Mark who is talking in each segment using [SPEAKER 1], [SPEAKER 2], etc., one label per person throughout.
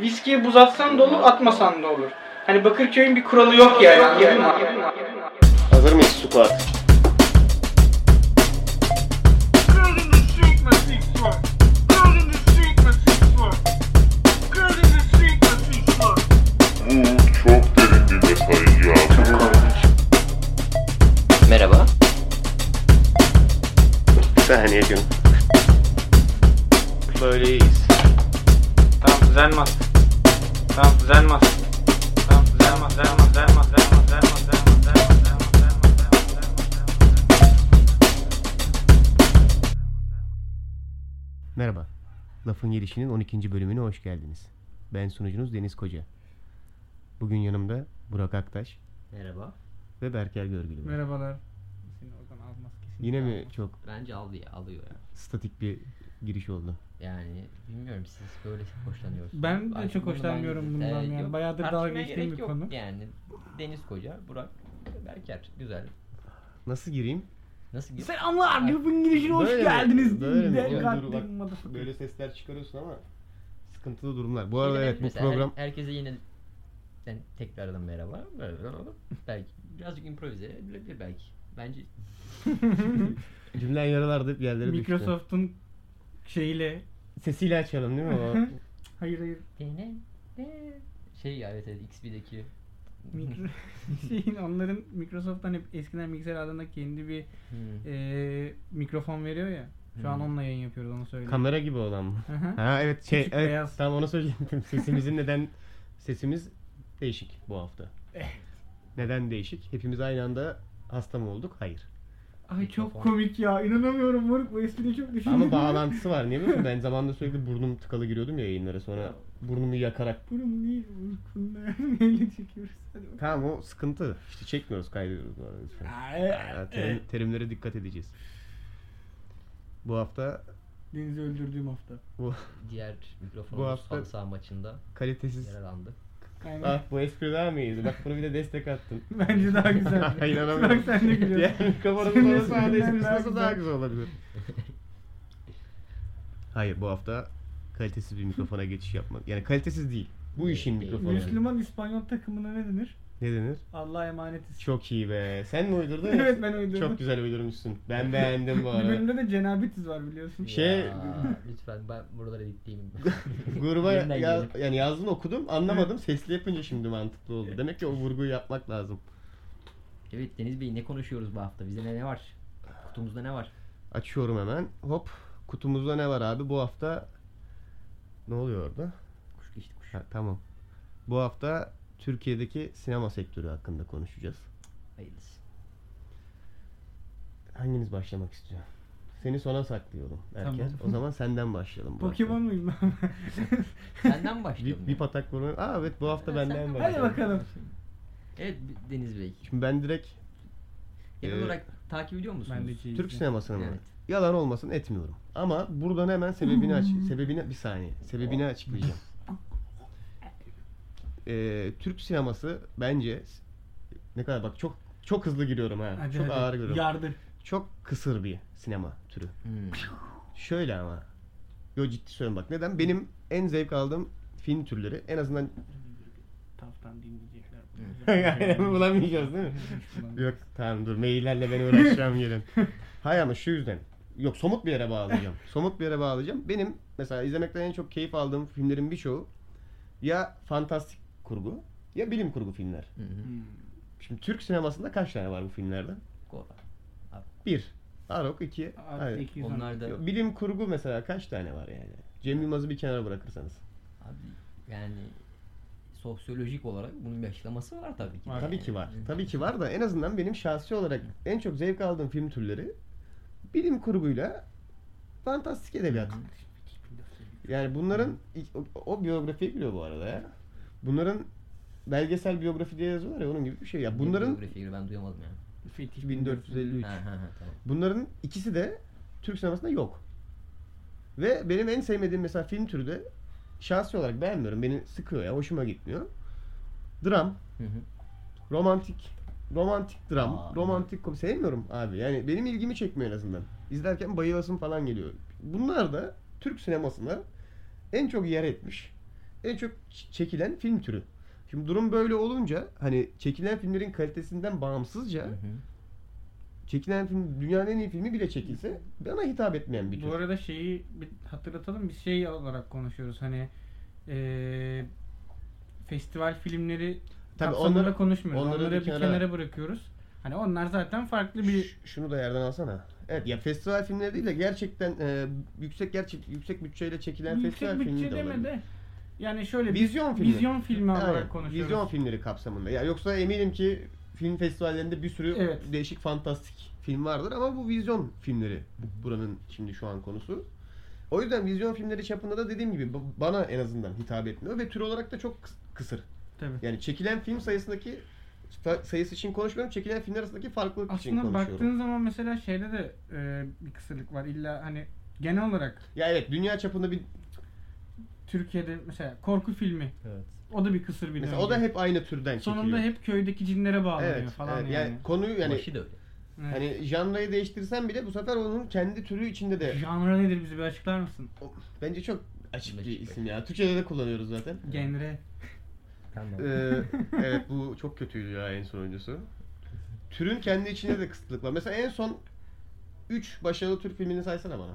[SPEAKER 1] Viskiye buz atsan da olur, atmasan da olur. Hani Bakırköy'ün bir kuralı yok yani. anladın mı?
[SPEAKER 2] Hazır mıyız Sukuat?
[SPEAKER 3] Building the secrecy front. Building the secrecy front. Building the secrecy front.
[SPEAKER 4] Bu çok derin bir mesaj ya.
[SPEAKER 5] Merhaba.
[SPEAKER 2] Bir saniye canım. Böyleyiz.
[SPEAKER 6] Tamam düzelmez. Tamam düzelmez. Tamam düzelmez. Düzelmez. Düzelmez. Düzelmez. Düzelmez. Düzelmez. Düzelmez. Düzelmez. Düzelmez. Düzelmez.
[SPEAKER 2] Merhaba. Lafın Gelişi'nin 12. bölümüne hoş geldiniz. Ben sunucunuz Deniz Koca. Bugün yanımda Burak Aktaş
[SPEAKER 5] Merhaba.
[SPEAKER 2] ve Berker Görgülü. var.
[SPEAKER 1] Merhabalar. Seni oradan almaz kesin.
[SPEAKER 2] Yine mi çok
[SPEAKER 5] Bence alıyor, alıyor ya.
[SPEAKER 2] statik bir giriş oldu?
[SPEAKER 5] Yani bilmiyorum siz böyle hoşlanıyorsunuz.
[SPEAKER 1] Ben de
[SPEAKER 5] Aslında
[SPEAKER 1] çok hoşlanmıyorum
[SPEAKER 5] bence-
[SPEAKER 1] bundan yani.
[SPEAKER 5] yok,
[SPEAKER 1] Bayağıdır dalga
[SPEAKER 5] tartışmaya
[SPEAKER 1] geçtiğim
[SPEAKER 5] gerek
[SPEAKER 1] bir
[SPEAKER 5] yok
[SPEAKER 1] konu.
[SPEAKER 5] Yani Deniz Koca, Burak, Berker. Güzel.
[SPEAKER 2] Nasıl gireyim?
[SPEAKER 5] Nasıl gidiyor?
[SPEAKER 1] Selamlar, Lafın Girişi'ne hoş
[SPEAKER 2] Böyle mi?
[SPEAKER 1] geldiniz.
[SPEAKER 2] Böyle mi?
[SPEAKER 1] Del-
[SPEAKER 2] Dur,
[SPEAKER 1] Gaddem
[SPEAKER 2] dur, bak,
[SPEAKER 1] motherfucker.
[SPEAKER 2] Böyle sesler çıkarıyorsun ama sıkıntılı durumlar. Bu arada evet bu
[SPEAKER 5] Mesela her-
[SPEAKER 2] program
[SPEAKER 5] herkese yine yani tekrardan merhaba. merhaba. belki birazcık improvize edilebilir belki. Bence
[SPEAKER 2] cümlen yaralardı hep yerlere düştü.
[SPEAKER 1] Microsoft'un şeyiyle...
[SPEAKER 2] Sesiyle açalım değil mi? O
[SPEAKER 1] Hayır hayır.
[SPEAKER 5] şey ya evet, evet XP'deki
[SPEAKER 1] Mikro... şeyin, onların Microsoft'tan hep eskiden bilgisayar adında kendi bir
[SPEAKER 5] Hmm.
[SPEAKER 1] eee, Ee, mikrofon veriyor ya. Şu an onunla yayın yapıyoruz onu söyleyeyim.
[SPEAKER 2] Hmm. kamera gibi olan mı?
[SPEAKER 1] Hı hı.
[SPEAKER 2] Ha evet şey
[SPEAKER 1] Küçük
[SPEAKER 2] evet,
[SPEAKER 1] beyaz.
[SPEAKER 2] tam onu söyleyecektim. Sesimizin neden sesimiz değişik bu hafta. Neden değişik? Hepimiz aynı anda hasta mı olduk? Hayır.
[SPEAKER 1] Ay çok
[SPEAKER 5] Mikrofon.
[SPEAKER 1] komik ya. İnanamıyorum Moruk. Bu espriyi çok düşündüm.
[SPEAKER 2] Ama bağlantısı var niye bilmiyorum. Ben zamanında sürekli burnum tıkalı giriyordum ya yayınlara sonra burnumu yakarak.
[SPEAKER 1] Bunun değil. Bunlar neyle çekiyoruz? Hadi bakalım.
[SPEAKER 2] Tamam o sıkıntı. İşte çekmiyoruz kaydediyoruz bu arada lütfen. Ha, terim- terimlere dikkat edeceğiz. Bu hafta
[SPEAKER 1] Deniz'i öldürdüğüm hafta.
[SPEAKER 2] bu
[SPEAKER 5] diğer
[SPEAKER 2] Bu
[SPEAKER 5] mikrofonumuz
[SPEAKER 2] hafta-
[SPEAKER 5] halı saha maçında
[SPEAKER 2] kalitesiz.
[SPEAKER 5] yer aldı.
[SPEAKER 1] Aynen.
[SPEAKER 2] Ah bu espri daha mı iyiydi? Bak bunu bir de destek attın.
[SPEAKER 1] Bence daha güzel.
[SPEAKER 2] Hayır, inanamıyorum.
[SPEAKER 1] Bak sen de gülüyorsun.
[SPEAKER 2] Yani kafanın
[SPEAKER 1] Senin
[SPEAKER 2] orası halde
[SPEAKER 1] esprinden
[SPEAKER 2] esprisi
[SPEAKER 1] daha
[SPEAKER 2] nasıl
[SPEAKER 1] güzel.
[SPEAKER 2] daha güzel olabilir? Hayır bu hafta kalitesiz bir mikrofona geçiş yapmak. Yani kalitesiz değil. Bu işin
[SPEAKER 5] Değil.
[SPEAKER 2] mikrofonu.
[SPEAKER 1] Müslüman İspanyol takımına ne denir?
[SPEAKER 2] Ne denir?
[SPEAKER 1] Allah'a emanetiz.
[SPEAKER 2] Çok iyi be. Sen mi uydurdun?
[SPEAKER 1] Evet, ben uydurdum.
[SPEAKER 2] Çok güzel uydurmuşsun. Ben beğendim bu
[SPEAKER 1] Bir
[SPEAKER 2] arada.
[SPEAKER 1] bölümde de cenabetiz var biliyorsun.
[SPEAKER 2] Şey-
[SPEAKER 5] Ya, lütfen ben buralara gittiğim.
[SPEAKER 2] Gruba
[SPEAKER 5] Yeniden
[SPEAKER 2] ya-
[SPEAKER 5] gelin.
[SPEAKER 2] yani yazdım okudum anlamadım. Sesli yapınca şimdi mantıklı oldu. Demek ki o vurguyu yapmak lazım.
[SPEAKER 5] Evet Deniz Bey ne konuşuyoruz bu hafta? Bizde ne, ne var? Kutumuzda ne var?
[SPEAKER 2] Açıyorum hemen. Hop. Kutumuzda ne var abi? Bu hafta ne oluyor orada?
[SPEAKER 5] Kuş geçti kuş.
[SPEAKER 2] Ha, tamam. Bu hafta Türkiye'deki sinema sektörü hakkında konuşacağız.
[SPEAKER 5] Hayırlısı.
[SPEAKER 2] Hanginiz başlamak istiyor? Seni sona saklıyorum erken.
[SPEAKER 1] Tamam.
[SPEAKER 2] O zaman senden başlayalım. bu
[SPEAKER 1] Pokemon
[SPEAKER 2] hafta.
[SPEAKER 1] muyum ben?
[SPEAKER 5] Senden
[SPEAKER 2] Bir,
[SPEAKER 5] başlayalım.
[SPEAKER 2] bir patak vurma. Aa evet bu hafta benden başlayalım.
[SPEAKER 1] Hadi bakalım.
[SPEAKER 5] Evet Deniz Bey.
[SPEAKER 2] Şimdi ben direkt
[SPEAKER 5] Genel
[SPEAKER 2] Ee,
[SPEAKER 5] olarak takip ediyor musunuz?
[SPEAKER 1] Ben de şey- keyifli.
[SPEAKER 2] Türk sinemasına mı?
[SPEAKER 5] Evet.
[SPEAKER 2] Yalan olmasın etmiyorum. Ama buradan hemen sebebini aç. Sebebini bir saniye. Sebebini
[SPEAKER 1] Oh.
[SPEAKER 2] açıklayacağım. Ee, Türk sineması bence ne kadar bak çok çok hızlı giriyorum ha.
[SPEAKER 1] Hadi,
[SPEAKER 2] çok
[SPEAKER 1] hadi.
[SPEAKER 2] ağır giriyorum.
[SPEAKER 1] Yardır.
[SPEAKER 2] Çok kısır bir sinema türü.
[SPEAKER 5] Hmm.
[SPEAKER 2] Şöyle ama. Yo ciddi söylüyorum bak. Neden? Benim en zevk aldığım film türleri en azından
[SPEAKER 1] Taftan dinleyecekler.
[SPEAKER 2] bulamayacağız değil mi? Yok tamam dur maillerle ben uğraşacağım gelin. Hayır ama şu yüzden. Yok somut bir yere bağlayacağım. somut bir yere bağlayacağım. Benim mesela izlemekten en çok keyif aldığım filmlerin birçoğu ya fantastik kurgu ya bilim kurgu filmler.
[SPEAKER 5] Hı hı.
[SPEAKER 1] Hmm.
[SPEAKER 2] Şimdi Türk sinemasında kaç tane var bu filmlerden?
[SPEAKER 5] Go.
[SPEAKER 2] Bir. Arok iki.
[SPEAKER 1] Artı
[SPEAKER 2] Hayır.
[SPEAKER 1] 200
[SPEAKER 5] Onlar da
[SPEAKER 2] Yok, Bilim kurgu mesela kaç tane var yani? Cem Yılmaz'ı bir kenara bırakırsanız.
[SPEAKER 5] abi yani sosyolojik olarak bunun bir açıklaması var tabii ki.
[SPEAKER 2] Tabii ki var. Tabii ki var da en azından benim şahsi olarak en çok zevk aldığım film türleri bilim kurguyla fantastik edebiyat. Yani bunların o, o biyografiyi biliyor bu arada ya. Bunların belgesel biyografi diye yazıyorlar ya onun gibi bir şey. Ya bunların
[SPEAKER 5] Biyografiyi ben duyamadım ya.
[SPEAKER 1] Fetih
[SPEAKER 2] 1453.
[SPEAKER 5] Ha ha ha tamam.
[SPEAKER 2] Bunların ikisi de Türk sinemasında yok. Ve benim en sevmediğim mesela film türü de şahsi olarak beğenmiyorum. Beni sıkıyor ya, hoşuma gitmiyor. Dram,
[SPEAKER 5] Hı hı.
[SPEAKER 2] romantik romantik dram,
[SPEAKER 5] Aa,
[SPEAKER 2] romantik kom sevmiyorum abi. Yani benim ilgimi çekmiyor en azından. İzlerken bayılasım falan geliyor. Bunlar da Türk sinemasına en çok yer etmiş. en çok ç- çekilen film türü. Şimdi durum böyle olunca hani çekilen filmlerin kalitesinden bağımsızca
[SPEAKER 5] Hı hı.
[SPEAKER 2] çekilen film dünyanın en iyi filmi bile çekilse bana hitap etmeyen bir tür.
[SPEAKER 1] Bu arada şeyi bir hatırlatalım. Biz şey olarak konuşuyoruz hani eee, festival filmleri
[SPEAKER 2] Tabii
[SPEAKER 1] Tabii onları
[SPEAKER 2] onları-
[SPEAKER 1] konuşmuyoruz.
[SPEAKER 2] onları
[SPEAKER 1] Onları,
[SPEAKER 2] bir
[SPEAKER 1] bir
[SPEAKER 2] kenara-
[SPEAKER 1] kenara... bırakıyoruz. Hani onlar zaten farklı bir
[SPEAKER 2] Ş- şunu da yerden alsana. Evet ya festival filmleri değil de gerçekten e, yüksek gerçek yüksek bütçeyle çekilen
[SPEAKER 1] yüksek
[SPEAKER 2] festival
[SPEAKER 1] bütçe
[SPEAKER 2] filmi de
[SPEAKER 1] deme
[SPEAKER 2] olabilir.
[SPEAKER 1] de yani şöyle bir
[SPEAKER 2] Vizyon filmi.
[SPEAKER 1] vizyon filmi olarak
[SPEAKER 2] Aynen,
[SPEAKER 1] konuşuyoruz.
[SPEAKER 2] Vizyon filmleri kapsamında. Ya yoksa eminim ki film festivallerinde bir sürü
[SPEAKER 1] Evet.
[SPEAKER 2] değişik fantastik film vardır ama bu vizyon filmleri bu- buranın şimdi şu an konusu. O yüzden vizyon filmleri çapında da dediğim gibi ba- bana en azından hitap etmiyor ve tür olarak da çok kıs- kısır.
[SPEAKER 1] Tabii.
[SPEAKER 2] Yani çekilen film sayısındaki fa- sayısı için konuşmuyorum. Çekilen filmler arasındaki farklılık için
[SPEAKER 1] Aslında
[SPEAKER 2] konuşuyorum.
[SPEAKER 1] baktığın zaman mesela şeyde de eee, bir kısırlık var. İlla hani genel olarak
[SPEAKER 2] Ya evet dünya çapında bir
[SPEAKER 1] Türkiye'de mesela korku filmi
[SPEAKER 5] Evet.
[SPEAKER 1] o da bir kısır bir
[SPEAKER 2] mesela
[SPEAKER 1] döngü.
[SPEAKER 2] o da hep aynı türden çekiliyor.
[SPEAKER 1] sonunda hep köydeki cinlere bağlanıyor
[SPEAKER 2] evet,
[SPEAKER 1] falan
[SPEAKER 2] evet.
[SPEAKER 1] yani.
[SPEAKER 2] konuyu yani
[SPEAKER 5] Başı da öyle.
[SPEAKER 1] Evet.
[SPEAKER 2] hani janrayı değiştirsen bile bu sefer onun kendi türü içinde de
[SPEAKER 1] Janra nedir bizi bir açıklar mısın?
[SPEAKER 2] Bence çok açık bir
[SPEAKER 5] Açık.
[SPEAKER 2] isim ya. Türkçe'de de kullanıyoruz zaten.
[SPEAKER 1] Genre.
[SPEAKER 5] Tamam.
[SPEAKER 2] Ee, evet bu çok kötüydü ya en sonuncusu. Türün kendi içinde de kısıtlılık var. Mesela en son 3 başarılı Türk filmini saysana bana.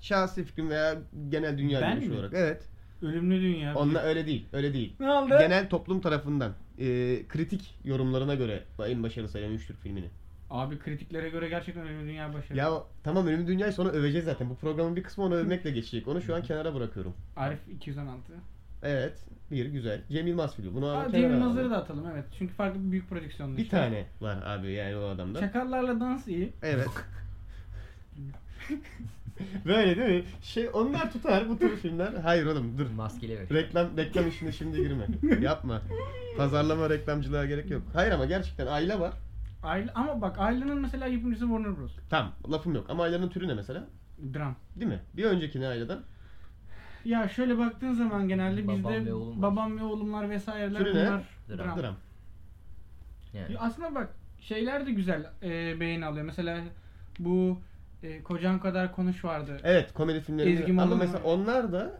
[SPEAKER 2] Şahsi fikrim veya genel dünya
[SPEAKER 1] Ben
[SPEAKER 2] görüşü
[SPEAKER 1] mi?
[SPEAKER 2] olarak. Evet.
[SPEAKER 1] Ölümlü dünya.
[SPEAKER 2] Onunla öyle değil. Öyle değil.
[SPEAKER 1] Ne oldu?
[SPEAKER 2] Genel toplum tarafından e, kritik yorumlarına göre en başarılı sayılan 3 Türk filmini.
[SPEAKER 1] Abi kritiklere göre gerçekten Ölümlü Dünya başarılı.
[SPEAKER 2] Ya tamam Ölümlü Dünya'yı sonra öveceğiz zaten. Bu programın bir kısmı onu övmekle geçecek. Onu şu an kenara bırakıyorum.
[SPEAKER 1] Arif 216.
[SPEAKER 2] Evet. Bir güzel. Cem Yılmaz filmi. Bunu
[SPEAKER 1] Aa,
[SPEAKER 2] abi
[SPEAKER 1] Cemil
[SPEAKER 2] kenara
[SPEAKER 1] Nazır'ı
[SPEAKER 2] alalım.
[SPEAKER 1] da atalım evet. Çünkü farklı bir büyük prodüksiyonda.
[SPEAKER 2] Bir tane var abi yani o adamda.
[SPEAKER 1] Çakallarla dans iyi.
[SPEAKER 2] Evet. Böyle değil mi? Şey onlar tutar bu tür filmler. Hayır oğlum dur.
[SPEAKER 5] Maskeli evet.
[SPEAKER 2] Reklam reklam işine şimdi girme. Yapma. Pazarlama reklamcılığa gerek yok. Hayır ama gerçekten Ayla var.
[SPEAKER 1] Aile, ama bak Aile'nin mesela yapımcısı Warner Bros.
[SPEAKER 2] Tam lafım yok ama Ayla'nın türü ne mesela?
[SPEAKER 1] Dram.
[SPEAKER 2] Değil mi? Bir öncekini Ayla'dan.
[SPEAKER 1] Ya şöyle baktığın zaman genelde
[SPEAKER 5] Babam
[SPEAKER 1] bizde
[SPEAKER 5] ve oğlum var.
[SPEAKER 1] babam ve oğlumlar vesaireler
[SPEAKER 2] Türü ne?
[SPEAKER 1] bunlar
[SPEAKER 5] Dram.
[SPEAKER 1] dram.
[SPEAKER 2] Dram.
[SPEAKER 5] Yani.
[SPEAKER 1] Ya Aslında bak şeyler de güzel e, beğeni alıyor. Mesela bu e, kocan kadar konuş vardı.
[SPEAKER 2] Evet komedi filmleri.
[SPEAKER 1] Ezgi
[SPEAKER 2] Ama
[SPEAKER 1] Mola mı?
[SPEAKER 2] mesela onlar da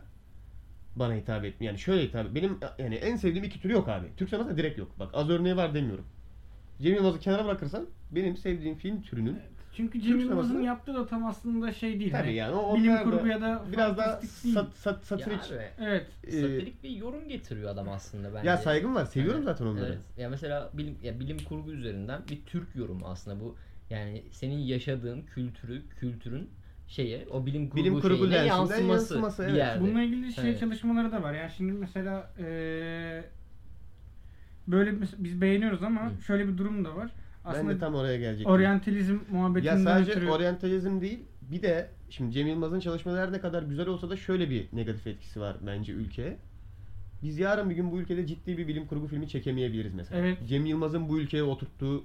[SPEAKER 2] bana hitap etmiyor. Yani şöyle hitap Benim yani en sevdiğim iki türü yok abi. Türk sanatı direkt yok. Bak az örneği var demiyorum. Cem Yılmaz'ı kenara bırakırsan benim sevdiğim film türünün
[SPEAKER 1] Çünkü Cem
[SPEAKER 2] Türk
[SPEAKER 1] Yılmaz'ın
[SPEAKER 2] sineması-
[SPEAKER 1] yaptığı da tam aslında şey değil.
[SPEAKER 2] Tabii
[SPEAKER 1] Hani
[SPEAKER 2] yani o
[SPEAKER 1] bilim
[SPEAKER 2] onlar da
[SPEAKER 1] kurgu ya da
[SPEAKER 2] biraz daha
[SPEAKER 1] fantastik değil.
[SPEAKER 2] sat, sat, satirik.
[SPEAKER 5] Ya abi,
[SPEAKER 1] Evet.
[SPEAKER 2] e,
[SPEAKER 5] satirik bir yorum getiriyor adam aslında bence.
[SPEAKER 2] ya saygım var. Seviyorum
[SPEAKER 5] Evet,
[SPEAKER 2] zaten onları.
[SPEAKER 5] Evet. Ya mesela bilim ya bilim kurgu üzerinden bir Türk yorumu aslında bu. Yani senin yaşadığın kültürü, kültürün şeye o bilim kurgu,
[SPEAKER 2] Bilim kurgu
[SPEAKER 5] şeyine
[SPEAKER 2] lensinden
[SPEAKER 5] yansıması,
[SPEAKER 2] yansıması,
[SPEAKER 5] bir
[SPEAKER 2] evet.
[SPEAKER 5] yerde.
[SPEAKER 1] Bununla ilgili şey
[SPEAKER 5] Evet.
[SPEAKER 1] çalışmaları da var. Yani şimdi mesela e, böyle mes- biz beğeniyoruz ama
[SPEAKER 5] Hı.
[SPEAKER 1] şöyle bir durum da var.
[SPEAKER 2] ben de
[SPEAKER 1] Aslında
[SPEAKER 2] tam oraya gelecektim.
[SPEAKER 1] oryantalizm
[SPEAKER 2] ya
[SPEAKER 1] muhabbetinden
[SPEAKER 2] sadece
[SPEAKER 1] ötürü-
[SPEAKER 2] oryantalizm değil bir de şimdi Cem Yılmaz'ın çalışmaları ne kadar güzel olsa da şöyle bir negatif etkisi var bence ülkeye. Biz yarın bir gün bu ülkede ciddi bir bilim kurgu filmi çekemeyebiliriz mesela.
[SPEAKER 1] Evet.
[SPEAKER 2] Cem Yılmaz'ın bu ülkeye oturttuğu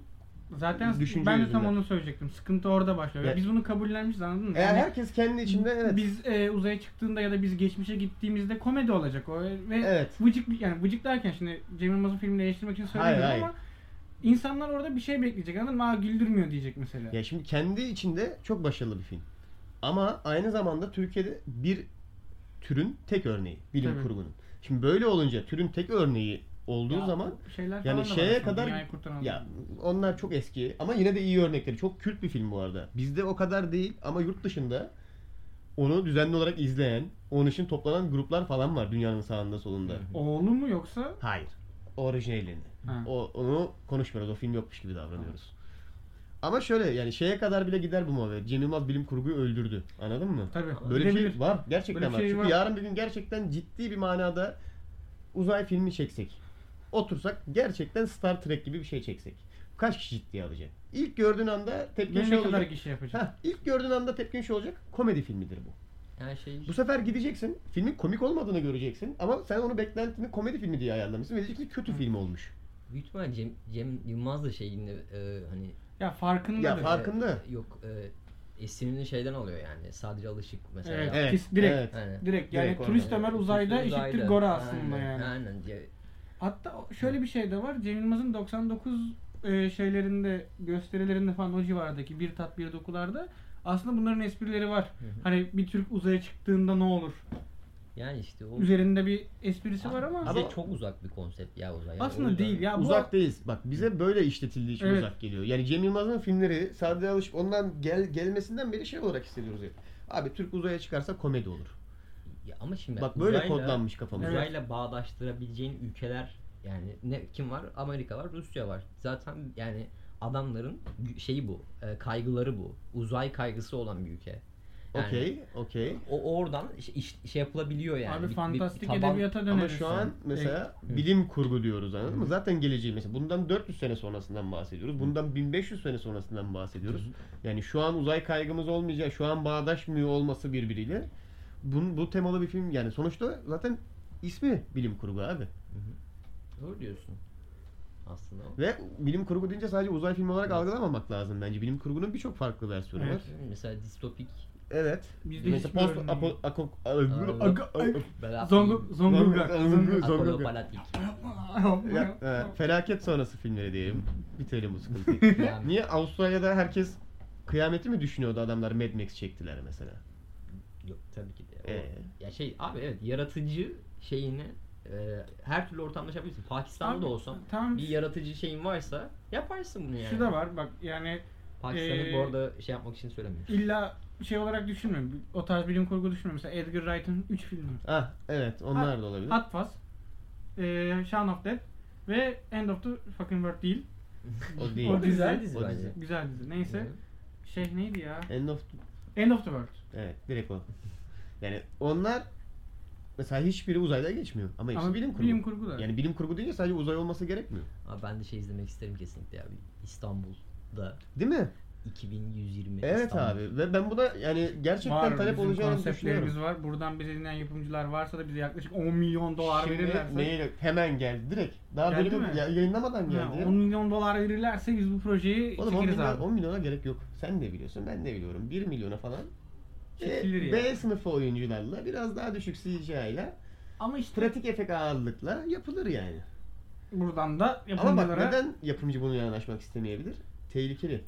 [SPEAKER 1] Zaten
[SPEAKER 2] düşünce
[SPEAKER 1] ben de tam
[SPEAKER 2] yüzünden.
[SPEAKER 1] onu söyleyecektim. Sıkıntı orada başlıyor.
[SPEAKER 2] Ya-
[SPEAKER 1] Biz bunu kabullenmişiz anladın mı?
[SPEAKER 2] Eğer
[SPEAKER 1] Yani-
[SPEAKER 2] herkes kendi içinde evet.
[SPEAKER 1] Biz e, uzaya çıktığında ya da biz geçmişe gittiğimizde komedi olacak o ve
[SPEAKER 2] Evet.
[SPEAKER 1] vıcık bir- yani vıcık derken şimdi Cem Yılmaz'ın filmini eleştirmek için
[SPEAKER 2] Hayır,
[SPEAKER 1] söylemiyorum
[SPEAKER 2] hayır.
[SPEAKER 1] ama insanlar orada bir şey bekleyecek anladın mı? Aa güldürmüyor diyecek mesela.
[SPEAKER 2] Ya şimdi kendi içinde çok başarılı bir film. Ama aynı zamanda Türkiye'de bir türün tek örneği bilim
[SPEAKER 1] Tabii.
[SPEAKER 2] kurgunun. Şimdi böyle olunca türün tek örneği olduğu
[SPEAKER 1] Ya,
[SPEAKER 2] zaman
[SPEAKER 1] şeyler
[SPEAKER 2] yani
[SPEAKER 1] falan da var
[SPEAKER 2] şeye
[SPEAKER 1] aslında,
[SPEAKER 2] kadar-
[SPEAKER 1] Dünyayı kurtaran
[SPEAKER 2] ya
[SPEAKER 1] adam.
[SPEAKER 2] onlar çok eski ama yine de iyi örnekleri. Çok kült bir film bu arada. Bizde o kadar değil ama yurt dışında onu düzenli olarak izleyen, onun için toplanan gruplar falan var dünyanın sağında solunda.
[SPEAKER 5] Hı hı.
[SPEAKER 1] oğlu mu yoksa
[SPEAKER 2] Hayır. Orijinalini.
[SPEAKER 1] Ha.
[SPEAKER 2] O, onu konuşmuyoruz. O film yokmuş gibi davranıyoruz. Ama şöyle yani şeye kadar bile gider bu muhabbet. Cem Yılmaz bilim kurguyu öldürdü. Anladın mı?
[SPEAKER 1] Tabii.
[SPEAKER 2] Böyle bir şey
[SPEAKER 1] gidebilir.
[SPEAKER 2] var. Gerçekten
[SPEAKER 1] Böyle bir
[SPEAKER 2] var.
[SPEAKER 1] şey
[SPEAKER 2] Çünkü
[SPEAKER 1] var.
[SPEAKER 2] yarın bir gün gerçekten ciddi bir manada uzay filmi çeksek. Otursak gerçekten Star Trek gibi bir şey çeksek. Kaç kişi ciddiye alacak? İlk gördüğün anda
[SPEAKER 1] Ve
[SPEAKER 2] tepkin
[SPEAKER 1] ne
[SPEAKER 2] şey
[SPEAKER 1] kadar
[SPEAKER 2] olacak.
[SPEAKER 1] gişe yapacak?
[SPEAKER 2] Heh, ilk gördüğün anda tepkin şey olacak. Komedi filmidir bu.
[SPEAKER 5] Yani şey
[SPEAKER 2] Bu sefer gideceksin, filmin komik olmadığını göreceksin ama sen onu beklentini komedi filmi diye ayarlamışsın ve diyeceksin ki kötü film olmuş.
[SPEAKER 5] büyük ihtimalle Cem, Cem Yılmaz da şeyinde e, hani
[SPEAKER 1] Ya farkında
[SPEAKER 2] Ya
[SPEAKER 1] da-
[SPEAKER 2] fark- Farkında.
[SPEAKER 5] e, yok e, esinini şeyden alıyor yani. Sadece alışık mesela.
[SPEAKER 1] Evet.
[SPEAKER 2] Evet,
[SPEAKER 1] Pis direkt.
[SPEAKER 2] evet.
[SPEAKER 5] Aynen.
[SPEAKER 1] Direkt yani
[SPEAKER 2] Direkt
[SPEAKER 1] turist
[SPEAKER 5] Yani,
[SPEAKER 1] Ömer uzayda,
[SPEAKER 5] Türk
[SPEAKER 1] eşittir
[SPEAKER 5] uzayda.
[SPEAKER 1] Gora aslında
[SPEAKER 5] Aynen,
[SPEAKER 1] yani.
[SPEAKER 5] Aynen. Ce-
[SPEAKER 1] Hatta o- şöyle bir şey de var. Cem Yılmaz'ın 99 e, şeylerinde, gösterilerinde falan o civardaki bir tat bir dokularda aslında bunların esprileri var.
[SPEAKER 5] hı.
[SPEAKER 1] Hani bir Türk uzaya çıktığında ne olur?
[SPEAKER 5] Yani işte o
[SPEAKER 1] Üzerinde bir esprisi Şey var ama
[SPEAKER 5] bize
[SPEAKER 2] Ama-
[SPEAKER 5] çok uzak bir konsept ya Uzay. Yani o
[SPEAKER 1] aslında
[SPEAKER 5] yüzden-
[SPEAKER 1] değil ya. Bu
[SPEAKER 2] uzak değiliz. Bak bize böyle işletildiği için
[SPEAKER 1] Evet.
[SPEAKER 2] uzak geliyor. Yani Cem Yılmaz'ın filmleri sadece alışıp ondan gel gelmesinden beri şey olarak hissediyoruz hep. Abi Türk uzaya çıkarsa komedi olur.
[SPEAKER 5] Ya ama şimdi
[SPEAKER 2] Bak böyle
[SPEAKER 5] uzayla-
[SPEAKER 2] kodlanmış kafamız.
[SPEAKER 5] Uzayla bağdaştırabileceğin ülkeler yani ne kim var? Amerika var, Rusya var. Zaten yani adamların gü- şeyi bu, e, kaygıları bu. Uzay kaygısı olan bir ülke. Yani
[SPEAKER 2] Okey, okey.
[SPEAKER 5] O oradan iş, iş- şey yapılabiliyor yani.
[SPEAKER 1] abi
[SPEAKER 5] Bir- bir
[SPEAKER 1] fantastik
[SPEAKER 5] taban-
[SPEAKER 1] edebiyata döneriz. Ee,
[SPEAKER 2] Ama şu an mesela bilim kurgu diyoruz anladın mı? Zaten geleceği mesela bundan 400 sene sonrasından bahsediyoruz. Bundan 1500 sene sonrasından bahsediyoruz. Yani şu an uzay kaygımız olmayacak, şu an bağdaşmıyor olması birbiriyle. Bu, bu temalı bir film yani sonuçta zaten ismi bilim kurgu abi.
[SPEAKER 5] Doğru diyorsun. Aslında o.
[SPEAKER 2] Ve bilim kurgu deyince sadece uzay filmi olarak algılamamak lazım bence. Bilim kurgunun birçok farklı versiyonu
[SPEAKER 1] Evet.
[SPEAKER 2] var.
[SPEAKER 5] Mesela distopik
[SPEAKER 2] Evet.
[SPEAKER 1] Bizde
[SPEAKER 2] Mesela
[SPEAKER 1] hiçbir
[SPEAKER 2] post
[SPEAKER 1] örneği
[SPEAKER 2] apo,
[SPEAKER 1] yok.
[SPEAKER 2] ako,
[SPEAKER 5] Bela-
[SPEAKER 1] Zongu- Zonguldak.
[SPEAKER 2] Zonguldak.
[SPEAKER 5] Apollo
[SPEAKER 2] Zonguldak.
[SPEAKER 5] Palatik.
[SPEAKER 2] Ya, e, felaket sonrası filmleri diyelim. Bitirelim bu sıkıntıyı.
[SPEAKER 5] Yani
[SPEAKER 2] Niye Avustralya'da herkes kıyameti mi düşünüyordu adamlar Mad Max çektiler mesela?
[SPEAKER 5] Yok tabii ki de. O-
[SPEAKER 2] Ee?
[SPEAKER 5] Ya şey abi evet yaratıcı şeyini e, her türlü ortamda şey yapabilirsin. Pakistan'da
[SPEAKER 1] Abi,
[SPEAKER 5] da olsan
[SPEAKER 1] Tamam.
[SPEAKER 5] bir yaratıcı şeyin varsa yaparsın bunu yani.
[SPEAKER 1] Şu da var bak yani
[SPEAKER 5] Pakistan'ı
[SPEAKER 1] Ee,
[SPEAKER 5] bu arada şey yapmak için söylemiyorum.
[SPEAKER 1] illa şey olarak düşünme. O tarz bilim kurgu düşünme. Mesela Edgar Wright'ın 3 filmi.
[SPEAKER 2] Ah evet onlar da olabilir.
[SPEAKER 1] Atlas, eee Shaun of Dead ve End of the Fucking World değil.
[SPEAKER 2] O değil.
[SPEAKER 1] o dizi-
[SPEAKER 5] güzel dizi
[SPEAKER 2] o
[SPEAKER 5] bence.
[SPEAKER 2] dizi.
[SPEAKER 1] Güzel dizi. Neyse. Şey neydi ya?
[SPEAKER 2] End of
[SPEAKER 1] End of the World.
[SPEAKER 2] evet direkt o. Yani onlar mesela hiçbiri uzayda geçmiyor ama hepsi
[SPEAKER 1] Ama
[SPEAKER 2] bilim kurgu.
[SPEAKER 1] bilim kurgu da.
[SPEAKER 2] Yani bilim kurgu deyince sadece uzay olması gerekmiyor.
[SPEAKER 5] Abi ben de şey izlemek isterim kesinlikle abi. İstanbul'da
[SPEAKER 2] Değil mi?
[SPEAKER 5] 2020
[SPEAKER 2] Evet
[SPEAKER 5] İstanbul.
[SPEAKER 2] abi ve ben buna yani gerçekten
[SPEAKER 1] var,
[SPEAKER 2] talep
[SPEAKER 1] bizim
[SPEAKER 2] olacağını düşünüyorum.
[SPEAKER 1] konseptlerimiz var. Buradan bize dinleyen yapımcılar varsa da bize yaklaşık 10 milyon dolar
[SPEAKER 2] Şimdi
[SPEAKER 1] verirlerse.
[SPEAKER 2] neyle hemen geldi direkt. Daha
[SPEAKER 1] Geldi
[SPEAKER 2] bölüm
[SPEAKER 1] mi?
[SPEAKER 2] ya- yayınlamadan
[SPEAKER 1] Ha,
[SPEAKER 2] geldi.
[SPEAKER 1] 10 milyon dolar verirlerse biz bu projeyi
[SPEAKER 2] Oğlum 10
[SPEAKER 1] çekeriz
[SPEAKER 2] milyon,
[SPEAKER 1] abi.
[SPEAKER 2] 10 milyona gerek yok. Sen de biliyorsun, ben de biliyorum. 1 milyona falan. E,
[SPEAKER 1] Çekilir
[SPEAKER 2] B,
[SPEAKER 1] yani.
[SPEAKER 2] B sınıfı oyuncularla biraz daha düşük CGI ile
[SPEAKER 1] Ama işte
[SPEAKER 2] pratik efekt ağırlıkla yapılır yani.
[SPEAKER 1] buradan da
[SPEAKER 2] Ama bak
[SPEAKER 1] yapımcılara
[SPEAKER 2] neden yapımcı buna yanaşmak istemeyebilir? Tehlikeli.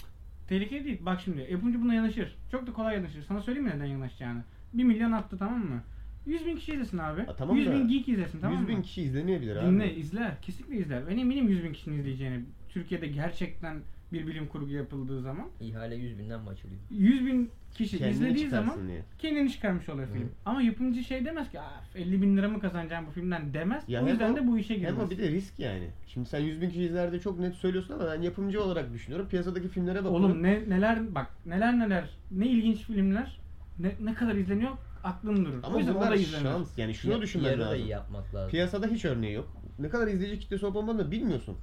[SPEAKER 1] tehlikeli değil. Bak şimdi yapımcı buna yanaşır. Çok da kolay yanaşır. Sana söyleyeyim mi neden yanaşacağını? 1 milyon attı tamam mı? 100 bin kişi izlesin abi.
[SPEAKER 2] Ha, tamam
[SPEAKER 1] 100
[SPEAKER 2] da-
[SPEAKER 1] bin geek izlesin tamam
[SPEAKER 2] 100
[SPEAKER 1] mı?
[SPEAKER 2] bin kişi izlemeyebilir abi.
[SPEAKER 1] Dinle, izler. Kesinlikle izler. Ben eminim 100 bin kişinin izleyeceğini. Türkiye'de gerçekten bir bilim kurgu yapıldığı zaman.
[SPEAKER 5] İhale 100 binden mi açılıyor?
[SPEAKER 1] 100 bin kişi
[SPEAKER 2] Kendini
[SPEAKER 1] izlediği
[SPEAKER 2] çıkarsın
[SPEAKER 1] zaman
[SPEAKER 2] diye.
[SPEAKER 1] kendini çıkarmış oluyor film.
[SPEAKER 5] Hı.
[SPEAKER 1] Ama yapımcı şey demez ki "Ah, 50 bin lira mı kazanacağım bu filmden demez.
[SPEAKER 2] Ya
[SPEAKER 1] o
[SPEAKER 2] hem
[SPEAKER 1] yüzden
[SPEAKER 2] o-
[SPEAKER 1] de bu işe
[SPEAKER 2] Hem
[SPEAKER 1] girmez.
[SPEAKER 2] o bir de risk yani. Şimdi sen 100 bin kişi izler de çok net söylüyorsun ama ben yapımcı olarak düşünüyorum. Piyasadaki filmlere bakıyorum.
[SPEAKER 1] Oğlum ne neler bak neler neler ne ilginç filmler ne, ne kadar izleniyor aklım durur.
[SPEAKER 2] ama
[SPEAKER 1] o yüzden o
[SPEAKER 2] bunlar
[SPEAKER 1] da izlenir.
[SPEAKER 2] şans. Yani şunu
[SPEAKER 5] Ya-
[SPEAKER 2] düşünmen
[SPEAKER 5] yarı da
[SPEAKER 2] lazım.
[SPEAKER 5] iyi yapmak lazım.
[SPEAKER 2] Piyasada hiç örneği yok. Ne kadar izleyici kitlesi olup olmadığını da bilmiyorsun.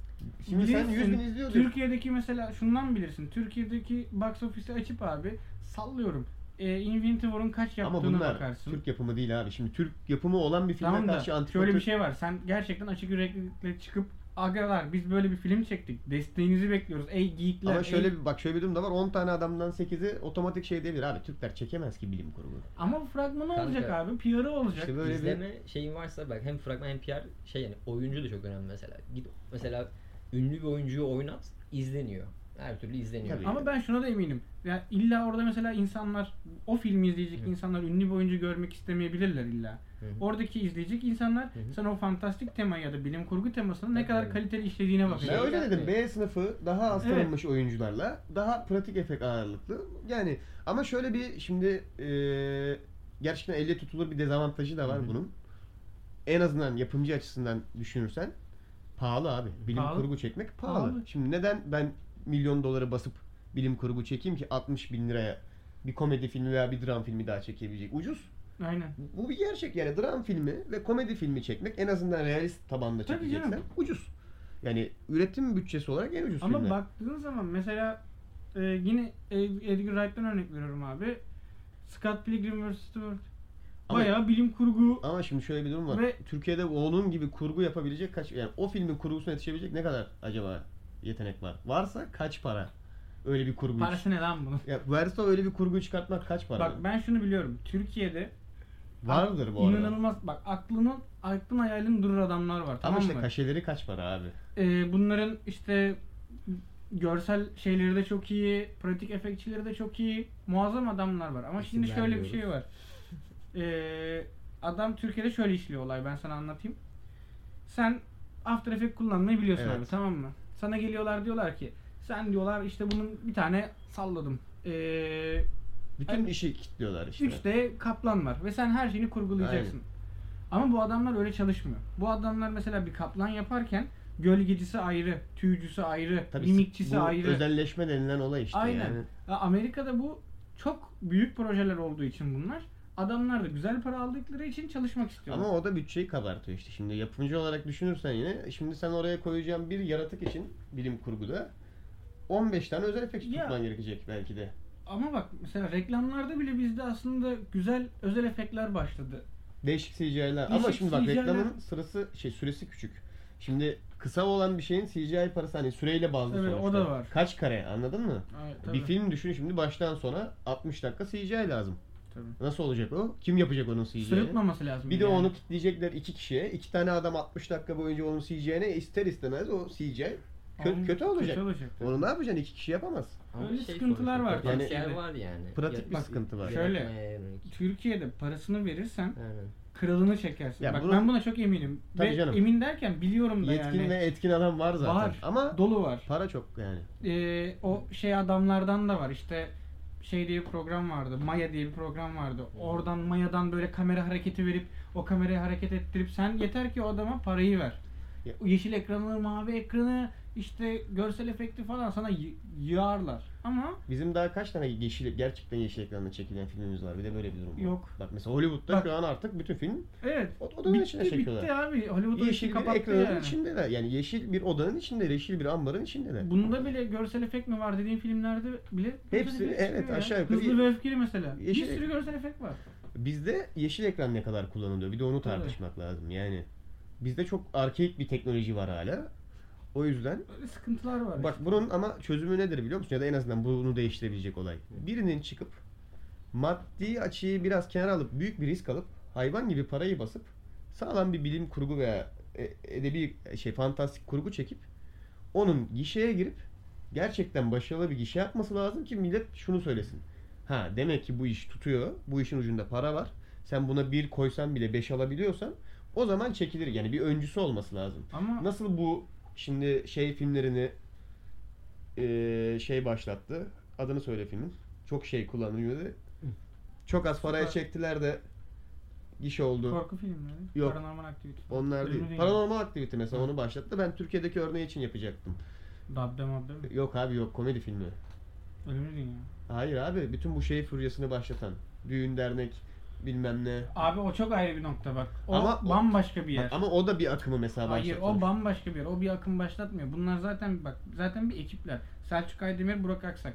[SPEAKER 2] Şimdi sen 100
[SPEAKER 1] Bilirsin,
[SPEAKER 2] bin izliyor diyorsun.
[SPEAKER 1] Türkiye'deki mesela şundan bilirsin. Türkiye'deki box office'i açıp abi sallıyorum. E, Infinity War'un kaç
[SPEAKER 2] Ama
[SPEAKER 1] yaptığına
[SPEAKER 2] bunlar
[SPEAKER 1] bakarsın.
[SPEAKER 2] Türk yapımı değil abi. Şimdi Türk yapımı olan bir filme
[SPEAKER 1] Tamam da
[SPEAKER 2] karşı antipatik...
[SPEAKER 1] şöyle bir şey var. Sen gerçekten açık yüreklilikle çıkıp agalar biz böyle bir film çektik. Desteğinizi bekliyoruz. Ey geekler.
[SPEAKER 2] Ama şöyle
[SPEAKER 1] ey-"
[SPEAKER 2] bir bak şöyle bir durum da var. 10 tane adamdan 8'i otomatik şey diyebilir abi. Türkler çekemez ki bilim kurgu.
[SPEAKER 1] Ama fragmanı
[SPEAKER 5] Kanka.
[SPEAKER 1] olacak abi. PR'ı olacak.
[SPEAKER 2] İşte böyle bir
[SPEAKER 5] İzleme şeyin varsa bak hem fragman hem PR şey yani oyuncu da çok önemli mesela. Git mesela ünlü bir oyuncuyu oynat izleniyor. Her türlü izleniyor.
[SPEAKER 2] Tabii.
[SPEAKER 1] Ama ben şuna da eminim. Ya illa orada mesela insanlar o filmi izleyecek
[SPEAKER 5] Hı.
[SPEAKER 1] insanlar ünlü bir oyuncu görmek istemeyebilirler illa.
[SPEAKER 5] Hı hı.
[SPEAKER 1] Oradaki izleyecek insanlar
[SPEAKER 5] Hı hı.
[SPEAKER 1] sen o fantastik tema ya da bilim kurgu temasını ne
[SPEAKER 5] Tabii,
[SPEAKER 1] kadar
[SPEAKER 5] tabii.
[SPEAKER 1] kaliteli işlediğine
[SPEAKER 5] Şey-
[SPEAKER 2] ben
[SPEAKER 1] bakıyor.
[SPEAKER 2] öyle dedim.
[SPEAKER 5] yani-
[SPEAKER 2] B sınıfı daha az tanınmış oyuncularla daha pratik efekt ağırlıklı. Yani ama şöyle bir şimdi eee, gerçekten elle tutulur bir dezavantajı da var
[SPEAKER 5] Hı hı.
[SPEAKER 2] bunun. En azından yapımcı açısından düşünürsen pahalı abi. Bilim
[SPEAKER 1] Pahalı.
[SPEAKER 2] kurgu çekmek pahalı.
[SPEAKER 1] Pahalı.
[SPEAKER 2] Şimdi neden ben milyon dolara basıp bilim kurgu çekeyim ki 60 bin liraya bir komedi filmi veya bir dram filmi daha çekebilecek. Ucuz.
[SPEAKER 1] Aynen.
[SPEAKER 2] Bu bir gerçek yani dram filmi ve komedi filmi çekmek en azından realist tabanda
[SPEAKER 1] Tabii
[SPEAKER 2] çekeceksen
[SPEAKER 1] canım.
[SPEAKER 2] ucuz. Yani üretim bütçesi olarak en ucuz
[SPEAKER 1] Ama
[SPEAKER 2] filmler.
[SPEAKER 1] baktığın zaman mesela e, yine Ed- Edgar Wright'tan örnek veriyorum abi. Scott Pilgrim vs. The World.
[SPEAKER 2] Ama-
[SPEAKER 1] Bayağı bilim kurgu.
[SPEAKER 2] Ama şimdi şöyle bir durum var.
[SPEAKER 1] Ve-
[SPEAKER 2] Türkiye'de onun gibi kurgu yapabilecek kaç yani o filmin kurgusuna yetişebilecek ne kadar acaba yetenek var? Varsa kaç para? Öyle bir kurgu.
[SPEAKER 1] Parası ne lan bunun?
[SPEAKER 2] Ya varsa öyle bir kurgu çıkartmak kaç para?
[SPEAKER 1] Bak ben şunu biliyorum. Türkiye'de
[SPEAKER 2] Vardır bu arada.
[SPEAKER 1] inanılmaz bak aklının aklın hayalin durur adamlar var
[SPEAKER 2] Ama
[SPEAKER 1] tamam
[SPEAKER 2] işte
[SPEAKER 1] mı?
[SPEAKER 2] kaşeleri kaç para abi?
[SPEAKER 1] Ee, bunların işte görsel şeyleri de çok iyi, pratik efektçileri de çok iyi, muazzam adamlar var. Ama şimdi
[SPEAKER 5] İsimler
[SPEAKER 1] şöyle bir
[SPEAKER 5] diyoruz.
[SPEAKER 1] şey var. Ee, adam Türkiye'de şöyle işliyor olay ben sana anlatayım. Sen After Effects kullanmayı biliyorsun
[SPEAKER 2] Evet.
[SPEAKER 1] abi tamam mı? Sana geliyorlar diyorlar ki sen diyorlar işte bunun bir tane salladım. Ee,
[SPEAKER 2] Bütün
[SPEAKER 1] Aynen.
[SPEAKER 2] işi kilitliyorlar işte.
[SPEAKER 1] 3D kaplan var ve sen her şeyini kurgulayacaksın. Ama bu adamlar öyle çalışmıyor. Bu adamlar mesela bir kaplan yaparken gölgecisi ayrı, tüycüsü ayrı,
[SPEAKER 2] Tabii
[SPEAKER 1] mimikçisi
[SPEAKER 2] bu
[SPEAKER 1] ayrı.
[SPEAKER 2] özelleşme denilen olay işte
[SPEAKER 1] Aynen.
[SPEAKER 2] yani.
[SPEAKER 1] Ya Amerika'da bu çok büyük projeler olduğu için bunlar. Adamlar da güzel para aldıkları için çalışmak istiyorlar.
[SPEAKER 2] Ama o da bütçeyi kabartıyor işte. Şimdi yapımcı olarak düşünürsen yine şimdi sen oraya koyacağın bir yaratık için bilim kurguda 15 tane özel efekt
[SPEAKER 1] Ya.
[SPEAKER 2] tutman gerekecek belki de.
[SPEAKER 1] Ama bak mesela reklamlarda bile bizde aslında güzel özel efektler başladı.
[SPEAKER 2] Değişik CGI'ler. Ama
[SPEAKER 1] Değişik
[SPEAKER 2] şimdi bak
[SPEAKER 1] CGI 'ler.
[SPEAKER 2] reklamın sırası şey süresi küçük. Şimdi kısa olan bir şeyin CGI parası hani süreyle bazlı
[SPEAKER 1] Evet,
[SPEAKER 2] sonuçta.
[SPEAKER 1] o da var.
[SPEAKER 2] Kaç kare anladın mı?
[SPEAKER 1] Ay,
[SPEAKER 2] Bir film düşün şimdi baştan sona 60 dakika CGI lazım.
[SPEAKER 1] tabii.
[SPEAKER 2] Nasıl olacak o? Kim yapacak onun CGI'yi?
[SPEAKER 1] Sırıtmaması lazım.
[SPEAKER 2] Bir de
[SPEAKER 1] yani.
[SPEAKER 2] onu kitleyecekler iki kişiye. iki tane adam 60 dakika boyunca onun CGI'ne ister istemez o CGI kö-
[SPEAKER 1] Ama
[SPEAKER 2] kötü olacak.
[SPEAKER 1] Kötü olacak.
[SPEAKER 2] Onu ne yapacaksın? iki kişi yapamaz.
[SPEAKER 5] Ama şey
[SPEAKER 1] Öyle sıkıntılar
[SPEAKER 5] sonuçta
[SPEAKER 1] var
[SPEAKER 5] Potansiyel
[SPEAKER 1] tabii.
[SPEAKER 5] var yani.
[SPEAKER 2] Pratik bir
[SPEAKER 5] Yar-
[SPEAKER 2] sıkıntı var.
[SPEAKER 1] Şöyle.
[SPEAKER 5] Yaratmaya yönelik.
[SPEAKER 1] Türkiye'de parasını verirsen
[SPEAKER 5] Aynen.
[SPEAKER 1] kralını çekersin.
[SPEAKER 2] Ya
[SPEAKER 1] bak
[SPEAKER 2] bunu-
[SPEAKER 1] ben buna çok eminim.
[SPEAKER 2] Tabii
[SPEAKER 1] Ve
[SPEAKER 2] canım.
[SPEAKER 1] emin derken biliyorum da
[SPEAKER 2] Yetkin
[SPEAKER 1] yani.
[SPEAKER 2] ve etkin adam var zaten.
[SPEAKER 1] Var.
[SPEAKER 2] Ama
[SPEAKER 1] Dolu var.
[SPEAKER 2] para çok yani.
[SPEAKER 1] Ee, o şey adamlardan da var işte şey diye bir program vardı. Maya diye bir program vardı. Oradan Maya'dan böyle kamera hareketi verip o kamerayı hareket ettirip sen yeter ki o adama parayı ver.
[SPEAKER 2] Ya-
[SPEAKER 1] Yeşil ekranı, mavi ekranı, işte görsel efekti falan sana y- yığarlar. Ama
[SPEAKER 2] Bizim daha kaç tane yeşil, gerçekten yeşil ekranda çekilen filmimiz var. Bir de böyle bir durum var.
[SPEAKER 1] Yok.
[SPEAKER 2] Bak mesela Hollywood'da
[SPEAKER 1] Bak.
[SPEAKER 2] şu an artık bütün film
[SPEAKER 1] evet.
[SPEAKER 2] o- odanın içine
[SPEAKER 1] bitti,
[SPEAKER 2] çekiyorlar.
[SPEAKER 1] bitti abi. Hollywood işi
[SPEAKER 2] Yeşil bir
[SPEAKER 1] kapattı
[SPEAKER 2] ekranın
[SPEAKER 1] yani.
[SPEAKER 2] içinde de yani yeşil bir odanın içinde, yeşil bir ambarın içinde de.
[SPEAKER 1] Bunda bile görsel efekt mi var dediğin filmlerde bile görsel
[SPEAKER 2] Hepsi,
[SPEAKER 1] efekt
[SPEAKER 2] evet,
[SPEAKER 1] çıkıyor ya.
[SPEAKER 2] aşağı yukarı-
[SPEAKER 1] Hızlı ve öfkeli mesela.
[SPEAKER 2] Yeşil-
[SPEAKER 1] Bir sürü görsel efekt var.
[SPEAKER 2] Bizde yeşil ekran ne kadar kullanılıyor? Bir de onu
[SPEAKER 1] Tabii.
[SPEAKER 2] tartışmak lazım. Yani bizde çok arkeik bir teknoloji var hala. O yüzden
[SPEAKER 1] Böyle sıkıntılar var.
[SPEAKER 2] bak bunun ama çözümü nedir biliyor musun? Ya da en azından bunu değiştirebilecek olay. Birinin çıkıp maddi açıyı biraz kenara alıp büyük bir risk alıp hayvan gibi parayı basıp sağlam bir bilim kurgu veya e- edebi şey fantastik kurgu çekip onun gişeye girip gerçekten başarılı bir gişe yapması lazım ki millet şunu söylesin. Ha demek ki bu iş tutuyor. Bu işin ucunda para var. Sen buna bir koysan bile beş alabiliyorsan o zaman çekilir. Yani bir öncüsü olması lazım.
[SPEAKER 1] Ama
[SPEAKER 2] Nasıl bu şimdi şey filmlerini eee, şey başlattı. Adını söyle filmin. Çok şey kullanılıyordu. Çok az paraya
[SPEAKER 1] Süper.
[SPEAKER 2] çektiler de gişe oldu.
[SPEAKER 1] Korku filmleri.
[SPEAKER 2] Yok.
[SPEAKER 1] Paranormal aktivite.
[SPEAKER 2] Onlar
[SPEAKER 1] Ölümü
[SPEAKER 2] değil.
[SPEAKER 1] Dünya.
[SPEAKER 2] Paranormal aktivite mesela
[SPEAKER 1] Hı.
[SPEAKER 2] onu başlattı. Ben Türkiye'deki örneği için yapacaktım.
[SPEAKER 1] Dabbe mabbe mi?
[SPEAKER 2] Yok abi yok komedi filmi.
[SPEAKER 1] Ölümlü dünya.
[SPEAKER 2] Hayır abi bütün bu şey furyasını başlatan. Düğün dernek bilmem ne.
[SPEAKER 1] Abi o çok ayrı bir nokta bak. O
[SPEAKER 2] Ama o-
[SPEAKER 1] bambaşka bir yer.
[SPEAKER 2] Bak, ama o da bir akımı mesela
[SPEAKER 1] Hayır
[SPEAKER 2] başlatmış.
[SPEAKER 1] o bambaşka bir yer. O bir akım başlatmıyor. Bunlar zaten bak zaten bir ekipler. Selçuk Aydemir, Burak Aksak.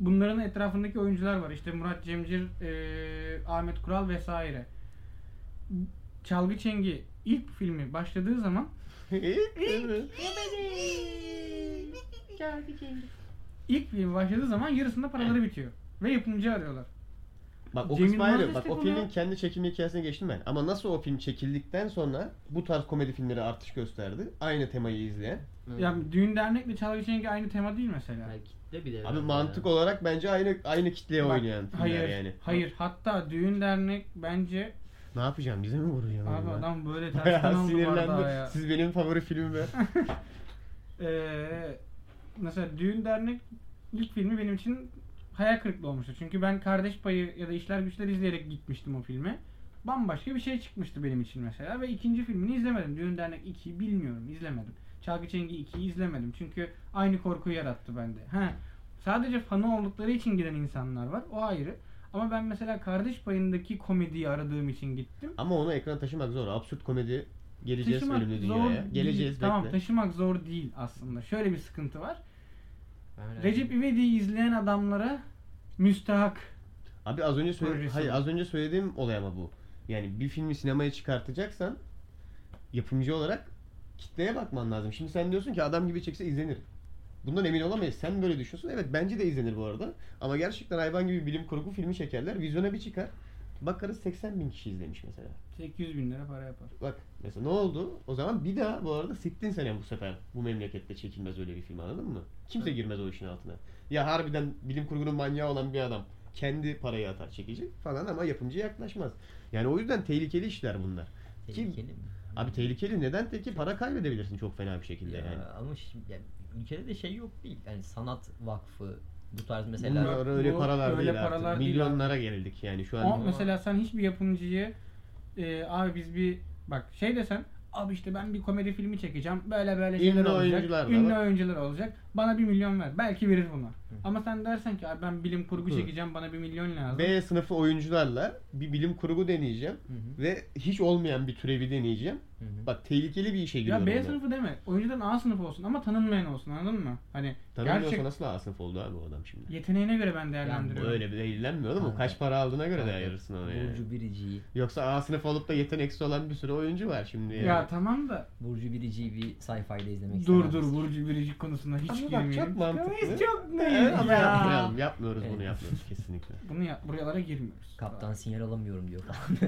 [SPEAKER 1] Bunların etrafındaki oyuncular var. İşte Murat Cemcir, eee, Ahmet Kural vesaire. Çalgı Çengi ilk filmi başladığı zaman ilk film başladığı zaman yarısında paraları bitiyor. Ve yapımcı arıyorlar.
[SPEAKER 2] Bak o
[SPEAKER 1] Cemil
[SPEAKER 2] kısmı ayrı.
[SPEAKER 1] Yılmaz
[SPEAKER 2] Bak o
[SPEAKER 1] destek
[SPEAKER 2] filmin
[SPEAKER 1] oluyor.
[SPEAKER 2] kendi çekim hikayesine geçtim ben. Ama nasıl o film çekildikten sonra bu tarz komedi filmleri artış gösterdi. Aynı temayı izleyen.
[SPEAKER 1] Yani düğün dernekle Çalgı Çengi aynı tema değil mesela.
[SPEAKER 5] Yani kitle bir de
[SPEAKER 2] Abi
[SPEAKER 5] herhalde
[SPEAKER 2] mantık
[SPEAKER 5] ya.
[SPEAKER 2] olarak bence aynı aynı kitleye
[SPEAKER 1] Bak,
[SPEAKER 2] oynayan filmler
[SPEAKER 1] hayır,
[SPEAKER 2] yani.
[SPEAKER 1] Hayır. Hatta düğün dernek bence
[SPEAKER 2] Ne yapacağım? Bize mi vuracağım?
[SPEAKER 1] abi
[SPEAKER 2] ya?
[SPEAKER 1] adam böyle tersten
[SPEAKER 2] Bayağı
[SPEAKER 1] oldu bardağı
[SPEAKER 2] sinirlendim.
[SPEAKER 1] ya.
[SPEAKER 2] Siz benim favori filmim
[SPEAKER 1] Ee, mesela düğün dernek ilk filmi benim için hayal kırıklığı olmuştu. Çünkü ben Kardeş Payı ya da İşler Güçler izleyerek gitmiştim o filme. Bambaşka bir şey çıkmıştı benim için mesela ve ikinci filmini izlemedim. Düğün Dernek 2'yi bilmiyorum, izlemedim. Çalgı Çengi 2'yi izlemedim. Çünkü aynı korkuyu yarattı bende. Ha, sadece fanı oldukları için giden insanlar var. O ayrı. Ama ben mesela Kardeş Payı'ndaki komediyi aradığım için gittim.
[SPEAKER 2] Ama onu ekrana taşımak zor. Absürt komedi geleceğiz
[SPEAKER 1] Taşımak
[SPEAKER 2] ölümlü
[SPEAKER 1] zor
[SPEAKER 2] dünyaya.
[SPEAKER 1] değil.
[SPEAKER 2] Geleceğiz
[SPEAKER 1] Tamam
[SPEAKER 2] bekle.
[SPEAKER 1] taşımak zor değil aslında. Şöyle bir sıkıntı var.
[SPEAKER 5] Ben herhalde-
[SPEAKER 1] Recep İvedik'i izleyen adamlara müstahak.
[SPEAKER 2] Abi az önce söyle
[SPEAKER 1] Projesi
[SPEAKER 2] hayır
[SPEAKER 1] bu.
[SPEAKER 2] az önce söylediğim olay ama bu. Yani bir filmi sinemaya çıkartacaksan yapımcı olarak kitleye bakman lazım. Şimdi sen diyorsun ki adam gibi çekse izlenir. Bundan emin olamayız. Sen böyle düşünüyorsun. Evet bence de izlenir bu arada. Ama gerçekten hayvan gibi bilim kurgu filmi çekerler. Vizyona bir çıkar. Bakarız 80 bin kişi izlemiş mesela.
[SPEAKER 1] 800 bin lira para yapar.
[SPEAKER 2] Bak mesela ne oldu? O zaman bir daha bu arada siktin sene bu sefer. Bu memlekette çekilmez öyle bir film anladın mı? Kimse girmez o işin altına. Ya harbiden bilim kurgunun manyağı olan bir adam. kendi parayı atar çekecek falan ama yapımcıya yaklaşmaz. Yani o yüzden tehlikeli işler bunlar.
[SPEAKER 5] Tehlikeli mi?
[SPEAKER 1] Hmm.
[SPEAKER 2] Abi tehlikeli neden peki para kaybedebilirsin çok fena bir şekilde
[SPEAKER 5] Ya,
[SPEAKER 2] yani.
[SPEAKER 5] Ama şimdi, yani ülkede de şey yok değil. Yani sanat vakfı bu tarz mesela.
[SPEAKER 2] Bunlar öyle
[SPEAKER 1] bu
[SPEAKER 2] paralar
[SPEAKER 1] öyle
[SPEAKER 2] değil
[SPEAKER 1] paralar
[SPEAKER 2] artık.
[SPEAKER 1] değil
[SPEAKER 2] Milyonlara geldik yani şu
[SPEAKER 1] Ama
[SPEAKER 2] an.
[SPEAKER 1] mesela sen hiçbir yapımcıyı e, abi biz bir bak şey desen abi işte ben bir komedi filmi çekeceğim. Böyle böyle şeyler
[SPEAKER 2] Ünlü
[SPEAKER 1] olacak.
[SPEAKER 2] oyuncular da
[SPEAKER 1] ünlü
[SPEAKER 2] var.
[SPEAKER 1] oyuncular olacak. Bana bir milyon ver. Belki verir bunu. Ama sen dersen ki abi ben bilim kurgu
[SPEAKER 2] Hı.
[SPEAKER 1] çekeceğim. Bana bir milyon lazım.
[SPEAKER 2] B sınıfı oyuncularla bir bilim kurgu deneyeceğim
[SPEAKER 5] Hı hı.
[SPEAKER 2] ve hiç olmayan bir türevi deneyeceğim.
[SPEAKER 5] Hı hı.
[SPEAKER 2] Bak tehlikeli bir işe giriyorum.
[SPEAKER 1] ya B
[SPEAKER 2] ben.
[SPEAKER 1] sınıfı deme. Oyuncuların A sınıfı olsun ama tanınmayan olsun. Anladın mı? Hani
[SPEAKER 2] Tanımıyorsa
[SPEAKER 1] gerçek
[SPEAKER 2] nasıl A sınıf oldu abi o adam şimdi?
[SPEAKER 1] yeteneğine göre ben
[SPEAKER 2] Bu
[SPEAKER 1] değerlendiriyorum.
[SPEAKER 2] öyle bir değillenmiyor oğlum. O
[SPEAKER 5] Kanka.
[SPEAKER 2] kaç para aldığına göre de ayırırsın onu yani.
[SPEAKER 5] Burcu Birici'yi,
[SPEAKER 2] Yoksa A sınıf olup da yeteneksiz olan bir sürü oyuncu var şimdi yani.
[SPEAKER 1] Ya tamam da
[SPEAKER 5] Burcu Birici'yi bir sci-fi'de izlemek
[SPEAKER 1] dur
[SPEAKER 5] istemez
[SPEAKER 1] dur
[SPEAKER 5] misin?
[SPEAKER 1] Burcu Biricik konusuna hiç
[SPEAKER 2] Ama bak
[SPEAKER 1] girmeyelim.
[SPEAKER 2] çok mantıklı.
[SPEAKER 1] Biz çok neyiz
[SPEAKER 2] Evet, ama
[SPEAKER 1] ya.
[SPEAKER 2] yapmayalım. Yapmıyoruz bunu
[SPEAKER 5] Evet.
[SPEAKER 2] yapmıyoruz kesinlikle.
[SPEAKER 1] Bunu yap, buralara girmiyoruz.
[SPEAKER 5] Kaptan sinyal alamıyorum diyor falan.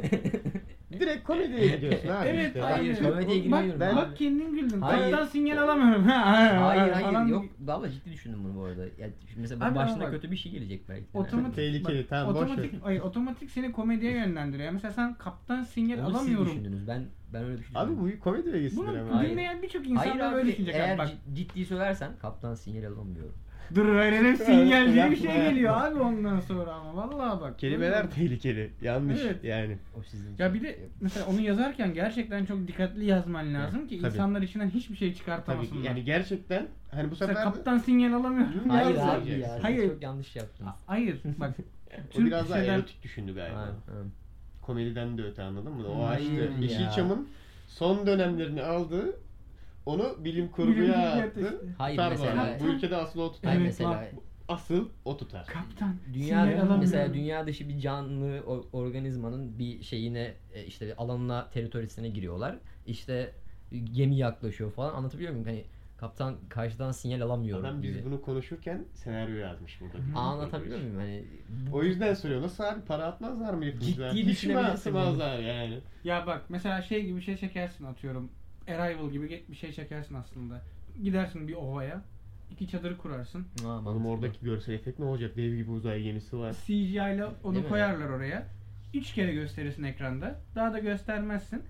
[SPEAKER 2] Direkt komediye gidiyorsun abi
[SPEAKER 1] Evet,
[SPEAKER 2] işte.
[SPEAKER 1] hayır.
[SPEAKER 5] Komediye girmiyorum
[SPEAKER 1] Bak,
[SPEAKER 5] ben.
[SPEAKER 1] bak kendin güldün.
[SPEAKER 5] Hayır.
[SPEAKER 1] Kaptan sinyal alamıyorum. hayır
[SPEAKER 5] hayır hayır yok. Valla ciddi düşündüm bunu bu arada. Yani şimdi mesela
[SPEAKER 1] Abi
[SPEAKER 5] bu
[SPEAKER 1] ama
[SPEAKER 5] başına
[SPEAKER 1] bak,
[SPEAKER 5] kötü bir şey gelecek belki. de.
[SPEAKER 1] Otomatik,
[SPEAKER 2] Tehlikeli,
[SPEAKER 1] bak,
[SPEAKER 2] tamam, boş ver.
[SPEAKER 1] otomatik, hayır, otomatik seni komediye yönlendiriyor. Yani Mesela sen kaptan sinyal
[SPEAKER 5] Onu siz
[SPEAKER 1] alamıyorum.
[SPEAKER 5] düşündünüz. Ben ben öyle şey düşündüm.
[SPEAKER 2] Abi bu komediye gitsin
[SPEAKER 1] Bunu
[SPEAKER 2] ama.
[SPEAKER 5] Hayır.
[SPEAKER 1] dinleyen birçok
[SPEAKER 5] Hayır
[SPEAKER 1] insan da
[SPEAKER 5] abi,
[SPEAKER 1] böyle düşünecek.
[SPEAKER 5] eğer
[SPEAKER 1] Abi, bak,
[SPEAKER 5] cid- ciddi söylersen kaptan sinyal alamıyorum.
[SPEAKER 1] dur öğrenim sinyal diye bir
[SPEAKER 2] Yapma,
[SPEAKER 1] şey
[SPEAKER 2] yapma.
[SPEAKER 1] geliyor abi ondan sonra ama. Vallahi bak.
[SPEAKER 2] Kelimeler tehlikeli. Yanlış
[SPEAKER 1] Evet.
[SPEAKER 2] yani.
[SPEAKER 5] O sizin
[SPEAKER 1] Ya
[SPEAKER 5] için.
[SPEAKER 1] bir de mesela onu yazarken gerçekten çok dikkatli yazman lazım ki
[SPEAKER 2] Tabii.
[SPEAKER 1] insanlar içinden hiçbir şey
[SPEAKER 2] Tabii ki.
[SPEAKER 1] çıkartamasınlar.
[SPEAKER 2] yani gerçekten hani bu
[SPEAKER 1] mesela
[SPEAKER 2] sefer de-
[SPEAKER 1] kaptan sinyal alamıyorum.
[SPEAKER 2] Hayır
[SPEAKER 5] Hayır
[SPEAKER 2] Yanlış
[SPEAKER 5] abi
[SPEAKER 2] yapacaksın.
[SPEAKER 5] ya.
[SPEAKER 1] Hayır.
[SPEAKER 5] Hayır. Çok yanlış yaptınız.
[SPEAKER 1] Hayır bak.
[SPEAKER 2] o biraz daha
[SPEAKER 1] şeyden-
[SPEAKER 2] erotik düşündü galiba.
[SPEAKER 5] Ha, ha.
[SPEAKER 2] Komediden de öte anladın mı? O
[SPEAKER 5] Hayır
[SPEAKER 2] açtı.
[SPEAKER 5] Hmm, ya.
[SPEAKER 2] Yeşilçam'ın son dönemlerini aldı. Onu bilim
[SPEAKER 1] Bilim
[SPEAKER 2] kurguya
[SPEAKER 1] kurguya
[SPEAKER 2] attı.
[SPEAKER 1] taşıdı.
[SPEAKER 5] Hayır
[SPEAKER 2] Tutar bu
[SPEAKER 5] mesela.
[SPEAKER 2] arada. Bu ülkede asıl o tutar.
[SPEAKER 5] Hayır
[SPEAKER 1] Evet,
[SPEAKER 5] mesela.
[SPEAKER 1] bak.
[SPEAKER 2] Asıl o tutar.
[SPEAKER 1] Kaptan sinyal
[SPEAKER 5] Dünya
[SPEAKER 1] alamıyorum.
[SPEAKER 5] mesela dünya dışı bir canlı o- organizmanın bir şeyine e, işte bir alanına teritorisine giriyorlar. İşte e, gemi yaklaşıyor falan anlatabiliyor muyum? Hani kaptan karşıdan sinyal alamıyorum
[SPEAKER 2] Adam şey
[SPEAKER 5] gibi.
[SPEAKER 2] biz bunu konuşurken senaryo yazmış burada.
[SPEAKER 1] Hı.
[SPEAKER 5] Aa, anlatabiliyor muyum? Hani bu-
[SPEAKER 2] O yüzden soruyor. Nasıl abi para atmazlar mı yapımcılar?
[SPEAKER 5] Ciddi
[SPEAKER 2] Hiç mi
[SPEAKER 5] düşünebilirsin bunu.
[SPEAKER 2] atmazlar yani?
[SPEAKER 1] Ya bak mesela şey gibi bir şey çekersin atıyorum. Arrival gibi ge- bir şey çekersin aslında. Gidersin bir ovaya. iki çadırı kurarsın.
[SPEAKER 5] Aa,
[SPEAKER 2] Oğlum
[SPEAKER 5] mantıklı.
[SPEAKER 2] oradaki görsel efekt ne olacak? Dev gibi uzay gemisi var.
[SPEAKER 1] CGI ile
[SPEAKER 5] Değil
[SPEAKER 1] onu
[SPEAKER 5] mi?
[SPEAKER 1] koyarlar oraya. Üç kere gösterirsin ekranda. Daha da göstermezsin.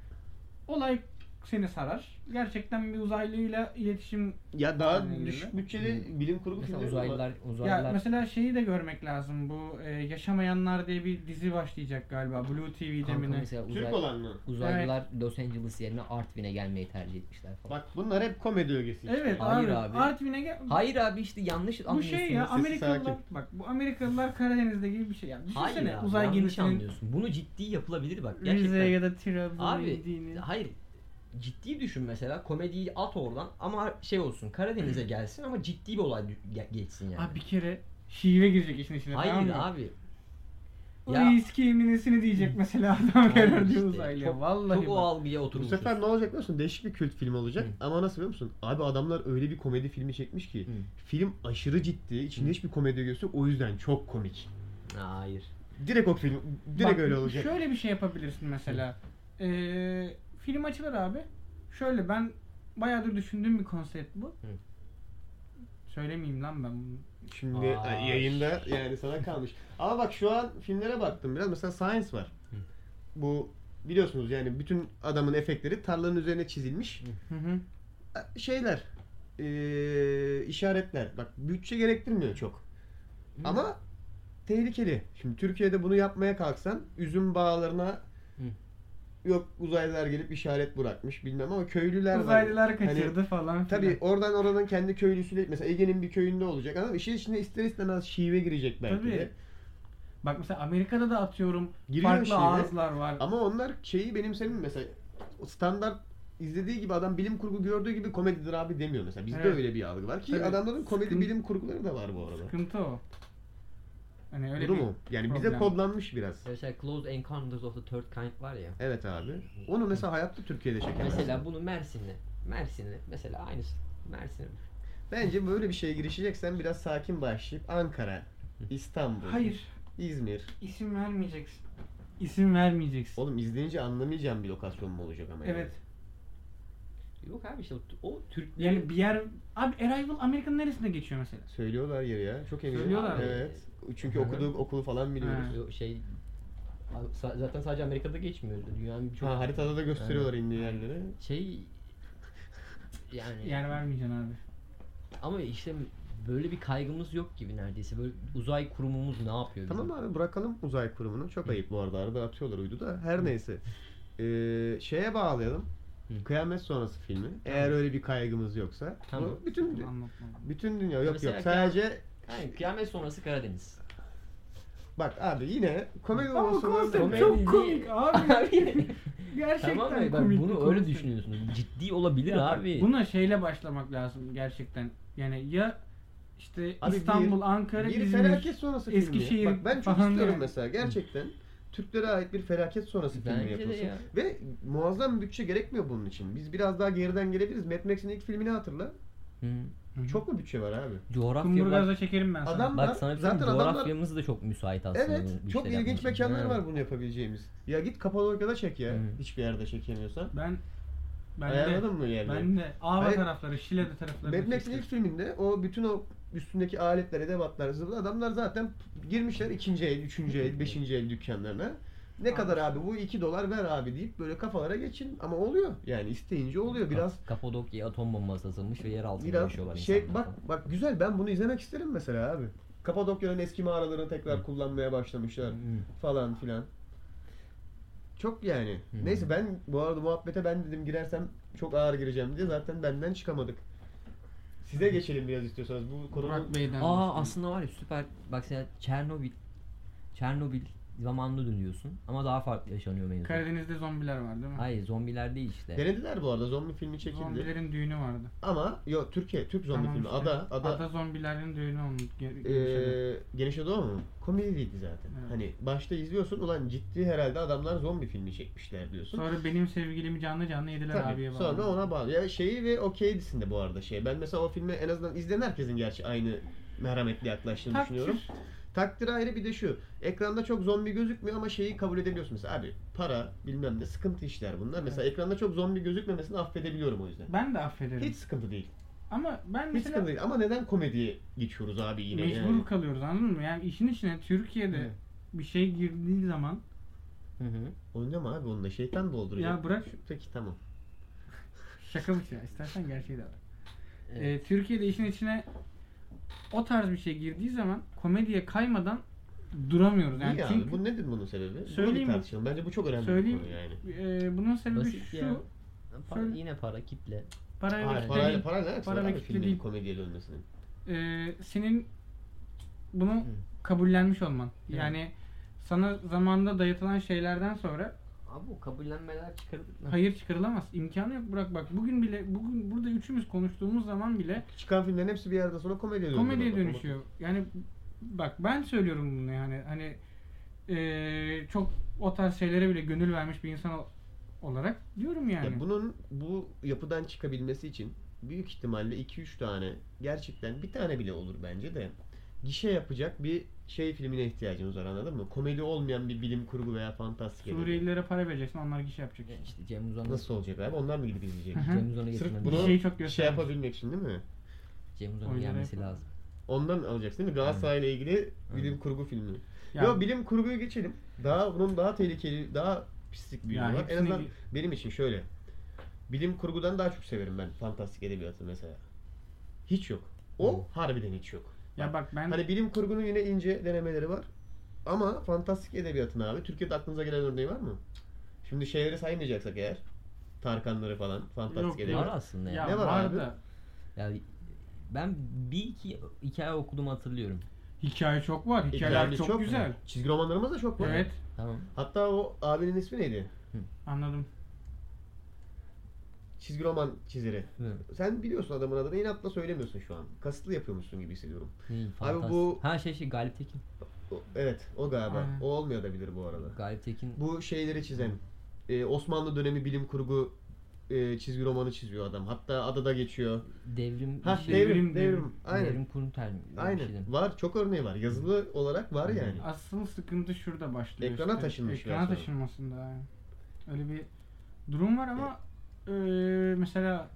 [SPEAKER 1] Olay seni sarar. Gerçekten bir uzaylıyla iletişim
[SPEAKER 2] Ya daha
[SPEAKER 1] Aynen
[SPEAKER 2] düşük
[SPEAKER 1] öyle.
[SPEAKER 2] bütçeli bilim kurgu
[SPEAKER 5] mesela
[SPEAKER 2] filmleri var.
[SPEAKER 5] uzaylılar uzaylılar
[SPEAKER 1] Ya mesela şeyi de görmek lazım. Bu e, Yaşamayanlar diye bir dizi başlayacak galiba. Blue TV'de
[SPEAKER 5] kanka
[SPEAKER 1] mi ne?
[SPEAKER 5] mesela
[SPEAKER 2] Türk
[SPEAKER 5] uzay,
[SPEAKER 2] olan mı?
[SPEAKER 5] uzaylılar Los Angeles yerine Artvin'e gelmeyi tercih etmişler falan.
[SPEAKER 2] Bak bunlar hep komedi ögesi. işte.
[SPEAKER 1] Evet
[SPEAKER 5] Hayır
[SPEAKER 1] abi.
[SPEAKER 5] abi.
[SPEAKER 1] Artvin'e gel.
[SPEAKER 5] Hayır abi işte yanlış
[SPEAKER 1] Bu
[SPEAKER 5] anlıyorsunuz.
[SPEAKER 1] şey ya
[SPEAKER 2] sesi
[SPEAKER 1] Amerikalılar
[SPEAKER 2] sakin.
[SPEAKER 1] bak bu Amerikalılar Karadeniz'de gibi bir şey ya.
[SPEAKER 5] Hayır
[SPEAKER 1] Düşünsene
[SPEAKER 5] abi,
[SPEAKER 1] uzay
[SPEAKER 5] yanlış
[SPEAKER 1] gemisinin
[SPEAKER 5] anlıyorsun. Bunu ciddi yapılabilir bak.
[SPEAKER 1] Rize
[SPEAKER 5] Gerçekten.
[SPEAKER 1] ya da Trabzon'a
[SPEAKER 5] Abi
[SPEAKER 1] indiğini.
[SPEAKER 5] hayır ciddi düşün mesela komediyi at oradan ama şey olsun Karadeniz'e gelsin ama ciddi bir olay ge- geçsin yani.
[SPEAKER 1] Abi bir kere şive girecek işin içine.
[SPEAKER 5] Hayır
[SPEAKER 1] tamam mı?
[SPEAKER 5] abi.
[SPEAKER 1] O
[SPEAKER 5] Ya-
[SPEAKER 1] eski eminesini diyecek mesela adam görür diyor
[SPEAKER 5] işte,
[SPEAKER 1] uzaylıya.
[SPEAKER 5] çok-
[SPEAKER 1] Vallahi
[SPEAKER 5] Çok o
[SPEAKER 1] bak.
[SPEAKER 5] algıya
[SPEAKER 2] Bu
[SPEAKER 5] oturmuşuz.
[SPEAKER 2] sefer ne olacak biliyor musun? Değişik bir kült filmi olacak.
[SPEAKER 5] Hı.
[SPEAKER 2] Ama nasıl biliyor musun? Abi adamlar öyle bir komedi filmi çekmiş ki.
[SPEAKER 5] Hı.
[SPEAKER 2] Film aşırı ciddi. İçinde
[SPEAKER 5] Hı.
[SPEAKER 2] hiçbir komedi ögesi yok. O yüzden çok komik.
[SPEAKER 5] Hayır.
[SPEAKER 2] Direkt o film. Direkt
[SPEAKER 1] Bak,
[SPEAKER 2] öyle olacak.
[SPEAKER 1] Şöyle bir şey yapabilirsin mesela. Ee, film açılır abi. Şöyle ben bayağıdır düşündüğüm bir konsept bu.
[SPEAKER 5] Hı.
[SPEAKER 1] Söylemeyeyim lan ben bunu.
[SPEAKER 2] Şimdi
[SPEAKER 5] Aa,
[SPEAKER 2] yayında yani sana kalmış. Ama bak şu an filmlere baktım biraz. Mesela Science var.
[SPEAKER 5] Hı.
[SPEAKER 2] Bu biliyorsunuz yani bütün adamın efektleri tarlanın üzerine çizilmiş
[SPEAKER 1] Hı hı.
[SPEAKER 2] şeyler. Ee, işaretler. Bak bütçe gerektirmiyor çok.
[SPEAKER 5] Hı.
[SPEAKER 2] Ama tehlikeli. Şimdi Türkiye'de bunu yapmaya kalksan üzüm bağlarına
[SPEAKER 5] Hı.
[SPEAKER 2] yok uzaylılar gelip işaret bırakmış bilmem ama köylüler var.
[SPEAKER 1] Uzaylılar
[SPEAKER 2] Hani
[SPEAKER 1] kaçırdı falan. filan.
[SPEAKER 2] Tabii oradan oradan kendi köylüsüyle mesela Ege'nin bir köyünde olacak adam işin içine ister istemez şive girecek belki
[SPEAKER 1] Tabii.
[SPEAKER 2] de.
[SPEAKER 1] Bak mesela Amerika'da da atıyorum
[SPEAKER 2] Giriyor
[SPEAKER 1] farklı
[SPEAKER 2] şive.
[SPEAKER 1] ağızlar var.
[SPEAKER 2] Ama onlar şeyi benimsenin mesela standart izlediği gibi adam bilim kurgu gördüğü gibi komedidir abi demiyor mesela. Bizde
[SPEAKER 1] Evet.
[SPEAKER 2] öyle bir algı var ki
[SPEAKER 1] Tabii.
[SPEAKER 2] adamların komedi
[SPEAKER 1] Sıkıntı-
[SPEAKER 2] bilim kurguları da var bu arada.
[SPEAKER 1] Sıkıntı o. Hani öyle
[SPEAKER 2] Öyle Bunu
[SPEAKER 1] bir
[SPEAKER 2] mu? Yani bize
[SPEAKER 1] problem.
[SPEAKER 2] kodlanmış biraz.
[SPEAKER 5] Mesela Close Encounters of the Third Kind var ya.
[SPEAKER 2] Evet abi. Onu mesela hayatta Türkiye'de çekemezsin.
[SPEAKER 5] Mesela bunu Mersin'le. Mersin'le. Mesela aynısı. Mersin'e.
[SPEAKER 2] Bence böyle bir şeye girişeceksen biraz sakin başlayıp Ankara, İstanbul,
[SPEAKER 1] Hayır.
[SPEAKER 2] İzmir.
[SPEAKER 1] isim vermeyeceksin. İsim vermeyeceksin.
[SPEAKER 2] Oğlum izleyince anlamayacağım bir lokasyon mu olacak ama yani?
[SPEAKER 1] Evet.
[SPEAKER 5] Yok abi işte o, o Türkleri
[SPEAKER 1] Yani bir yer... Abi Arrival Amerika'nın neresinde geçiyor mesela?
[SPEAKER 2] Söylüyorlar yeri ya. Çok eminim.
[SPEAKER 1] Söylüyorlar mı?
[SPEAKER 2] Evet. Çünkü
[SPEAKER 5] Hı hı.
[SPEAKER 2] okuduğu okulu falan biliyoruz.
[SPEAKER 1] He.
[SPEAKER 5] Yo- şey Abi sa- zaten sadece Amerika'da geçmiyor. Dünyanın birçok
[SPEAKER 2] Ha, haritada da gösteriyorlar indiği yerleri.
[SPEAKER 5] şey yani
[SPEAKER 1] Yer vermeyeceksin abi.
[SPEAKER 5] ama işte böyle bir kaygımız yok gibi neredeyse. Böyle uzay kurumumuz ne yapıyor?
[SPEAKER 2] Tamam
[SPEAKER 5] bizim?
[SPEAKER 2] abi bırakalım uzay kurumunu. Çok ayıp bu arada. Arada atıyorlar uydu da. Her neyse. Ee, şeye bağlayalım.
[SPEAKER 5] Hı.
[SPEAKER 2] Kıyamet sonrası filmi. Eğer öyle bir kaygımız yoksa.
[SPEAKER 5] Tamam.
[SPEAKER 2] Bu bütün
[SPEAKER 1] Anlatma.
[SPEAKER 2] bütün dünya yok
[SPEAKER 5] Mesela
[SPEAKER 2] yok. Sadece
[SPEAKER 5] Yani kıyamet sonrası Karadeniz.
[SPEAKER 2] bak abi yine komedi
[SPEAKER 1] Ama
[SPEAKER 2] olması
[SPEAKER 1] konsept
[SPEAKER 5] komedi
[SPEAKER 1] çok
[SPEAKER 5] değil.
[SPEAKER 1] komik abi. Gerçekten
[SPEAKER 5] tamam mı? Bak
[SPEAKER 1] komik. bir
[SPEAKER 5] bunu öyle
[SPEAKER 1] konsept.
[SPEAKER 5] düşünüyorsunuz. Ciddi olabilir
[SPEAKER 1] Ya bak,
[SPEAKER 5] abi.
[SPEAKER 1] Buna şeyle başlamak lazım gerçekten. Yani ya işte
[SPEAKER 2] Abi bir-
[SPEAKER 1] İstanbul, Ankara,
[SPEAKER 2] bir
[SPEAKER 1] İzmir.
[SPEAKER 2] felaket sonrası filmi.
[SPEAKER 1] Eskişehir
[SPEAKER 2] Bak ben çok
[SPEAKER 1] falan
[SPEAKER 2] istiyorum
[SPEAKER 1] yani.
[SPEAKER 2] mesela gerçekten. Türklere ait bir felaket sonrası filmi
[SPEAKER 5] Bence de
[SPEAKER 2] yapılsın.
[SPEAKER 5] ya.
[SPEAKER 2] Ve muazzam bir bütçe gerekmiyor bunun için. Biz biraz daha geriden gelebiliriz. Mad Max'in ilk filmini hatırla.
[SPEAKER 5] Hı.
[SPEAKER 1] Hı hı.
[SPEAKER 2] Çok mu bütçe var abi?
[SPEAKER 5] Coğrafya bak,
[SPEAKER 1] Kumburgaz'a çekerim ben sana.
[SPEAKER 2] Adam-
[SPEAKER 5] bak sana bir şey
[SPEAKER 2] Zaten
[SPEAKER 5] söyleyeyim,
[SPEAKER 2] adamlar-
[SPEAKER 5] coğrafyamız da çok müsait aslında.
[SPEAKER 2] Evet.
[SPEAKER 5] bu
[SPEAKER 2] Çok
[SPEAKER 5] işleri
[SPEAKER 2] ilginç
[SPEAKER 5] yapmak için.
[SPEAKER 2] mekanlar
[SPEAKER 5] Evet.
[SPEAKER 2] var bunu yapabileceğimiz. Ya git Kapadokya'da çek ya.
[SPEAKER 5] Hı.
[SPEAKER 2] Hiçbir yerde çekemiyorsan.
[SPEAKER 1] Ben ben de,
[SPEAKER 2] Ayarladın mı yani?
[SPEAKER 1] ben de Ava
[SPEAKER 2] Hayır.
[SPEAKER 1] tarafları, Şile tarafları.
[SPEAKER 2] Mad Max'in ilk filminde o bütün o üstündeki aletler, edevatlar, zıvı adamlar zaten girmişler ikinci el, üçüncü el, beşinci el dükkanlarına. Ne kadar abi bu 2 dolar ver abi deyip böyle kafalara geçin ama oluyor. Yani isteyince oluyor biraz.
[SPEAKER 5] Kap- Kapadokya'ya atom bombası atılmış ve yer altında
[SPEAKER 2] Biraz
[SPEAKER 5] yaşıyorlar
[SPEAKER 2] şey
[SPEAKER 5] insanlar
[SPEAKER 2] bak
[SPEAKER 5] falan.
[SPEAKER 2] bak güzel ben bunu izlemek isterim mesela abi. Kapadokya'nın eski mağaralarını tekrar kullanmaya başlamışlar
[SPEAKER 5] Hı.
[SPEAKER 2] falan filan. Çok yani.
[SPEAKER 5] Hı.
[SPEAKER 2] Neyse ben bu arada muhabbete ben dedim girersem çok ağır gireceğim diye zaten benden çıkamadık. Size geçelim biraz istiyorsanız bu konunun
[SPEAKER 1] Burak Bey'den.
[SPEAKER 5] Aa aslında var ya süper. Bak sen Çernobil. Çernobil zamanında dönüyorsun ama daha farklı yaşanıyor mevzu.
[SPEAKER 1] Karadeniz'de zombiler var değil mi?
[SPEAKER 5] Hayır zombiler değil işte.
[SPEAKER 2] Denediler bu arada zombi filmi çekildi.
[SPEAKER 1] Zombilerin düğünü vardı.
[SPEAKER 2] Ama yo Türkiye Türk zombi
[SPEAKER 1] Tamam
[SPEAKER 2] filmi
[SPEAKER 1] işte.
[SPEAKER 2] ada ada, Ee,
[SPEAKER 1] Ada zombilerin düğünü olmuş. Ge- gelişen.
[SPEAKER 2] eee, Geniş Ada o mu? Komedi değildi zaten.
[SPEAKER 1] Evet.
[SPEAKER 2] Hani başta izliyorsun ulan ciddi herhalde adamlar zombi filmi çekmişler diyorsun.
[SPEAKER 1] Sonra benim sevgilimi canlı canlı yediler
[SPEAKER 2] Tabii,
[SPEAKER 1] abiye bağlı.
[SPEAKER 2] sonra ona bağlı. Ya şeyi ve okeydisin de bu arada şey. Ben mesela o filmi en azından izleyen herkesin gerçi aynı merhametli yaklaştığını
[SPEAKER 1] Takdir.
[SPEAKER 2] düşünüyorum. Takdir ayrı bir de şu. Ekranda çok zombi gözükmüyor ama şeyi kabul edebiliyorsun mesela. Abi para bilmem ne sıkıntı işler bunlar. Mesela ekranda çok zombi gözükmemesini affedebiliyorum o yüzden.
[SPEAKER 1] Ben de affederim.
[SPEAKER 2] Hiç sıkıntı değil.
[SPEAKER 1] Ama ben
[SPEAKER 2] Hiç sıkıntı
[SPEAKER 1] mesela
[SPEAKER 2] değil. Ama neden komediye geçiyoruz abi yine?
[SPEAKER 1] mecbur
[SPEAKER 2] yani?
[SPEAKER 1] kalıyoruz anladın mı? Yani işin içine Türkiye'de
[SPEAKER 2] Evet.
[SPEAKER 1] bir şey girdiği zaman
[SPEAKER 5] Hı hı.
[SPEAKER 2] Oynama abi onunla şeytan dolduracak.
[SPEAKER 1] ya bırak
[SPEAKER 2] Peki tamam.
[SPEAKER 1] Şaka mı ya? İstersen gerçeği de var. Ee, Türkiye'de işin içine o tarz bir şey girdiği zaman komediye kaymadan duramıyoruz. Yani
[SPEAKER 2] Niye
[SPEAKER 1] çünkü
[SPEAKER 2] abi? Bu nedir bunun sebebi?
[SPEAKER 1] Söyleyeyim
[SPEAKER 2] Söyleyeyim
[SPEAKER 1] mi?
[SPEAKER 2] tartışalım. Bence bu çok önemli
[SPEAKER 1] söyleyeyim.
[SPEAKER 2] bir konu yani.
[SPEAKER 1] e, bunun sebebi
[SPEAKER 5] Basit
[SPEAKER 1] şu.
[SPEAKER 5] ya. Para,
[SPEAKER 1] Şöyle-
[SPEAKER 5] yine para, kitle.
[SPEAKER 1] Paraya
[SPEAKER 2] Hayır,
[SPEAKER 1] vakit
[SPEAKER 2] parayla,
[SPEAKER 1] değil.
[SPEAKER 2] parayla alakası
[SPEAKER 1] Para
[SPEAKER 2] var abi
[SPEAKER 1] nakitli
[SPEAKER 2] filmin
[SPEAKER 1] değil.
[SPEAKER 2] komediye dönmesinin.
[SPEAKER 1] Ee, senin bunu kabullenmiş olman. Yani sana zamanda dayatılan şeylerden sonra
[SPEAKER 5] Abi bu kabullenmeler çıkarılır mı?
[SPEAKER 1] hayır çıkarılamaz. İmkanı yok Burak bak. Bugün bile bugün burada üçümüz konuştuğumuz zaman bile
[SPEAKER 2] Çıkan filmlerin hepsi bir yerden sonra komediye dönüyor.
[SPEAKER 1] komediye dönüşüyor. Yani bak ben söylüyorum bunu yani hani eee, çok o tarz şeylere bile gönül vermiş bir insan ol- olarak diyorum yani.
[SPEAKER 2] Ya bunun bu yapıdan çıkabilmesi için büyük ihtimalle 2-3 tane gerçekten bir tane bile olur bence de gişe yapacak bir şey filmine ihtiyacımız var anladın mı? Komedi olmayan bir bilim kurgu veya fantastik. edebi.
[SPEAKER 1] Suriyelilere para vereceksin onlar gişe yapacak.
[SPEAKER 5] Ya İşte Cem Uzan'ı
[SPEAKER 2] Nasıl olacak abi? Onlar mı gidip izleyecek?
[SPEAKER 1] Hı hı.
[SPEAKER 5] Cem Uzan'ı
[SPEAKER 2] Sırf
[SPEAKER 5] getirmemiz
[SPEAKER 2] bunu
[SPEAKER 1] Şeyi çok
[SPEAKER 2] şey
[SPEAKER 1] göstermiş.
[SPEAKER 2] yapabilmek için değil mi?
[SPEAKER 5] Cem Uzan'ın
[SPEAKER 1] Oyunları
[SPEAKER 5] gelmesi
[SPEAKER 1] yapalım.
[SPEAKER 5] lazım.
[SPEAKER 2] Ondan alacaksın değil mi? Galatasaray ile ilgili bilim kurgu filmi.
[SPEAKER 1] Yani-
[SPEAKER 2] Yo bilim kurguyu geçelim. Daha bunun daha tehlikeli, daha pislik bir
[SPEAKER 1] Ya
[SPEAKER 2] yönü var. En
[SPEAKER 1] hepsini
[SPEAKER 2] azından
[SPEAKER 1] bir-
[SPEAKER 2] benim için şöyle. Bilim kurgudan daha çok severim ben fantastik edebiyatı mesela. Hiç yok. O
[SPEAKER 1] Hmm.
[SPEAKER 2] harbiden hiç yok.
[SPEAKER 1] Ya bak ben
[SPEAKER 2] Hani bilim kurgunun yine ince denemeleri var. Ama fantastik edebiyatın abi. Türkiye'de aklınıza gelen örneği var mı? Şimdi şeyleri saymayacaksak eğer. Tarkanları falan. Fantastik
[SPEAKER 1] Yok,
[SPEAKER 2] edebiyat.
[SPEAKER 5] Var aslında
[SPEAKER 1] ya
[SPEAKER 5] yani.
[SPEAKER 2] Hani ne var
[SPEAKER 1] var
[SPEAKER 2] abi?
[SPEAKER 1] da
[SPEAKER 5] Ya ben bir iki hikaye okudum hatırlıyorum.
[SPEAKER 1] hikaye çok var. Hikayeler
[SPEAKER 2] Hikayelerimiz
[SPEAKER 1] çok,
[SPEAKER 2] çok mu?
[SPEAKER 1] güzel.
[SPEAKER 2] Çizgi romanlarımız da çok var.
[SPEAKER 1] Evet
[SPEAKER 5] Tamam.
[SPEAKER 2] Hatta o abinin ismi neydi?
[SPEAKER 1] anladım.
[SPEAKER 2] Çizgi roman çizeri.
[SPEAKER 5] Hı.
[SPEAKER 2] Sen biliyorsun adamın adını inatla söylemiyorsun şu an. Kasıtlı yapıyormuşsun gibi hissediyorum.
[SPEAKER 5] Hı, fantastik.
[SPEAKER 2] bu-
[SPEAKER 5] Ha şey şey Galip Tekin.
[SPEAKER 2] O- evet o galiba.
[SPEAKER 1] Aynen.
[SPEAKER 2] O olmuyor da bilir bu arada.
[SPEAKER 5] Galip Tekin.
[SPEAKER 2] Bu şeyleri çizen e, Osmanlı dönemi bilim kurgu e, çizgi romanı çiziyor adam. Hatta adada geçiyor.
[SPEAKER 5] Devrim
[SPEAKER 2] Ha
[SPEAKER 5] bir şey-
[SPEAKER 2] devrim, devrim.
[SPEAKER 1] devrim,
[SPEAKER 2] Aynen.
[SPEAKER 5] Devrim Kurumtel mi? Öyle bir şeydi.
[SPEAKER 2] Aynen. Var çok örneği var. Yazılı olarak var yani.
[SPEAKER 1] Asıl sıkıntı şurada başlıyor.
[SPEAKER 2] Ekrana
[SPEAKER 1] işte.
[SPEAKER 2] taşınmış
[SPEAKER 1] Ekrana
[SPEAKER 2] versiyonu.
[SPEAKER 1] taşınmasında. yani. Öyle bir durum var ama e, mesela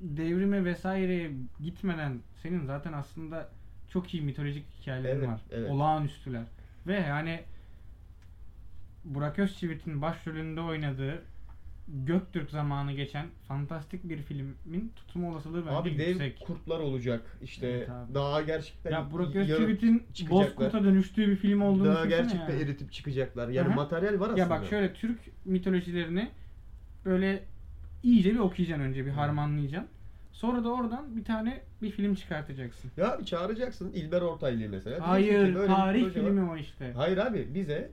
[SPEAKER 1] devrime vesaire gitmeden senin zaten aslında çok iyi mitolojik hikayelerin
[SPEAKER 2] Evet,
[SPEAKER 1] var.
[SPEAKER 2] evet.
[SPEAKER 1] Olağanüstüler. Ve yani Burak Özçivit'in başrolünde oynadığı Göktürk zamanı geçen fantastik bir filmin tutma olasılığı bence
[SPEAKER 2] Abi dev
[SPEAKER 1] yüksek.
[SPEAKER 2] kurtlar olacak. İşte
[SPEAKER 1] Evet abi.
[SPEAKER 2] daha gerçekten
[SPEAKER 1] ya Burak
[SPEAKER 2] yarı-
[SPEAKER 1] Özçivit'in
[SPEAKER 2] çıkacaklar.
[SPEAKER 1] Bozkurt'a dönüştüğü bir film olduğunu
[SPEAKER 2] daha
[SPEAKER 1] düşünsene
[SPEAKER 2] gerçekten
[SPEAKER 1] yani.
[SPEAKER 2] eritip çıkacaklar. Yani
[SPEAKER 1] Hı hı.
[SPEAKER 2] materyal var aslında.
[SPEAKER 1] Ya bak şöyle Türk mitolojilerini böyle iyice bir okuyacaksın önce bir harmanlayacaksın. Sonra da oradan bir tane bir film çıkartacaksın.
[SPEAKER 2] Ya abi çağıracaksın İlber Ortaylı'yı mesela. Diyeceksin ki
[SPEAKER 1] Hayır,
[SPEAKER 2] böyle bir
[SPEAKER 1] tarih
[SPEAKER 2] proje var.
[SPEAKER 1] filmi o işte.
[SPEAKER 2] Hayır abi bize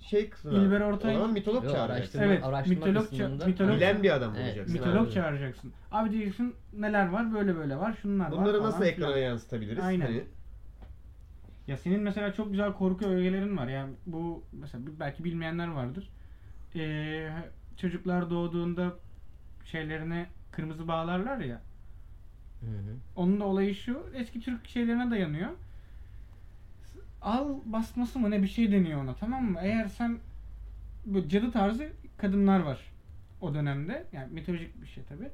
[SPEAKER 2] şey kısmına.
[SPEAKER 1] İlber Ortaylı-
[SPEAKER 2] O zaman mitolog
[SPEAKER 5] Yok,
[SPEAKER 2] çağıracaksın.
[SPEAKER 5] araştırma,
[SPEAKER 1] Evet,
[SPEAKER 5] araştırma
[SPEAKER 1] mitolog-
[SPEAKER 5] kısmında-
[SPEAKER 1] mitolog-
[SPEAKER 2] Bilen bir adam
[SPEAKER 5] Evet,
[SPEAKER 2] olacaksın.
[SPEAKER 1] Mitolog
[SPEAKER 5] abi.
[SPEAKER 1] çağıracaksın. Abi diyeceksin neler var, böyle böyle var, şunlar var.
[SPEAKER 2] Bunları
[SPEAKER 1] falan
[SPEAKER 2] nasıl
[SPEAKER 1] filan.
[SPEAKER 2] ekrana yansıtabiliriz?
[SPEAKER 1] Aynen.
[SPEAKER 2] Hani
[SPEAKER 1] Ya senin mesela çok güzel korku öğelerin var. Yani bu mesela belki bilmeyenler vardır. Ee, çocuklar doğduğunda şeylerine kırmızı bağlarlar ya.
[SPEAKER 5] Hı hı.
[SPEAKER 1] Onun da olayı şu. Eski Türk şeylerine dayanıyor. Al basması mı ne bir şey deniyor ona tamam mı? Eğer sen bu cadı tarzı kadınlar var o dönemde. Yani mitolojik bir şey tabi.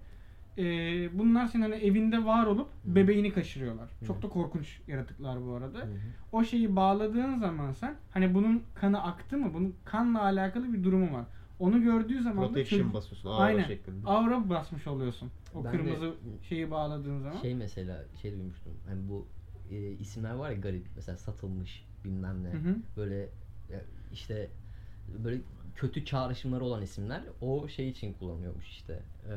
[SPEAKER 1] bunlar senin hani evinde var olup bebeğini kaçırıyorlar. Çok da korkunç yaratıklar bu arada.
[SPEAKER 5] hı.
[SPEAKER 1] O şeyi bağladığın zaman sen hani bunun kanı aktı mı? Bunun kanla alakalı bir durumu var. Onu gördüğü zaman da
[SPEAKER 2] protection
[SPEAKER 1] çocuk-
[SPEAKER 2] basıyorsun. Aura
[SPEAKER 1] Aynen.
[SPEAKER 2] şeklinde.
[SPEAKER 1] Avra basmış oluyorsun. O
[SPEAKER 5] Ben de-
[SPEAKER 1] kırmızı şeyi bağladığın zaman.
[SPEAKER 5] Şey mesela şey duymuştum. Hani bu e, isimler var ya garip. Mesela satılmış bilmem ne.
[SPEAKER 1] Hı hı.
[SPEAKER 5] Böyle e, işte böyle kötü çağrışımları olan isimler o şey için kullanıyormuş işte. E,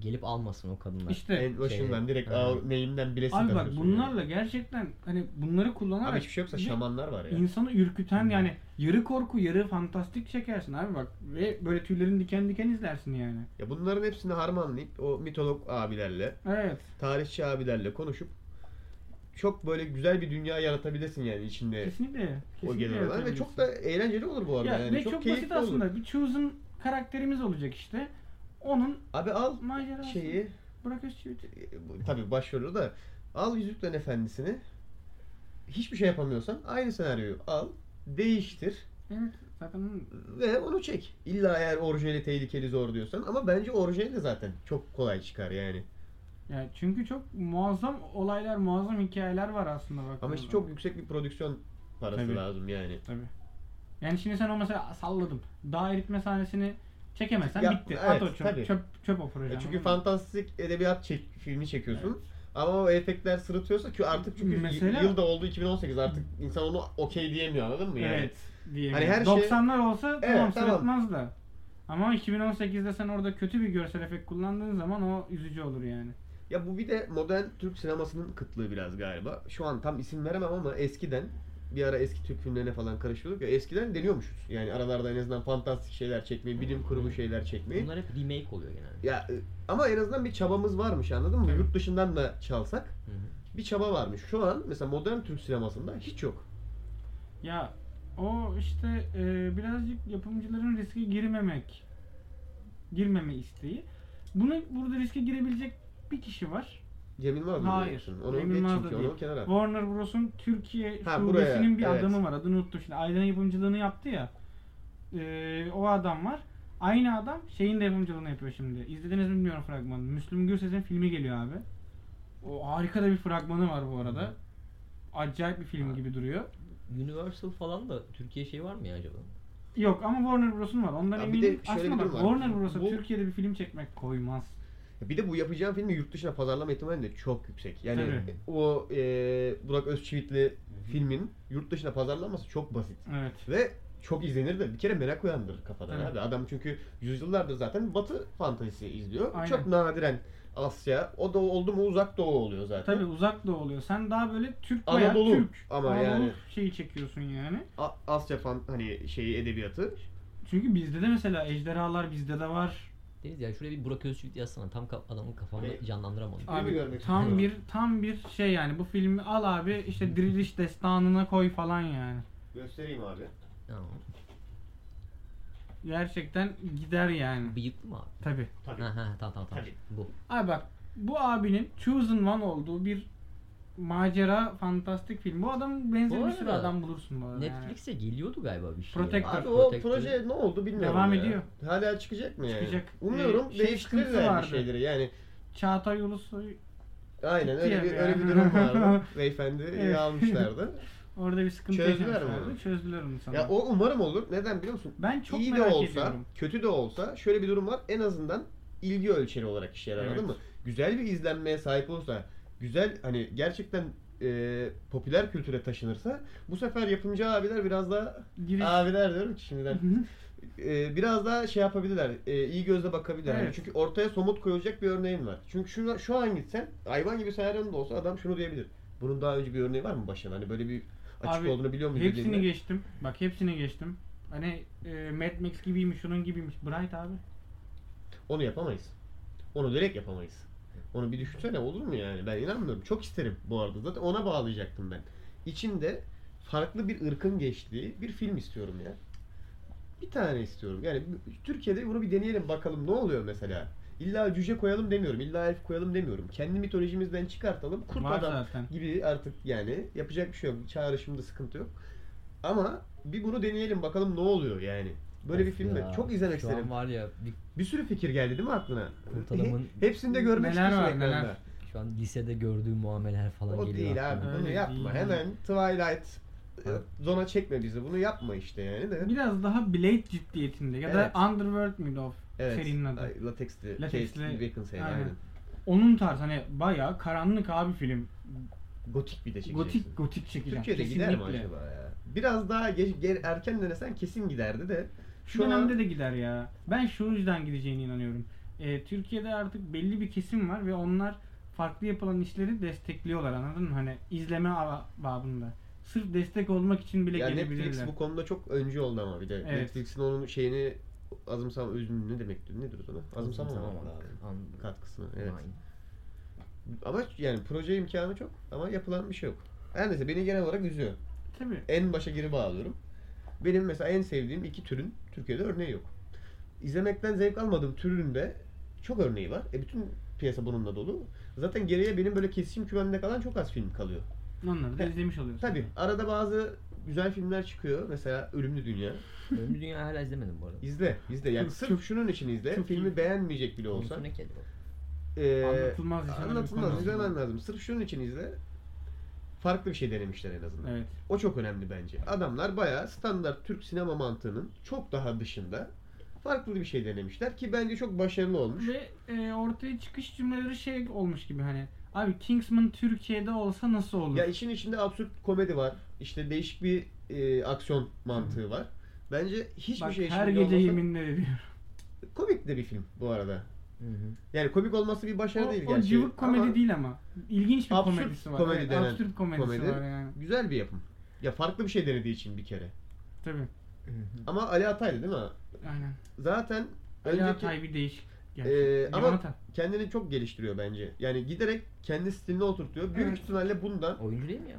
[SPEAKER 5] gelip almasın o kadınlar.
[SPEAKER 1] İşte
[SPEAKER 2] En başından direkt
[SPEAKER 5] Şey-
[SPEAKER 2] ağır neyimden bilesin
[SPEAKER 1] abi bak
[SPEAKER 2] takıyorsun
[SPEAKER 1] bunlarla
[SPEAKER 2] yani.
[SPEAKER 1] gerçekten hani bunları kullanarak
[SPEAKER 2] Abi hiçbir şey Hmm. yoksa
[SPEAKER 1] bir
[SPEAKER 2] şamanlar var ya.
[SPEAKER 1] insanı ürküten yani yarı korku yarı fantastik çekersin abi bak ve böyle tüylerin diken diken izlersin yani.
[SPEAKER 2] Ya bunların hepsini harmanlayıp o mitolog abilerle,
[SPEAKER 1] Evet.
[SPEAKER 2] tarihçi abilerle konuşup çok böyle güzel bir dünya yaratabilirsin yani içinde
[SPEAKER 1] Kesinlikle.
[SPEAKER 2] E, o
[SPEAKER 1] kesinlikle
[SPEAKER 2] genel olarak ve çok da eğlenceli olur bu arada
[SPEAKER 1] ya,
[SPEAKER 2] yani
[SPEAKER 1] ve çok,
[SPEAKER 2] keyifli
[SPEAKER 1] basit
[SPEAKER 2] olur.
[SPEAKER 1] aslında. Bir chosen karakterimiz olacak işte. Onun
[SPEAKER 2] Abi al
[SPEAKER 1] macerası.
[SPEAKER 2] şeyi
[SPEAKER 1] Burak Özçivit.
[SPEAKER 2] e, bu- tabii başrolü da al Yüzüklerin Efendisi'ni hiçbir şey yapamıyorsan aynı senaryoyu al değiştir
[SPEAKER 1] Evet. Zaten onun-
[SPEAKER 2] ve onu çek. İlla eğer orijinali tehlikeli zor diyorsan ama bence orijinali de zaten çok kolay çıkar yani.
[SPEAKER 1] yani çünkü çok muazzam olaylar, muazzam hikayeler var aslında bak.
[SPEAKER 2] Ama işte çok yüksek bir prodüksiyon parası
[SPEAKER 1] Tabii.
[SPEAKER 2] lazım yani.
[SPEAKER 1] Tabii. Yani şimdi sen o mesela salladım. Dağ eritme sahnesini çekemezsen
[SPEAKER 2] Ya,
[SPEAKER 1] bitti. At
[SPEAKER 2] evet,
[SPEAKER 1] o çöp,
[SPEAKER 2] tabii.
[SPEAKER 1] çöp, çöp o proje.
[SPEAKER 2] E çünkü
[SPEAKER 1] anladın mı?
[SPEAKER 2] fantastik edebiyat çek, filmi çekiyorsun. Ama o efektler sırıtıyorsa ki artık çünkü
[SPEAKER 1] Mesela-
[SPEAKER 2] yıl da oldu 2018 artık insan onu okey diyemiyor anladın mı yani?
[SPEAKER 1] Evet. Diye.
[SPEAKER 2] Hani her şey-
[SPEAKER 1] 90'lar olsa
[SPEAKER 2] Evet,
[SPEAKER 1] tamam
[SPEAKER 2] tamam.
[SPEAKER 1] sırıtmaz da. Ama 2018'de sen orada kötü bir görsel efekt kullandığın zaman o üzücü olur yani.
[SPEAKER 2] Ya bu bir de modern Türk sinemasının kıtlığı biraz galiba. Şu an tam isim veremem ama eskiden bir ara eski Türk filmlerine falan karışıyorduk ya eskiden deniyormuşuz. Yani aralarda en azından fantastik şeyler çekmeyi, bilim kurgu şeyler çekmeyi.
[SPEAKER 5] Bunlar hep remake oluyor genelde.
[SPEAKER 2] Ya e, ama en azından bir çabamız varmış anladın mı?
[SPEAKER 1] Evet.
[SPEAKER 2] Yurt dışından da çalsak
[SPEAKER 5] Hı hı.
[SPEAKER 2] bir çaba varmış. Şu an mesela modern Türk sinemasında hiç yok.
[SPEAKER 1] Ya o işte e, birazcık yapımcıların riske girmemek, girmeme isteği. Bunu burada riske girebilecek bir kişi var.
[SPEAKER 2] Cem Yılmaz mı
[SPEAKER 1] Hayır,
[SPEAKER 2] diyorsun? Onu
[SPEAKER 1] Cem
[SPEAKER 2] geç
[SPEAKER 1] Yılmaz
[SPEAKER 2] çünkü
[SPEAKER 1] da
[SPEAKER 2] onu
[SPEAKER 1] değil.
[SPEAKER 2] kenara at.
[SPEAKER 1] Warner Bros'un Türkiye
[SPEAKER 2] Ha, buraya,
[SPEAKER 1] şubesinin bir
[SPEAKER 2] evet.
[SPEAKER 1] adamı var. Adını unuttum şimdi. Aydan yapımcılığını yaptı ya. Ee, o adam var. Aynı adam şeyin de yapımcılığını yapıyor şimdi. İzlediniz mi bilmiyorum fragmanı. Müslüm Gürses'in filmi geliyor abi. O harika da bir fragmanı var bu arada. Acayip bir film gibi duruyor.
[SPEAKER 5] Universal falan da Türkiye şey var mı ya acaba?
[SPEAKER 1] Yok ama Warner Bros'un var. Ondan
[SPEAKER 2] Ya bir de
[SPEAKER 1] eminim.
[SPEAKER 2] şöyle bir
[SPEAKER 1] Aslında bak
[SPEAKER 2] durum var.
[SPEAKER 1] Warner Bros'a
[SPEAKER 2] Bu-
[SPEAKER 1] Türkiye'de bir film çekmek koymaz.
[SPEAKER 2] Bir de bu yapacağım filmi yurt dışına pazarlama ihtimali de çok yüksek. Yani
[SPEAKER 1] Tabii.
[SPEAKER 2] o e, Burak Özçivit'li filmin yurt dışına pazarlanması çok basit.
[SPEAKER 1] Evet.
[SPEAKER 2] Ve çok izlenir de bir kere merak uyandırır kafadan
[SPEAKER 1] Evet.
[SPEAKER 2] abi. Adam çünkü yüzyıllardır zaten Batı fantezisi izliyor.
[SPEAKER 1] Aynen.
[SPEAKER 2] Çok nadiren Asya. O da oldu mu uzak doğu oluyor zaten.
[SPEAKER 1] Tabii uzak da oluyor. Sen daha böyle Türk bayağı
[SPEAKER 2] Anadolu
[SPEAKER 1] Türk.
[SPEAKER 2] ama
[SPEAKER 1] Anadolu
[SPEAKER 2] yani.
[SPEAKER 1] şeyi çekiyorsun yani.
[SPEAKER 2] A- Asya fan hani şeyi edebiyatı.
[SPEAKER 1] Çünkü bizde de mesela ejderhalar bizde de var.
[SPEAKER 5] Deniz ya şuraya bir Burak Özçivit yazsana. Tam ka- adamın kafamda canlandıramadım.
[SPEAKER 2] Filmi görmek
[SPEAKER 1] tam
[SPEAKER 2] istiyorum.
[SPEAKER 1] bir tam bir şey yani bu filmi al abi işte diriliş destanına koy falan yani.
[SPEAKER 2] Göstereyim abi.
[SPEAKER 5] Tamam.
[SPEAKER 1] Gerçekten gider yani.
[SPEAKER 5] Bıyıklı mı abi?
[SPEAKER 1] Tabi.
[SPEAKER 5] Ha ha tamam tamam tamam. Bu.
[SPEAKER 1] Abi bak bu abinin chosen one olduğu bir macera, fantastik film. Bu adam benzer
[SPEAKER 5] Bu
[SPEAKER 1] bir sürü
[SPEAKER 5] arada
[SPEAKER 1] adam bulursun bu arada. yani.
[SPEAKER 5] Netflix'e geliyordu galiba bir şey.
[SPEAKER 1] Ee. Protector.
[SPEAKER 2] Abi o
[SPEAKER 5] Protector.
[SPEAKER 2] proje ne oldu bilmiyorum
[SPEAKER 1] Devam
[SPEAKER 2] ya.
[SPEAKER 1] ediyor.
[SPEAKER 2] Hala çıkacak mı yani?
[SPEAKER 1] Çıkacak.
[SPEAKER 2] Umuyorum
[SPEAKER 1] Ee, şey sıkıntısı
[SPEAKER 2] değiştirirler bir
[SPEAKER 1] vardı.
[SPEAKER 2] şeyleri yani.
[SPEAKER 1] Çağatay Ulusoy
[SPEAKER 2] Aynen öyle
[SPEAKER 1] Bitti
[SPEAKER 2] bir,
[SPEAKER 1] yani.
[SPEAKER 2] öyle bir durum vardı. Beyefendi
[SPEAKER 1] Evet.
[SPEAKER 2] almışlardı.
[SPEAKER 1] orada bir sıkıntı
[SPEAKER 2] Çözdüler mi
[SPEAKER 1] yaşamışlardı.
[SPEAKER 2] onu?
[SPEAKER 1] Çözdüler onu sanırım.
[SPEAKER 2] ya o umarım olur. Neden biliyor musun?
[SPEAKER 1] Ben çok
[SPEAKER 2] İyi de
[SPEAKER 1] merak
[SPEAKER 2] olsa,
[SPEAKER 1] ediyorum.
[SPEAKER 2] kötü de olsa şöyle bir durum var. En azından ilgi ölçeri olarak işe yarar
[SPEAKER 1] Evet.
[SPEAKER 2] anladın mı? Güzel bir izlenmeye sahip olursa, güzel hani gerçekten e, popüler kültüre taşınırsa bu sefer yapımcı abiler biraz daha
[SPEAKER 1] Giriş.
[SPEAKER 2] abiler diyorum ki şimdiden
[SPEAKER 1] Hı hı.
[SPEAKER 2] e, biraz daha şey yapabilirler. e, iyi gözle bakabilirler. Yani
[SPEAKER 1] Evet.
[SPEAKER 2] çünkü ortaya somut koyulacak bir örneğin var. Çünkü şu, şu an gitsen hayvan gibi senaryon da olsa adam şunu diyebilir. Bunun daha önce bir örneği var mı başına? Hani böyle bir açık
[SPEAKER 1] Abi,
[SPEAKER 2] olduğunu biliyor muyuz?
[SPEAKER 1] Hepsini
[SPEAKER 2] dediğinde.
[SPEAKER 1] geçtim. Bak hepsini geçtim. Hani e, Mad Max gibiymiş, şunun gibiymiş. Bright abi.
[SPEAKER 2] Onu yapamayız. Onu direkt yapamayız. Onu bir düşünsene olur mu yani? Ben inanmıyorum. Çok isterim bu arada. Zaten ona bağlayacaktım ben. İçinde farklı bir ırkın geçtiği bir film istiyorum ya. Bir tane istiyorum. Yani Türkiye'de bunu bir deneyelim bakalım ne oluyor mesela. İlla cüce koyalım demiyorum. illa elf koyalım demiyorum. Kendi mitolojimizden çıkartalım. Kurt
[SPEAKER 1] Var
[SPEAKER 2] adam
[SPEAKER 1] zaten.
[SPEAKER 2] gibi artık yani yapacak bir şey yok. Çağrışımda sıkıntı yok. Ama bir bunu deneyelim bakalım ne oluyor yani. Böyle bir
[SPEAKER 5] Of
[SPEAKER 2] film ben
[SPEAKER 5] ya,
[SPEAKER 2] çok izlemek
[SPEAKER 5] şu
[SPEAKER 2] isterim.
[SPEAKER 5] An var ya bir,
[SPEAKER 2] Bir sürü fikir geldi değil mi aklına?
[SPEAKER 5] Kurtalamın-
[SPEAKER 2] He- Hepsini de görmek
[SPEAKER 1] Neler
[SPEAKER 2] istiyorsun
[SPEAKER 1] var, neler.
[SPEAKER 2] ekranda.
[SPEAKER 5] şu an lisede gördüğüm muameleler falan
[SPEAKER 2] O
[SPEAKER 5] geliyor.
[SPEAKER 2] değil abi.
[SPEAKER 5] aklıma.
[SPEAKER 2] Bunu
[SPEAKER 1] Öyle
[SPEAKER 2] yapma.
[SPEAKER 1] değil.
[SPEAKER 2] Hemen Twilight e,
[SPEAKER 5] Evet.
[SPEAKER 2] zona çekme bizi. Bunu yapma işte yani de.
[SPEAKER 1] Biraz daha Blade ciddiyetinde ya
[SPEAKER 2] Evet.
[SPEAKER 1] da Underworld müydü o
[SPEAKER 2] Evet.
[SPEAKER 1] serinin adı?
[SPEAKER 2] Ay, Latexli.
[SPEAKER 1] Latexli-
[SPEAKER 2] Latexli. Bacon sayın
[SPEAKER 1] Aynen.
[SPEAKER 2] aynen.
[SPEAKER 1] Onun tarz hani bayağı karanlık abi film.
[SPEAKER 2] Gotik bir de çekeceksin.
[SPEAKER 1] Gotik gotik çekeceğim.
[SPEAKER 2] Türkiye'de
[SPEAKER 1] Kesinlikle.
[SPEAKER 2] gider mi acaba ya? Biraz daha geç, ger- erken denesen kesin giderdi de.
[SPEAKER 1] Şu
[SPEAKER 2] an-
[SPEAKER 1] dönemde de gider ya. Ben şu yüzden gideceğine inanıyorum. Ee, Türkiye'de artık belli bir kesim var ve onlar farklı yapılan işleri destekliyorlar anladın mı? Hani izleme ba- babında. Sırf destek olmak için bile
[SPEAKER 2] Ya
[SPEAKER 1] gelebilirler.
[SPEAKER 2] Netflix bu konuda çok öncü oldu ama bir de.
[SPEAKER 1] Evet.
[SPEAKER 2] Netflix'in onun şeyini azımsam özünü ne demek nedir o zaman? Azımsamamamak
[SPEAKER 5] Tamam
[SPEAKER 2] lazım.
[SPEAKER 5] An-
[SPEAKER 2] Katkısını. Evet.
[SPEAKER 5] Aynen.
[SPEAKER 2] Ama yani proje imkanı çok ama yapılan bir şey yok. Her neyse beni genel olarak üzüyor.
[SPEAKER 1] Tabii.
[SPEAKER 2] En başa geri bağlıyorum. Benim mesela en sevdiğim iki türün Türkiye'de örneği yok. İzlemekten zevk almadığım türün de çok örneği var. E bütün piyasa bununla dolu. Zaten geriye benim böyle kesişim kümemde kalan çok az film kalıyor.
[SPEAKER 1] Onları da
[SPEAKER 2] Tabii.
[SPEAKER 1] izlemiş oluyorsun.
[SPEAKER 2] Tabi arada bazı güzel filmler çıkıyor. Mesela Ölümlü Dünya.
[SPEAKER 5] Ölümlü Dünya hala izlemedim bu arada.
[SPEAKER 2] İzle, izle. Yani
[SPEAKER 1] Çok-
[SPEAKER 2] sırf
[SPEAKER 1] çok-
[SPEAKER 2] şunun için izle.
[SPEAKER 1] çok
[SPEAKER 2] filmi
[SPEAKER 1] iyi.
[SPEAKER 2] beğenmeyecek bile olsa.
[SPEAKER 5] Konusu ne ki acaba?
[SPEAKER 2] Ee,
[SPEAKER 1] Anlatılmaz yaşanan bir konu
[SPEAKER 2] Anlatılmaz.
[SPEAKER 1] aslında.
[SPEAKER 2] İzlemen lazım. Sırf şunun için izle. Farklı bir şey denemişler en azından.
[SPEAKER 1] Evet.
[SPEAKER 2] O çok önemli bence. Adamlar bayağı standart Türk sinema mantığının çok daha dışında farklı bir şey denemişler ki bence çok başarılı olmuş.
[SPEAKER 1] Ve e, ortaya çıkış cümleleri şey olmuş gibi hani abi Kingsman Türkiye'de olsa nasıl olur?
[SPEAKER 2] Ya işin içinde absürt komedi var. İşte değişik bir e, aksiyon mantığı var. Bence hiçbir
[SPEAKER 1] Bak
[SPEAKER 2] şey
[SPEAKER 1] her
[SPEAKER 2] içinde
[SPEAKER 1] gece
[SPEAKER 2] olmasa
[SPEAKER 1] yeminler ediyorum.
[SPEAKER 2] komik de bir film bu arada.
[SPEAKER 5] Hı hı.
[SPEAKER 2] Yani komik olması bir başarı şey değil
[SPEAKER 1] O, o
[SPEAKER 2] gerçi.
[SPEAKER 1] cıvık komedi
[SPEAKER 2] Ama
[SPEAKER 1] değil ama. İlginç bir
[SPEAKER 2] Absürt
[SPEAKER 1] komedisi var.
[SPEAKER 2] komedi
[SPEAKER 1] Evet,
[SPEAKER 2] denen
[SPEAKER 1] absürt komedisi
[SPEAKER 2] komedi.
[SPEAKER 1] var yani.
[SPEAKER 2] Güzel bir yapım. Ya farklı bir şey denediği için bir kere.
[SPEAKER 1] Tabii.
[SPEAKER 2] Ama Ali Ataylı değil mi?
[SPEAKER 1] Aynen.
[SPEAKER 2] Zaten
[SPEAKER 1] Önceki...
[SPEAKER 2] önceki
[SPEAKER 1] bir değişik.
[SPEAKER 2] Ee,
[SPEAKER 1] Gerçekten.
[SPEAKER 2] ama-
[SPEAKER 1] Limonata.
[SPEAKER 2] kendini çok geliştiriyor bence. Yani giderek kendi stilini oturtuyor. Büyük
[SPEAKER 1] Evet.
[SPEAKER 2] ihtimalle bundan
[SPEAKER 5] Oyuncu değil mi ya?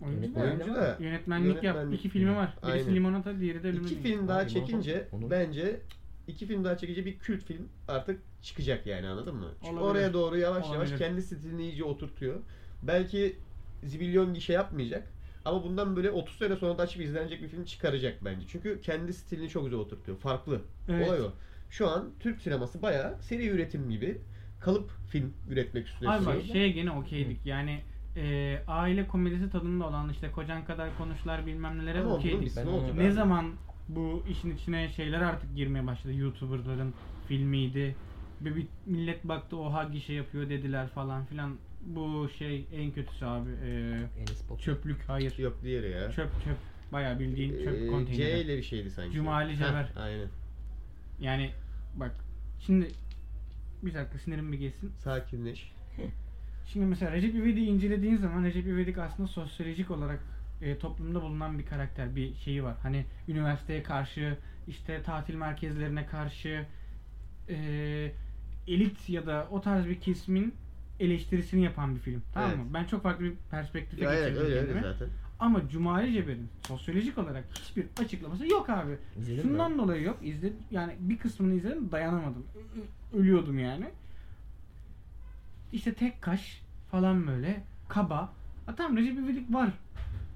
[SPEAKER 1] Oyuncu da.
[SPEAKER 2] oyuncu da
[SPEAKER 1] Yönetmenlik yap.
[SPEAKER 2] Yönetmenlik.
[SPEAKER 1] İki filmi var. Birisi
[SPEAKER 2] Aynen.
[SPEAKER 1] Limonata, diğeri de Ölümlü Dünya.
[SPEAKER 2] İki film daha
[SPEAKER 5] Abi,
[SPEAKER 2] çekince
[SPEAKER 5] Marvel, onun-
[SPEAKER 2] bence iki film daha çekince bir kült film artık çıkacak yani anladın mı? Çünkü
[SPEAKER 1] Olabilir.
[SPEAKER 2] oraya doğru yavaş yavaş
[SPEAKER 1] Olabilir.
[SPEAKER 2] kendi stilini iyice oturtuyor. Belki zibilyon gişe yapmayacak ama bundan böyle 30 sene sonra da açıp izlenecek bir film çıkaracak bence. Çünkü kendi stilini çok güzel oturtuyor. Farklı.
[SPEAKER 1] Evet.
[SPEAKER 2] Olay o. Şu an Türk sineması bayağı seri üretim gibi kalıp film üretmek üstüne
[SPEAKER 1] Abi bak şey,
[SPEAKER 2] sürüyor.
[SPEAKER 1] şeye gene okeydik. Yani e, aile komedisi tadında olan işte kocan kadar konuşlar bilmem nelere
[SPEAKER 2] Ama bunun
[SPEAKER 1] okeydik.
[SPEAKER 2] biz
[SPEAKER 5] Ben
[SPEAKER 2] ne
[SPEAKER 5] onu-
[SPEAKER 2] olacak?
[SPEAKER 1] şey, Ne zaman bu işin içine şeyler artık girmeye başladı. YouTuber'ların filmiydi. Bir, bir millet baktı oha gişe yapıyor dediler falan filan. Bu şey en kötüsü abi. e,
[SPEAKER 5] Enis Batur.
[SPEAKER 1] çöplük hayır.
[SPEAKER 2] şey Yok diğeri ya.
[SPEAKER 1] Çöp çöp. Bayağı bildiğin
[SPEAKER 2] Ee,
[SPEAKER 1] çöp konteyneri.
[SPEAKER 2] C ile bir şeydi sanki.
[SPEAKER 1] Cumali
[SPEAKER 2] Heh,
[SPEAKER 1] Ceber.
[SPEAKER 2] Aynen.
[SPEAKER 1] Yani bak şimdi bir dakika sinirim bir geçsin.
[SPEAKER 2] Sakinleş.
[SPEAKER 1] Şimdi mesela Recep İvedik'i incelediğin zaman Recep İvedik aslında sosyolojik olarak e, toplumda bulunan bir karakter, bir şeyi var. Hani üniversiteye karşı, işte tatil merkezlerine karşı e, elit ya da o tarz bir kesimin eleştirisini yapan bir film. Tamam mı?
[SPEAKER 2] Evet.
[SPEAKER 1] Ben çok farklı bir perspektife
[SPEAKER 2] Ya evet
[SPEAKER 1] geçirdim
[SPEAKER 2] öyle öyle
[SPEAKER 1] kendimi.
[SPEAKER 2] zaten.
[SPEAKER 1] Ama Cumali Ceber'in sosyolojik olarak hiçbir açıklaması yok abi.
[SPEAKER 5] İzledin mi?
[SPEAKER 1] Şundan dolayı yok. İzledim yani bir kısmını izledim dayanamadım. Ö- ö- Ölüyordum yani. İşte tek kaş falan böyle. kaba. Ha, tamam Recep İvedik var.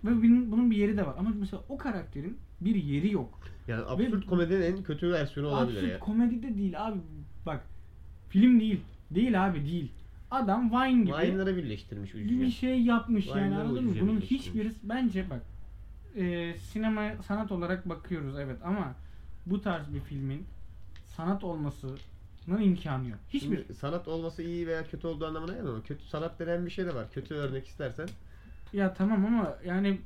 [SPEAKER 1] Ve bunun, bunun bir yeri de var. Ama mesela o karakterin bir yeri yok.
[SPEAKER 2] Yani absürt komedinin en kötü versiyonu olabilir
[SPEAKER 1] Absürt
[SPEAKER 2] ya.
[SPEAKER 1] komedi de değil abi. Bak film değil. Değil abi değil. Adam Vine gibi
[SPEAKER 2] Vine'ları birleştirmiş
[SPEAKER 1] bir
[SPEAKER 2] ucuz.
[SPEAKER 1] şey yapmış yani
[SPEAKER 2] Vine'ları
[SPEAKER 1] anladın mı?
[SPEAKER 2] ucuza
[SPEAKER 1] Bunun
[SPEAKER 2] birleştirmiş.
[SPEAKER 1] hiçbirisi bence bak e, sinema sanat olarak bakıyoruz evet ama bu tarz bir filmin sanat olmasının imkanı yok. Hiçbir
[SPEAKER 2] Şimdi sanat olması iyi veya kötü olduğu anlamına gelmiyor ama kötü sanat denen bir şey de var. Kötü örnek istersen.
[SPEAKER 1] Ya tamam ama yani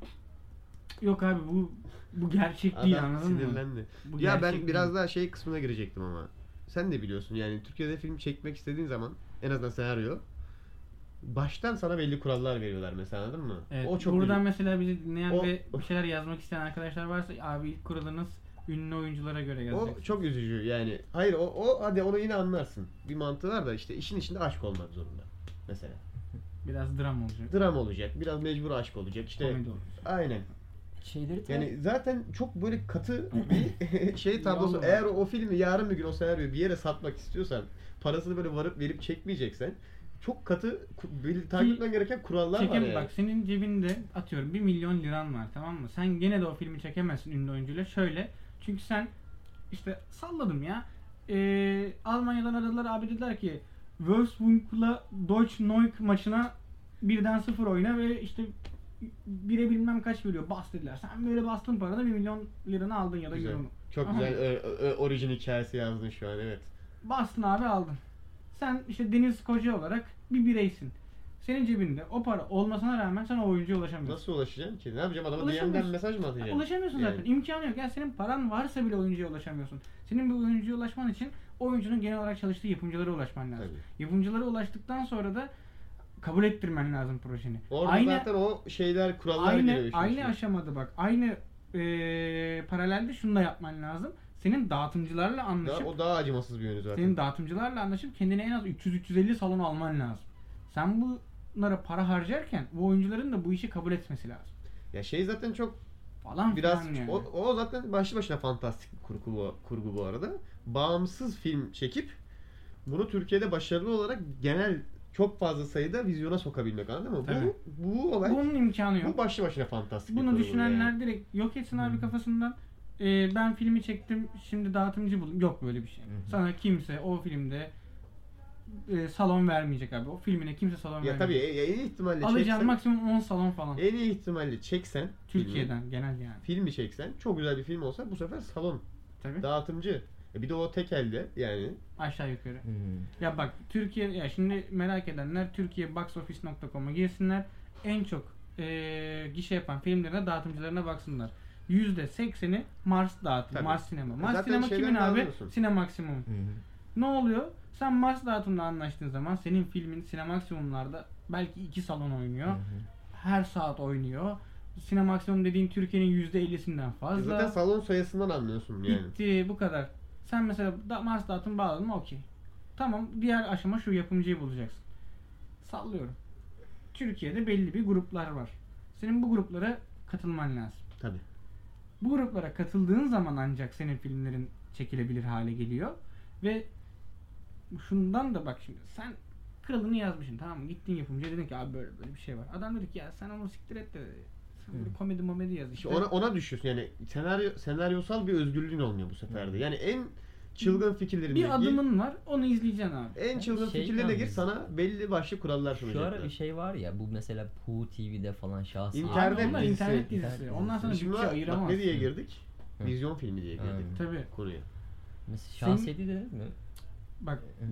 [SPEAKER 1] yok abi bu bu gerçek değil
[SPEAKER 2] Adam
[SPEAKER 1] anladın mı?
[SPEAKER 2] sinirlendi.
[SPEAKER 1] Bu
[SPEAKER 2] Ya
[SPEAKER 1] gerçek
[SPEAKER 2] ben biraz
[SPEAKER 1] değil.
[SPEAKER 2] daha şey kısmına girecektim ama. Sen de biliyorsun yani Türkiye'de film çekmek istediğin zaman en azından senaryo baştan sana belli kurallar veriyorlar mesela anladın mı?
[SPEAKER 1] Evet,
[SPEAKER 2] o çok
[SPEAKER 1] buradan
[SPEAKER 2] üzü-
[SPEAKER 1] mesela bizi dinleyen
[SPEAKER 2] O-
[SPEAKER 1] ve bir şeyler yazmak isteyen arkadaşlar varsa abi ilk kuralınız ünlü oyunculara göre
[SPEAKER 2] o
[SPEAKER 1] yazacaksınız.
[SPEAKER 2] çok üzücü yani. Hayır o, o hadi onu yine anlarsın. Bir mantığı var da işte işin içinde aşk olmak zorunda. Mesela.
[SPEAKER 1] Biraz dram olacak.
[SPEAKER 2] Dram olacak. Biraz mecbur aşk olacak. işte
[SPEAKER 1] Komedi olacak.
[SPEAKER 2] Aynen.
[SPEAKER 5] Şeyleri tabii-
[SPEAKER 2] Yani zaten çok böyle katı bir şey tablosu.
[SPEAKER 1] Yolda var.
[SPEAKER 2] Eğer o filmi yarın bir gün o senaryoyu bir yere satmak istiyorsan, parasını böyle varıp verip çekmeyeceksen çok katı ku- belli, takip etmen gereken kurallar var
[SPEAKER 1] Çekim
[SPEAKER 2] yani.
[SPEAKER 1] bak senin cebinde atıyorum 1 milyon liran var tamam mı? Sen gene de o filmi çekemezsin ünlü oyuncuyla. Şöyle çünkü sen işte salladım ya. Ee, Almanya'dan aradılar abi dediler ki Wolfsburg'la Deutsch Neuk maçına birden sıfır oyna ve işte bire bilmem kaç veriyor bas dediler. Sen böyle bastın paranı 1 milyon liranı aldın ya da
[SPEAKER 2] Güzel.
[SPEAKER 1] euronu.
[SPEAKER 2] Çok
[SPEAKER 1] Aha.
[SPEAKER 2] güzel ö- ö- orijin hikayesi yazdın şu an evet.
[SPEAKER 1] Bastın abi aldın. Sen işte Deniz Koca olarak bir bireysin. Senin cebinde o para olmasına rağmen sen o oyuncuya ulaşamıyorsun.
[SPEAKER 2] Nasıl ulaşacağım ki? Ne yapacağım? Adama
[SPEAKER 1] Ulaşamıyorsun.
[SPEAKER 2] DM'den mesaj mı atacağım?
[SPEAKER 1] Ulaşamıyorsun
[SPEAKER 2] Yani.
[SPEAKER 1] zaten. imkanı yok. Yani senin paran varsa bile oyuncuya ulaşamıyorsun. Senin bir oyuncuya ulaşman için oyuncunun genel olarak çalıştığı yapımcılara ulaşman lazım. Yapımcılara ulaştıktan sonra da kabul ettirmen lazım projeni.
[SPEAKER 2] Orada
[SPEAKER 1] aynı
[SPEAKER 2] zaten o şeyler, kurallar giriyor
[SPEAKER 1] aynı
[SPEAKER 2] işin
[SPEAKER 1] aynı
[SPEAKER 2] içine.
[SPEAKER 1] aşamada bak. Aynı eee paralelde şunu da yapman lazım. Senin dağıtımcılarla
[SPEAKER 2] Daha-
[SPEAKER 1] anlaşıp
[SPEAKER 2] o daha acımasız bir yönü zaten.
[SPEAKER 1] senin dağıtımcılarla anlaşıp kendine en az 300-350 salon alman lazım. Sen bunlara para harcarken bu oyuncuların da bu işi kabul etmesi lazım.
[SPEAKER 2] Ya şey zaten çok
[SPEAKER 1] Falan
[SPEAKER 2] Biraz
[SPEAKER 1] filan yani.
[SPEAKER 2] o, o zaten başlı başına fantastik bir kurgu bu, kurgu bu arada. Bağımsız film çekip bunu Türkiye'de başarılı olarak genel çok fazla sayıda vizyona sokabilmek anladın mı?
[SPEAKER 1] Tabii.
[SPEAKER 2] Bu, bu olay
[SPEAKER 1] Bunun imkanı yok.
[SPEAKER 2] bu başlı başına fantastik bir
[SPEAKER 1] Bunu
[SPEAKER 2] kurgu
[SPEAKER 1] düşünenler
[SPEAKER 2] yani. Hmm.
[SPEAKER 1] direkt yok etsin abi kafasından. Ee, ben filmi çektim şimdi dağıtımcı bul. Yok böyle bir şey. Sana kimse o filmde e, salon vermeyecek abi. O filmine kimse salon
[SPEAKER 2] Ya tabii
[SPEAKER 1] vermeyecek.
[SPEAKER 2] e- en iyi ihtimalle
[SPEAKER 1] Alacağın
[SPEAKER 2] çeksen,
[SPEAKER 1] maksimum 10 salon falan.
[SPEAKER 2] en iyi ihtimalle çeksen
[SPEAKER 1] Türkiye'den genel yani.
[SPEAKER 2] filmi, filmi çeksen çok güzel bir film olsa bu sefer salon
[SPEAKER 1] Tabii.
[SPEAKER 2] dağıtımcı E bir de o tek elde yani E
[SPEAKER 1] Aşağı yukarı.
[SPEAKER 5] Hmm.
[SPEAKER 1] Ya bak Türkiye ya şimdi merak edenler türkiyeboxoffice.com'a girsinler. En çok e, gişe yapan filmlerine dağıtımcılarına baksınlar. %80'i Mars dağıtım,
[SPEAKER 2] Tabii. E
[SPEAKER 1] Mars sinema. Mars
[SPEAKER 2] Zaten
[SPEAKER 1] sinema
[SPEAKER 2] şeyden
[SPEAKER 1] kimin
[SPEAKER 2] de
[SPEAKER 1] abi?
[SPEAKER 2] anlıyorsun.
[SPEAKER 1] Sinemaksimum.
[SPEAKER 5] Hmm.
[SPEAKER 1] Ne oluyor? Sen Mars dağıtımla anlaştığın zaman senin filmin Sinemaksimum'larda belki iki salon oynuyor. Her saat oynuyor. Sinemaksimum dediğin Türkiye'nin %50'sinden
[SPEAKER 2] E
[SPEAKER 1] fazla.
[SPEAKER 2] zaten salon sayısından anlıyorsun yani.
[SPEAKER 1] Bitti bu kadar. Sen mesela da, Mars dağıtım bağladın mı okey. Tamam diğer aşama şu yapımcıyı bulacaksın. Sallıyorum. Türkiye'de belli bir gruplar var. Senin bu gruplara katılman lazım.
[SPEAKER 2] Tabii.
[SPEAKER 1] Bu gruplara katıldığın zaman ancak senin filmlerin çekilebilir hale geliyor. Ve şundan da bak şimdi sen kralını yazmışsın tamam mı? Gittin yapımcıya dedin ki abi böyle böyle bir şey var. Adam dedi ki ya sen onu siktir et de sen böyle komedi momedi yaz işte.
[SPEAKER 2] İşte ona, ona düşüyorsun yani senaryo senaryosal bir özgürlüğün olmuyor bu sefer
[SPEAKER 5] Hmm.
[SPEAKER 2] de. Yani en çılgın fikirlerine
[SPEAKER 1] bir
[SPEAKER 2] gir.
[SPEAKER 1] adımın var onu izleyeceksin abi.
[SPEAKER 2] En çılgın
[SPEAKER 5] Şey
[SPEAKER 2] fikirlerine gir
[SPEAKER 5] yalnız-
[SPEAKER 2] sana belli başlı kurallar
[SPEAKER 5] Şu ara bir
[SPEAKER 2] sunacaklar.
[SPEAKER 5] şey var ya bu mesela Pu TV'de falan şahsi.
[SPEAKER 2] İnternet
[SPEAKER 1] Abi onlar
[SPEAKER 2] dizisi.
[SPEAKER 1] internet dizisi.
[SPEAKER 5] İnternet
[SPEAKER 1] Ondan sonra
[SPEAKER 2] Şimdi
[SPEAKER 1] bütçe
[SPEAKER 2] bak, bak
[SPEAKER 1] ayıramaz.
[SPEAKER 2] ne diye girdik?
[SPEAKER 5] Hı.
[SPEAKER 2] Vizyon filmi diye girdik
[SPEAKER 5] Aynen.
[SPEAKER 1] Tabii.
[SPEAKER 2] konuya.
[SPEAKER 5] Mesela
[SPEAKER 1] Senin-
[SPEAKER 5] şahsiyeti dediniz mi?
[SPEAKER 1] Bak
[SPEAKER 2] E,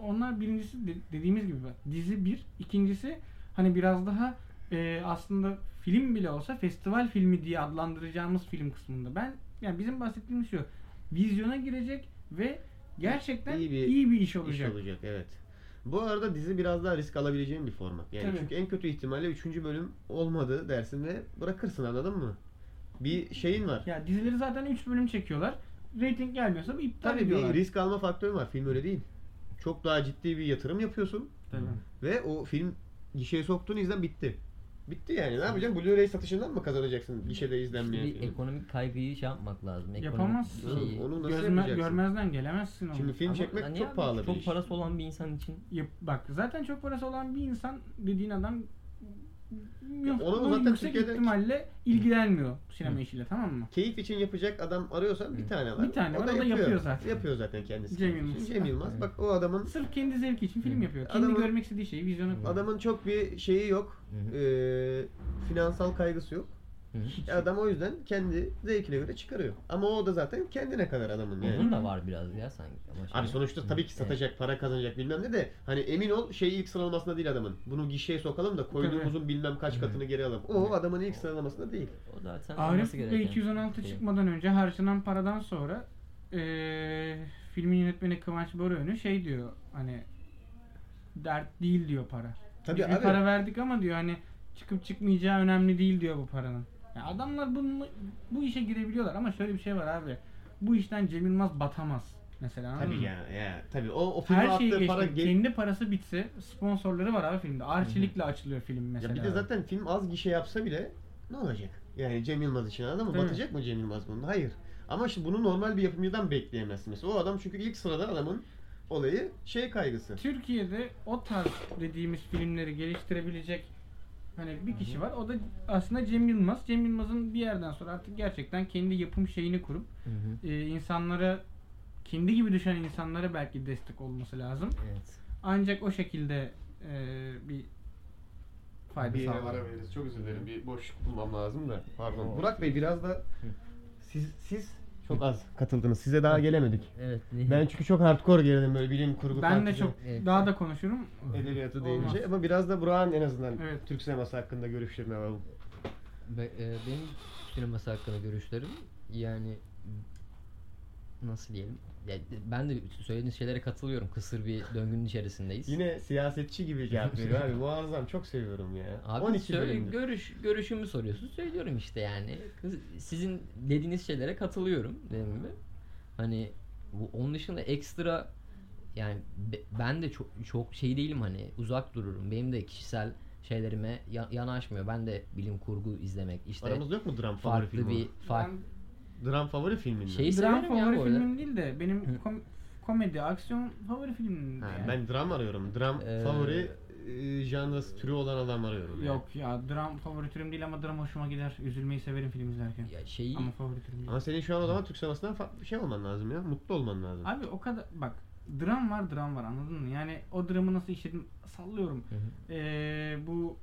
[SPEAKER 1] onlar birincisi de- dediğimiz gibi bak, dizi bir. ikincisi hani biraz daha e, aslında film bile olsa festival filmi diye adlandıracağımız film kısmında. Ben yani bizim bahsettiğimiz şu. Vizyona girecek ve gerçekten iyi
[SPEAKER 2] İyi
[SPEAKER 1] bir,
[SPEAKER 2] bir
[SPEAKER 1] iş olacak.
[SPEAKER 2] İş olacak evet. Bu arada dizi biraz daha risk alabileceğin bir format. Yani
[SPEAKER 1] Tabii.
[SPEAKER 2] çünkü en kötü ihtimalle 3. bölüm olmadı dersin ve bırakırsın anladın mı? Bir şeyin var.
[SPEAKER 1] Ya dizileri zaten 3 bölüm çekiyorlar. Rating gelmiyorsa bu iptal
[SPEAKER 2] Tabii
[SPEAKER 1] ediyorlar.
[SPEAKER 2] bir risk alma faktörü var. Film öyle değil. Çok daha ciddi bir yatırım yapıyorsun.
[SPEAKER 1] Tabii.
[SPEAKER 2] Ve o film gişeye soktuğun izlen bitti. Bitti yani. Ne yapacaksın? Blu-ray satışından mı kazanacaksın gişede izlenmeyen
[SPEAKER 5] Bir
[SPEAKER 2] filmi?
[SPEAKER 5] ekonomik kaygıyı şey yapmak lazım. Ekonomik
[SPEAKER 1] Yapamazsın.
[SPEAKER 5] şeyi-
[SPEAKER 2] Oğlum, onu nasıl
[SPEAKER 1] Gözme-
[SPEAKER 2] yapacaksın?
[SPEAKER 1] görmezden gelemezsin onu.
[SPEAKER 2] Şimdi film
[SPEAKER 5] Ama
[SPEAKER 2] çekmek
[SPEAKER 5] hani
[SPEAKER 2] çok
[SPEAKER 5] abi,
[SPEAKER 2] pahalı bir
[SPEAKER 5] Çok
[SPEAKER 2] iş.
[SPEAKER 5] parası olan bir insan için
[SPEAKER 1] Yap- bak zaten çok parası olan bir insan dediğin adam yok,
[SPEAKER 2] Ona
[SPEAKER 1] onun
[SPEAKER 2] zaten
[SPEAKER 1] yüksek
[SPEAKER 2] Türkiye'de-
[SPEAKER 1] ihtimalle ilgilenmiyor sinema işiyle tamam mı?
[SPEAKER 2] Keyif için yapacak adam arıyorsan bir tane var.
[SPEAKER 1] Bir tane
[SPEAKER 2] O
[SPEAKER 1] var,
[SPEAKER 2] da
[SPEAKER 1] o da yapıyor zaten.
[SPEAKER 2] Yapıyor zaten kendisi.
[SPEAKER 1] Cem
[SPEAKER 2] keyif için.
[SPEAKER 1] Yılmaz.
[SPEAKER 2] Cem Yılmaz. Bak o adamın
[SPEAKER 1] Sırf kendi zevki için film
[SPEAKER 5] Hı.
[SPEAKER 1] yapıyor. Kendi
[SPEAKER 2] Adamın-
[SPEAKER 1] görmek istediği şeyi vizyona koyuyor.
[SPEAKER 2] adamın çok bir şeyi yok.
[SPEAKER 5] Hı.
[SPEAKER 2] Ee, finansal kaygısı yok.
[SPEAKER 5] Hı.
[SPEAKER 1] Şey-
[SPEAKER 2] Adam o yüzden kendi zevkine göre çıkarıyor. Ama o da zaten kendine kadar adamın yani.
[SPEAKER 5] Onun da var biraz ya sanki. Ama şey-
[SPEAKER 2] Abi sonuçta tabii ki
[SPEAKER 5] Evet.
[SPEAKER 2] satacak, para kazanacak bilmem ne de hani emin ol şey ilk sıralamasında değil adamın. Bunu gişeye sokalım da koyduğumuzun bilmem kaç katını geri alalım. O adamın ilk sıralamasında değil.
[SPEAKER 5] O zaten
[SPEAKER 1] Arif
[SPEAKER 5] olması
[SPEAKER 1] ve
[SPEAKER 5] gereken
[SPEAKER 1] 216
[SPEAKER 5] şey.
[SPEAKER 1] çıkmadan önce harcanan paradan sonra eee, filmin yönetmeni Kıvanç Boruönü şey diyor hani dert değil diyor para.
[SPEAKER 2] Tabii
[SPEAKER 1] Biz bir
[SPEAKER 2] abi.
[SPEAKER 1] para verdik ama diyor hani çıkıp çıkmayacağı önemli değil diyor bu paranın. Ya adamlar bunu, bu işe girebiliyorlar ama şöyle bir şey var abi. Bu işten Cem Yılmaz batamaz mesela. anladın
[SPEAKER 2] Tabii
[SPEAKER 1] mı?
[SPEAKER 2] ya, ya tabii o o filme
[SPEAKER 1] Her şeyi
[SPEAKER 2] attığı
[SPEAKER 1] geçtim.
[SPEAKER 2] para geri
[SPEAKER 1] Kendi parası bitse sponsorları var abi filmde. Arçelik'le açılıyor film mesela.
[SPEAKER 2] Ya bir de zaten film az gişe yapsa bile ne olacak? Yani Cem Yılmaz için adam mı?
[SPEAKER 1] Tabii.
[SPEAKER 2] Batacak mı Cem Yılmaz bunda? Hayır. Ama işte bunu normal bir yapımcıdan bekleyemezsin mesela. O adam çünkü ilk sırada adamın olayı şey kaygısı.
[SPEAKER 1] Türkiye'de o tarz dediğimiz filmleri geliştirebilecek hani bir kişi var. O da aslında Cem Yılmaz. Cem Yılmaz'ın bir yerden sonra artık gerçekten kendi yapım şeyini kurup
[SPEAKER 5] Hı hı.
[SPEAKER 1] e, insanlara kendi gibi düşen insanlara belki destek olması lazım.
[SPEAKER 5] Evet.
[SPEAKER 1] Ancak o şekilde e, bir fayda
[SPEAKER 2] Bir yere
[SPEAKER 1] sağlar.
[SPEAKER 2] varamayız. Çok özür dilerim. Bir boşluk bulmam lazım da. Pardon. Burak Bey biraz da siz siz çok az katıldınız. Size daha gelemedik.
[SPEAKER 5] Evet.
[SPEAKER 2] Ben çünkü çok hardcore girdim böyle bilim kurgu
[SPEAKER 1] Ben de
[SPEAKER 2] fantezi,
[SPEAKER 1] çok
[SPEAKER 5] Evet.
[SPEAKER 1] daha da konuşurum.
[SPEAKER 2] edebiyatı
[SPEAKER 1] Olmaz.
[SPEAKER 2] deyince ama biraz da Burak'ın en azından
[SPEAKER 1] Evet.
[SPEAKER 2] Türk sineması hakkında görüşlerini alalım.
[SPEAKER 5] Be- e, benim sineması hakkında görüşlerim yani nasıl diyelim? Ya, ben de söylediğiniz şeylere katılıyorum. Kısır bir döngünün içerisindeyiz.
[SPEAKER 2] Yine siyasetçi gibi cevap veriyor abi. Muazzam çok seviyorum ya.
[SPEAKER 5] Abi
[SPEAKER 2] 12
[SPEAKER 5] söyle-
[SPEAKER 2] bölümdür.
[SPEAKER 5] görüş görüşümü soruyorsun. Söylüyorum işte yani. Kız- Sizin dediğiniz şeylere katılıyorum dediğim gibi. Hani bu, onun dışında ekstra yani be- ben de çok çok şey değilim hani uzak dururum. Benim de kişisel şeylerime ya- yanaşmıyor. Ben de bilim kurgu izlemek işte
[SPEAKER 2] Aramızda yok mu dram favori
[SPEAKER 5] farklı
[SPEAKER 2] filmi?
[SPEAKER 5] bir fark
[SPEAKER 1] Ben
[SPEAKER 2] Dram favori filmin mi?
[SPEAKER 5] Şey- Şeyi
[SPEAKER 1] dram
[SPEAKER 5] severim ya
[SPEAKER 1] favori
[SPEAKER 5] bu arada.
[SPEAKER 1] filmim değil de benim
[SPEAKER 5] Hı.
[SPEAKER 1] kom- komedi, aksiyon favori filmim.
[SPEAKER 2] Ha,
[SPEAKER 1] yani.
[SPEAKER 2] ben dram arıyorum. Dram
[SPEAKER 5] Ee,
[SPEAKER 2] favori e, janrası türü olan adam arıyorum. yani.
[SPEAKER 1] Yok ya dram favori türüm değil ama dram hoşuma gider. Üzülmeyi severim film izlerken.
[SPEAKER 5] ya şeyi
[SPEAKER 1] Ama favori türüm değil.
[SPEAKER 2] Ama senin şu an o zaman Türk sinemasından fa- bir şey olman lazım ya. Mutlu olman lazım.
[SPEAKER 1] Abi o kadar bak dram var dram var anladın mı? Yani o dramı nasıl işledim sallıyorum.
[SPEAKER 5] Hı hı.
[SPEAKER 1] Ee, bu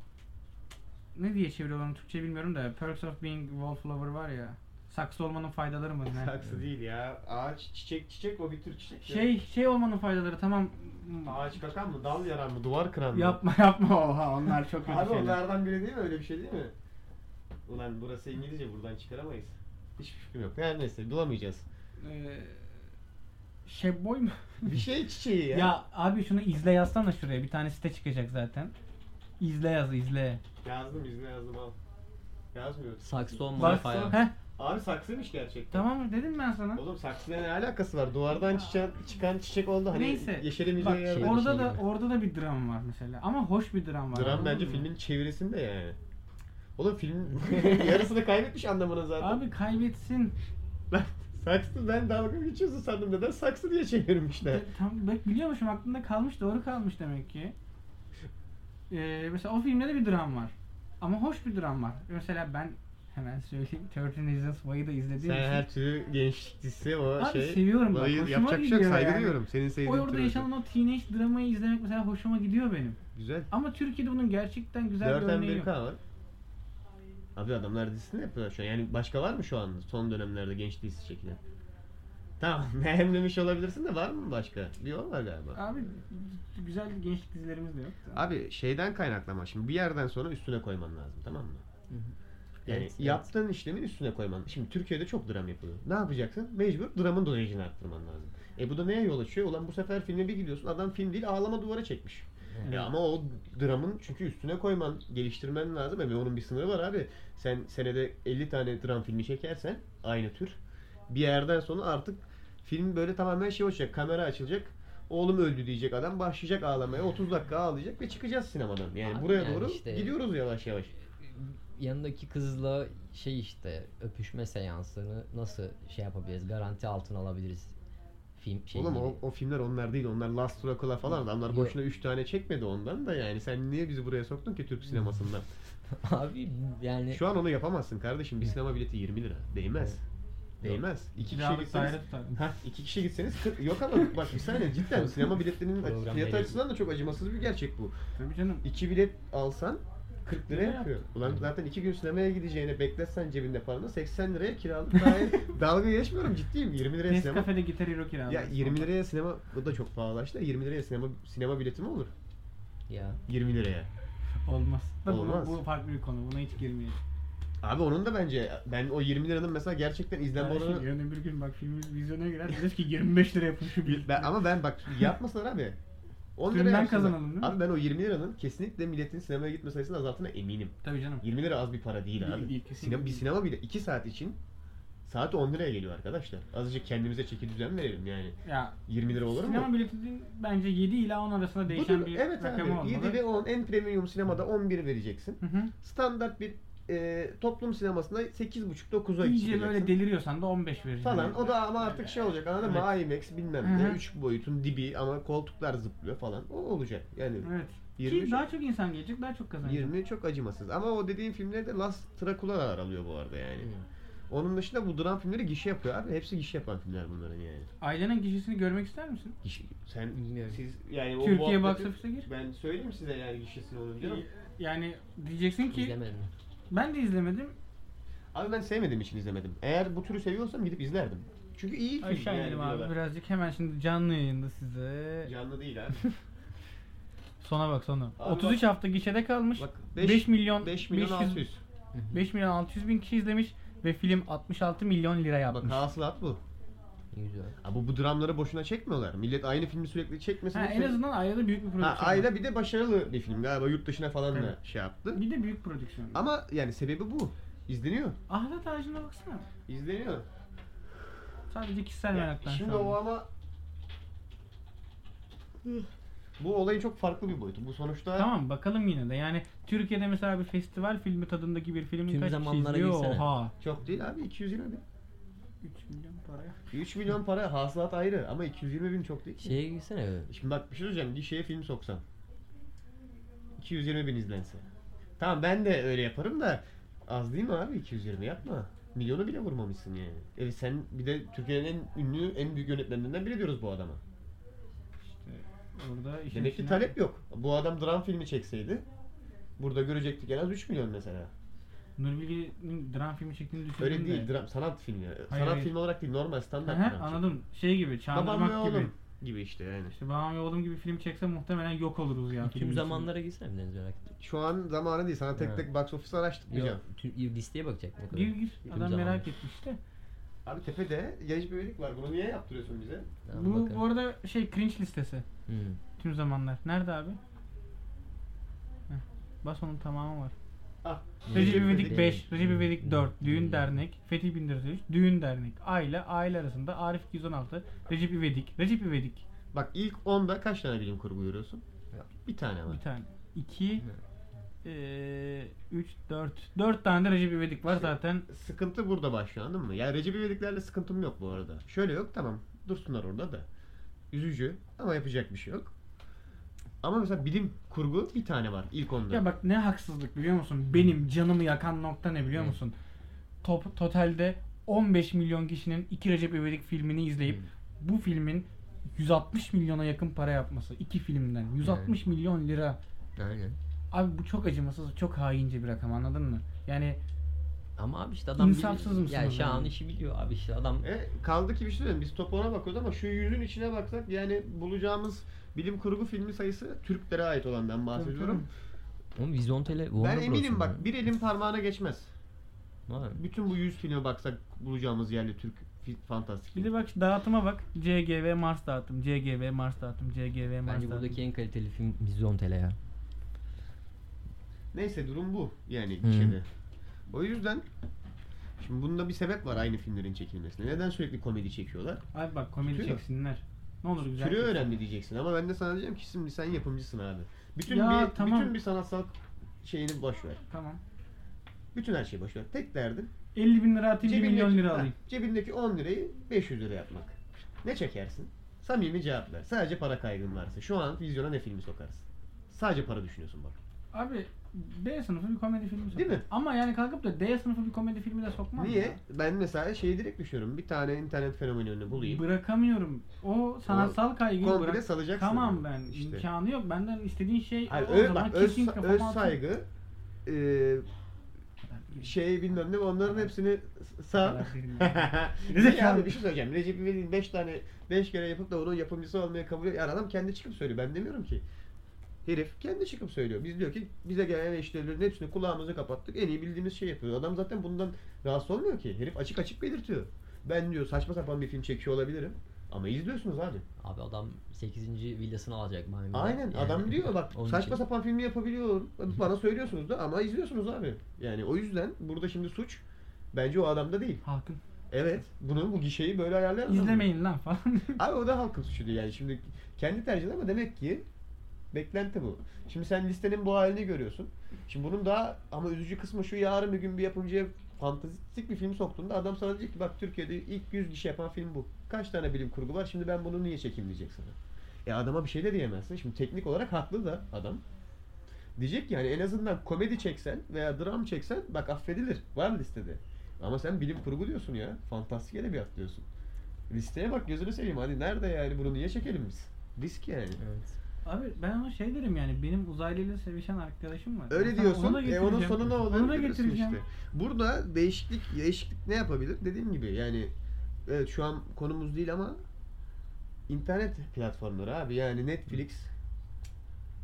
[SPEAKER 1] ne diye çeviriyorlar onu Türkçe bilmiyorum da Perks of Being Wallflower var ya. Saksı olmanın faydaları mı? Ne?
[SPEAKER 2] Saksı değil ya. Ağaç, çiçek, çiçek o bir tür çiçek. ya.
[SPEAKER 1] Şey şey olmanın faydaları tamam.
[SPEAKER 2] Ağaç kakan mı? Dal yaran mı? Duvar kıran mı?
[SPEAKER 1] Yapma yapma oha onlar çok kötü
[SPEAKER 2] Abi
[SPEAKER 1] şeyler.
[SPEAKER 2] onlardan biri değil mi? Öyle bir şey değil mi? Ulan burası İngilizce buradan çıkaramayız. Hiçbir fikrim yok. Her neyse bulamayacağız.
[SPEAKER 1] Ee, şey boy mu?
[SPEAKER 2] bir şey çiçeği ya.
[SPEAKER 1] Ya abi şunu izle yazsana şuraya. Bir tane site çıkacak zaten. İzle yaz izle.
[SPEAKER 2] Yazdım izne yazdım al. Yazmıyor.
[SPEAKER 5] saksı olmanın
[SPEAKER 1] Bak
[SPEAKER 5] fayda.
[SPEAKER 1] heh,
[SPEAKER 2] Abi saksıymış gerçekten.
[SPEAKER 1] tamam mı dedim ben sana.
[SPEAKER 2] Oğlum saksıyla ne alakası var? Duvardan çıkan, çıkan çiçek oldu. Hani
[SPEAKER 1] Neyse.
[SPEAKER 2] Yeşerimeyeceği
[SPEAKER 1] Bak
[SPEAKER 2] yer
[SPEAKER 5] şey-
[SPEAKER 2] var.
[SPEAKER 1] orada
[SPEAKER 5] şey
[SPEAKER 1] da
[SPEAKER 5] gibi.
[SPEAKER 1] orada da bir dram var mesela. Ama hoş bir dram var.
[SPEAKER 2] Dram
[SPEAKER 1] anladın
[SPEAKER 2] bence
[SPEAKER 1] mı?
[SPEAKER 2] filmin çevirisinde yani. Oğlum film yarısını kaybetmiş anlamına zaten.
[SPEAKER 1] Abi kaybetsin.
[SPEAKER 2] Ben saksı ben dalga geçiyorsun sandım. Neden saksı diye çevirmişler?
[SPEAKER 1] E, Tam bak biliyormuşum aklımda kalmış doğru kalmış demek ki. Ee, mesela o filmde de bir dram var. Ama hoş bir dram var. Mesela ben hemen söyleyeyim 13 Reasons Why'ı da izlediğim
[SPEAKER 2] Sen
[SPEAKER 1] için.
[SPEAKER 2] her türlü gençlik dizisi o
[SPEAKER 1] Abi
[SPEAKER 2] şey.
[SPEAKER 1] seviyorum bak,
[SPEAKER 2] olayı
[SPEAKER 1] hoşuma
[SPEAKER 2] yapacak bir şey yok
[SPEAKER 1] gidiyor
[SPEAKER 2] saygı
[SPEAKER 1] yani.
[SPEAKER 2] duyuyorum. Senin
[SPEAKER 1] O
[SPEAKER 2] sevdiğin
[SPEAKER 1] orada
[SPEAKER 2] türü.
[SPEAKER 1] yaşanan o teenage dramayı izlemek mesela hoşuma gidiyor benim.
[SPEAKER 2] Güzel.
[SPEAKER 1] Ama Türkiye'de bunun gerçekten güzel bir
[SPEAKER 2] Dörtten
[SPEAKER 1] örneği
[SPEAKER 2] biri
[SPEAKER 1] yok.
[SPEAKER 2] var. Abi adamlar dizisini yapıyorlar şu an. Yani başka var mı şu an son dönemlerde genç dizisi çekilen? Tamam beğenmemiş olabilirsin de var mı başka? Bir o var galiba.
[SPEAKER 1] Abi güzel gençlik dizilerimiz de yok. da.
[SPEAKER 2] Abi şeyden kaynaklama şimdi bir yerden sonra üstüne koyman lazım tamam mı?
[SPEAKER 5] Hı hı.
[SPEAKER 2] Yani
[SPEAKER 5] Evet, evet.
[SPEAKER 2] yaptığın işlemin üstüne koyman. Şimdi Türkiye'de çok dram yapılıyor. Ne yapacaksın? Mecbur dramın dozajını arttırman lazım. E bu da neye yol açıyor? Ulan bu sefer filme bir gidiyorsun adam film değil ağlama duvara çekmiş.
[SPEAKER 5] Evet.
[SPEAKER 2] Ya ama o dramın çünkü üstüne koyman, geliştirmen lazım. Ve onun bir sınırı var abi. Sen senede 50 tane dram filmi çekersen aynı tür. Bir yerden sonra artık film böyle tamamen şey olacak. Kamera açılacak. Oğlum öldü diyecek adam. Başlayacak ağlamaya. 30 dakika ağlayacak ve çıkacağız sinemadan. Yani
[SPEAKER 5] Abi
[SPEAKER 2] buraya
[SPEAKER 5] yani
[SPEAKER 2] doğru
[SPEAKER 5] işte-
[SPEAKER 2] gidiyoruz yavaş yavaş.
[SPEAKER 5] yanındaki kızla şey işte öpüşme seansını nasıl şey yapabiliriz, garanti altına alabiliriz film şey
[SPEAKER 2] Oğlum
[SPEAKER 5] gibi.
[SPEAKER 2] o, o filmler onlar değil. Onlar Last Dracula falan. Adamlar
[SPEAKER 5] Yok.
[SPEAKER 2] boşuna 3 tane çekmedi ondan da yani. Sen niye bizi buraya soktun ki Türk sinemasından?
[SPEAKER 5] Abi yani
[SPEAKER 2] Şu an onu yapamazsın kardeşim. Bir sinema bileti 20 lira. Değmez. Değmez. İki kişi
[SPEAKER 1] Kiralık
[SPEAKER 2] gitseniz,
[SPEAKER 1] daire tutar.
[SPEAKER 2] Hah, iki kişi gitseniz 40 yok ama bak bir saniye cidden sinema biletlerinin
[SPEAKER 5] Program
[SPEAKER 2] fiyatı
[SPEAKER 5] belirli.
[SPEAKER 2] açısından da çok acımasız bir gerçek bu.
[SPEAKER 1] Tabii canım.
[SPEAKER 2] İki bilet alsan 40 lira
[SPEAKER 1] Ne
[SPEAKER 2] yapıyor. Ulan zaten iki gün sinemaya gideceğine bekletsen cebinde paranı 80 liraya kiralık daire. Dalga geçmiyorum ciddiyim. 20 liraya sinema.
[SPEAKER 1] Nescafe'de gitar hero kiralarsın.
[SPEAKER 2] Ya 20 liraya sinema bu da çok pahalaştı. 20 liraya sinema sinema bileti mi olur?
[SPEAKER 5] ya
[SPEAKER 2] 20 liraya.
[SPEAKER 1] Olmaz. Tabii
[SPEAKER 2] Olmaz.
[SPEAKER 1] Bu, bu farklı bir konu. Buna hiç girmeyelim.
[SPEAKER 2] Abi onun da bence ben o 20 liranın mesela gerçekten izlenme
[SPEAKER 1] Kardeşim,
[SPEAKER 2] oranı
[SPEAKER 1] yarın öbür gün bak filmimiz vizyona girer. Deriz ki 25 lira yapın şu bir.
[SPEAKER 2] ben, ama ben bak yapmasınlar abi. 10 lira
[SPEAKER 1] Filmden
[SPEAKER 2] yapsınlar.
[SPEAKER 1] kazanalım değil mi?
[SPEAKER 2] Abi ben o 20 liranın kesinlikle milletin sinemaya gitme sayısını azalttığına eminim.
[SPEAKER 1] Tabii canım.
[SPEAKER 2] 20 lira az bir para değil
[SPEAKER 1] Değil,
[SPEAKER 2] abi.
[SPEAKER 1] değil, kesinlikle
[SPEAKER 2] Sinema, bir
[SPEAKER 1] değil.
[SPEAKER 2] sinema bile 2 saat için saat 10 liraya geliyor arkadaşlar. Azıcık kendimize çeki düzen verelim yani.
[SPEAKER 1] Ya
[SPEAKER 2] 20 lira olur mu?
[SPEAKER 1] sinema biletinin bence 7 ila 10 arasında
[SPEAKER 2] Bu
[SPEAKER 1] değişen
[SPEAKER 2] da-
[SPEAKER 1] bir
[SPEAKER 2] evet
[SPEAKER 1] rakam
[SPEAKER 2] abi.
[SPEAKER 1] olmalı.
[SPEAKER 2] 7 ve 10 en premium sinemada 11 vereceksin.
[SPEAKER 1] Hı hı.
[SPEAKER 2] standart bir e, toplum sinemasında 8.5-9'a
[SPEAKER 1] İyice
[SPEAKER 2] çıkacaksın.
[SPEAKER 1] böyle deliriyorsan da 15 verir.
[SPEAKER 2] falan. O da ama artık şey olacak anladın mı? IMAX bilmem ne.
[SPEAKER 1] Hı hı.
[SPEAKER 2] 3 boyutun dibi ama koltuklar zıplıyor falan. O olacak. Yani
[SPEAKER 1] Evet. Ki
[SPEAKER 2] 20,
[SPEAKER 1] daha çok insan gelecek, daha çok kazanacak.
[SPEAKER 2] 20 çok acımasız. Ama o dediğin filmlerde Last Dracula aralıyor bu arada yani. Onun dışında bu dram filmleri gişe yapıyor abi. Hepsi gişe yapan filmler bunların yani.
[SPEAKER 1] Ailenin kişisini görmek ister misin?
[SPEAKER 2] Gişe, sen
[SPEAKER 5] Bilmiyorum.
[SPEAKER 2] siz yani o
[SPEAKER 1] Türkiye box
[SPEAKER 2] muhabbeti-
[SPEAKER 1] office'e gir.
[SPEAKER 2] Ben söyleyeyim size yani gişesini onun diyorum.
[SPEAKER 1] Yani diyeceksin ki
[SPEAKER 5] izlemedim.
[SPEAKER 1] ben de izlemedim.
[SPEAKER 2] Abi ben sevmediğim için izlemedim. Eğer bu türü seviyorsam gidip izlerdim. Çünkü iyi film
[SPEAKER 1] Aşağı
[SPEAKER 2] yani
[SPEAKER 1] inelim abi
[SPEAKER 2] diyorlar.
[SPEAKER 1] birazcık. Hemen şimdi canlı yayında size.
[SPEAKER 2] Canlı değil abi.
[SPEAKER 1] Sona bak sona.
[SPEAKER 2] Abi
[SPEAKER 1] 33 hafta gişede kalmış.
[SPEAKER 2] Bak
[SPEAKER 1] 5, milyon
[SPEAKER 2] 5 milyon
[SPEAKER 1] 500,
[SPEAKER 2] 600.
[SPEAKER 1] 5 milyon 600 bin kişi izlemiş ve film 66 milyon lira
[SPEAKER 2] Bak
[SPEAKER 1] yapmış.
[SPEAKER 2] hasılat bu.
[SPEAKER 5] Güzel.
[SPEAKER 2] Abi bu dramları boşuna çekmiyorlar. Millet aynı filmi sürekli çekmesin.
[SPEAKER 1] ha,
[SPEAKER 2] diye
[SPEAKER 1] en
[SPEAKER 2] söyle-
[SPEAKER 1] azından ailede büyük bir prodüksiyon.
[SPEAKER 2] Ha, Ayla bir de başarılı bir film galiba yurt dışına falan da
[SPEAKER 1] Evet.
[SPEAKER 2] şey yaptı.
[SPEAKER 1] Bir de büyük prodüksiyon.
[SPEAKER 2] Ama yani sebebi bu. İzleniyor.
[SPEAKER 1] Ahlat ağacına baksana.
[SPEAKER 2] İzleniyor.
[SPEAKER 1] Sadece kişisel
[SPEAKER 2] Ya
[SPEAKER 1] meraktan
[SPEAKER 2] şimdi
[SPEAKER 1] şu
[SPEAKER 2] o
[SPEAKER 1] an.
[SPEAKER 2] ama bu olayın çok farklı bir boyutu. Bu sonuçta
[SPEAKER 1] Tamam bakalım yine de yani Türkiye'de mesela bir festival filmi tadındaki bir filmi
[SPEAKER 5] Tüm
[SPEAKER 1] kaç kişi
[SPEAKER 5] zamanlara
[SPEAKER 1] izliyor?
[SPEAKER 5] girsene.
[SPEAKER 1] Oha.
[SPEAKER 2] çok değil abi 220 bin.
[SPEAKER 1] 3 milyon paraya.
[SPEAKER 2] 3 milyon para hasılat ayrı ama 220 bin çok değil.
[SPEAKER 1] Şey-
[SPEAKER 2] ki.
[SPEAKER 5] Şeye gitsene be.
[SPEAKER 2] Şimdi bak bir şey söyleyeceğim. Gişeye film soksan. 220 bin izlense. Tamam ben de öyle yaparım da az değil mi abi 220 yapma. Milyonu bile vurmamışsın yani. Evet sen bir de Türkiye'nin en ünlü, en büyük yönetmenlerinden biri diyoruz bu adama.
[SPEAKER 1] Orada işin
[SPEAKER 2] Demek ki
[SPEAKER 1] içine-
[SPEAKER 2] talep yok. Bu adam dram filmi çekseydi burada görecektik en az 3 milyon mesela.
[SPEAKER 1] Nur Bilge'nin dram filmi çektiğini düşündüm
[SPEAKER 2] Öyle
[SPEAKER 1] de.
[SPEAKER 2] değil, dram, sanat filmi. sanat
[SPEAKER 1] hayır.
[SPEAKER 2] filmi olarak değil, normal standart
[SPEAKER 1] Aha,
[SPEAKER 2] dram.
[SPEAKER 1] anladım. Şey gibi,
[SPEAKER 2] Babam ve
[SPEAKER 1] çağındırmak gibi.
[SPEAKER 2] oğlum gibi işte yani.
[SPEAKER 1] İşte babam ve oğlum gibi film çekse muhtemelen yok oluruz ya.
[SPEAKER 5] Tüm zamanlara gitsene bir deniz merak ettim.
[SPEAKER 2] Şu an zamanı değil. Sana tek
[SPEAKER 5] Ha.
[SPEAKER 2] tek box office araştırmayacağım.
[SPEAKER 5] Yok, tüm listeye bakacaktım o kadar.
[SPEAKER 1] Gir gir.
[SPEAKER 5] Tüm
[SPEAKER 1] Adam
[SPEAKER 5] zamanlar.
[SPEAKER 1] merak etmiş de.
[SPEAKER 2] Abi tepede yarış bir üyelik var. Bunu niye yaptırıyorsun bize?
[SPEAKER 5] Tamam,
[SPEAKER 1] Bu,
[SPEAKER 5] bakarım.
[SPEAKER 1] bu arada şey cringe listesi.
[SPEAKER 5] Hmm.
[SPEAKER 1] Tüm zamanlar. Nerede abi? Heh, Bas onun tamamı var.
[SPEAKER 2] Ah.
[SPEAKER 1] Recep
[SPEAKER 2] Recep
[SPEAKER 1] İvedik
[SPEAKER 2] İvedik
[SPEAKER 1] 5, Recep İvedik 4, Düğün
[SPEAKER 5] Hmm.
[SPEAKER 1] Dernek, Fethi Bindirtiş, Düğün Dernek, Aile, Aile Arasında, Arif 216, Recep İvedik, Recep İvedik
[SPEAKER 2] Bak ilk 10'da kaç tane bilim kurgu görüyorsun? Bir tane var.
[SPEAKER 1] bir tane. 2, 3, 4. 4 tane de Recep İvedik
[SPEAKER 5] Şey,
[SPEAKER 1] var zaten.
[SPEAKER 2] Sıkıntı burada başlıyor anladın mı? Yani Recep İvediklerle sıkıntım yok bu arada. Şöyle yok tamam. Dursunlar orada da. Üzücü ama yapacak bir şey yok. Ama mesela bilim kurgu bir tane var ilk 10'da.
[SPEAKER 1] Ya bak ne haksızlık biliyor musun? Benim canımı yakan nokta ne biliyor
[SPEAKER 5] Hı.
[SPEAKER 1] musun? Top, totalde 15 milyon kişinin iki Recep İvedik filmini izleyip
[SPEAKER 5] Hı.
[SPEAKER 1] bu filmin 160 milyona yakın para yapması. iki filmden. 160 milyon lira.
[SPEAKER 5] Aynen.
[SPEAKER 1] Abi bu çok acımasız, çok haince bir rakam anladın mı? Yani
[SPEAKER 5] Ama abi işte adam
[SPEAKER 1] İnsafsız
[SPEAKER 5] biliyor.
[SPEAKER 1] mısınız
[SPEAKER 5] Ya Şahan
[SPEAKER 1] yani?
[SPEAKER 5] işi biliyor abi işte adam.
[SPEAKER 2] E, kaldı ki bir şey söyleyeyim. Biz top 10'a bakıyoruz ama şu yüzün içine baksak yani bulacağımız bilim kurgu filmi sayısı Türklere ait olandan bahsediyorum.
[SPEAKER 5] Oğlum Vizontele Warner
[SPEAKER 2] Ben
[SPEAKER 5] Bros'un
[SPEAKER 2] eminim
[SPEAKER 5] ya.
[SPEAKER 2] bak bir elin parmağına geçmez.
[SPEAKER 5] Var mı?
[SPEAKER 2] Bütün bu 100 filme baksak bulacağımız yerli Türk fi- fantastik.
[SPEAKER 1] bir de bak dağıtıma bak. CGV Mars dağıtım, CGV Mars dağıtım, CGV Mars
[SPEAKER 5] Bence
[SPEAKER 1] dağıtım.
[SPEAKER 5] buradaki en kaliteli film Vizontele ya.
[SPEAKER 2] Neyse durum bu yani
[SPEAKER 5] Hı.
[SPEAKER 2] gişede. O yüzden şimdi bunda bir sebep var aynı filmlerin çekilmesine. Neden sürekli komedi çekiyorlar?
[SPEAKER 1] Abi bak komedi
[SPEAKER 2] Tutuyor.
[SPEAKER 1] çeksinler. Ne olur güzel.
[SPEAKER 2] Türü
[SPEAKER 1] çeksinler.
[SPEAKER 2] önemli diyeceksin ama ben de sana diyeceğim ki şimdi sen yapımcısın abi. Bütün
[SPEAKER 1] Ya,
[SPEAKER 2] bir
[SPEAKER 1] tamam.
[SPEAKER 2] bütün bir sanatsal şeyini boş ver.
[SPEAKER 1] Tamam.
[SPEAKER 2] Bütün her şeyi boş ver. Tek derdin
[SPEAKER 1] 50 bin lira atayım, 1 milyon lira
[SPEAKER 2] ha,
[SPEAKER 1] alayım.
[SPEAKER 2] Cebindeki 10 lirayı 500 lira yapmak. Ne çekersin? Samimi cevap ver. Sadece para kaygın varsa. Şu an vizyona ne filmi sokarsın? Sadece para düşünüyorsun bak.
[SPEAKER 1] Abi B sınıfı bir komedi filmi sokar.
[SPEAKER 2] Değil mi?
[SPEAKER 1] Ama yani kalkıp da D sınıfı bir komedi filmi de sokmaz ya.
[SPEAKER 2] Niye? Ben mesela şeyi direkt düşünüyorum. Bir tane internet fenomenini bulayım.
[SPEAKER 1] Bırakamıyorum. O sanatsal kaygıyı
[SPEAKER 2] komple
[SPEAKER 1] bırak.
[SPEAKER 2] salacaksın
[SPEAKER 1] Tamam
[SPEAKER 2] yani.
[SPEAKER 1] ben.
[SPEAKER 2] İşte.
[SPEAKER 1] imkanı yok. Benden istediğin şey
[SPEAKER 2] Hayır,
[SPEAKER 1] o
[SPEAKER 2] ö-
[SPEAKER 1] zaman
[SPEAKER 2] bak, öz,
[SPEAKER 1] kesin kafama
[SPEAKER 2] öz
[SPEAKER 1] atın.
[SPEAKER 2] saygı eee, şey bilmem ne onların hepsini sağ
[SPEAKER 1] Ne zekalı.
[SPEAKER 2] yani bir şey söyleyeceğim. Recep İvedik'in 5 tane 5 kere yapıp da onun yapımcısı olmaya kabul ediyor. Yani adam kendi çıkıp söylüyor. Ben demiyorum ki. Herif kendi çıkıp söylüyor. Biz diyor ki bize gelen eleştirilerin hepsini kulağımızı kapattık. En iyi bildiğimiz şey yapıyoruz. Adam zaten bundan rahatsız olmuyor ki. Herif açık açık belirtiyor. Ben diyor saçma sapan bir film çekiyor olabilirim. Ama izliyorsunuz abi.
[SPEAKER 5] Abi adam 8. villasını alacak Miami'de.
[SPEAKER 2] Aynen
[SPEAKER 5] Yani
[SPEAKER 2] adam diyor bak
[SPEAKER 5] onun
[SPEAKER 2] saçma
[SPEAKER 5] için.
[SPEAKER 2] sapan filmi yapabiliyorum. Bana söylüyorsunuz da ama izliyorsunuz abi. Yani o yüzden burada şimdi suç bence o adamda değil.
[SPEAKER 1] Halkın.
[SPEAKER 2] Evet. Bunu bu gişeyi böyle ayarlayalım.
[SPEAKER 1] İzlemeyin lan falan.
[SPEAKER 2] Abi o da halkın suçuydu yani şimdi kendi tercihi ama demek ki beklenti bu. Şimdi sen listenin bu halini görüyorsun. Şimdi bunun daha ama üzücü kısmı şu yarın bir gün bir yapımcıya fantastik bir film soktuğunda adam sana diyecek ki bak Türkiye'de ilk 100 gişe yapan film bu. Kaç tane bilim kurgu var şimdi ben bunu niye çekeyim diyecek sana. E adama bir şey de diyemezsin. Şimdi teknik olarak haklı da adam. Diyecek ki yani en azından komedi çeksen veya dram çeksen bak affedilir. Var listede. Ama sen bilim kurgu diyorsun ya. Fantastik edebiyat diyorsun. Listeye bak gözünü seveyim. Hadi nerede yani bunu niye çekelim biz? Risk yani.
[SPEAKER 5] Evet.
[SPEAKER 1] Abi ben ona şey derim yani benim uzaylıyla sevişen arkadaşım var.
[SPEAKER 2] Öyle
[SPEAKER 1] Ben sana
[SPEAKER 2] diyorsun.
[SPEAKER 1] onu da
[SPEAKER 2] e
[SPEAKER 1] getireceğim.
[SPEAKER 2] onun sonu ne olur?
[SPEAKER 1] Onu da
[SPEAKER 2] görürsün
[SPEAKER 1] getireceğim.
[SPEAKER 2] Işte. Burada değişiklik değişiklik ne yapabilir? Dediğim gibi yani evet şu an konumuz değil ama internet platformları abi yani Netflix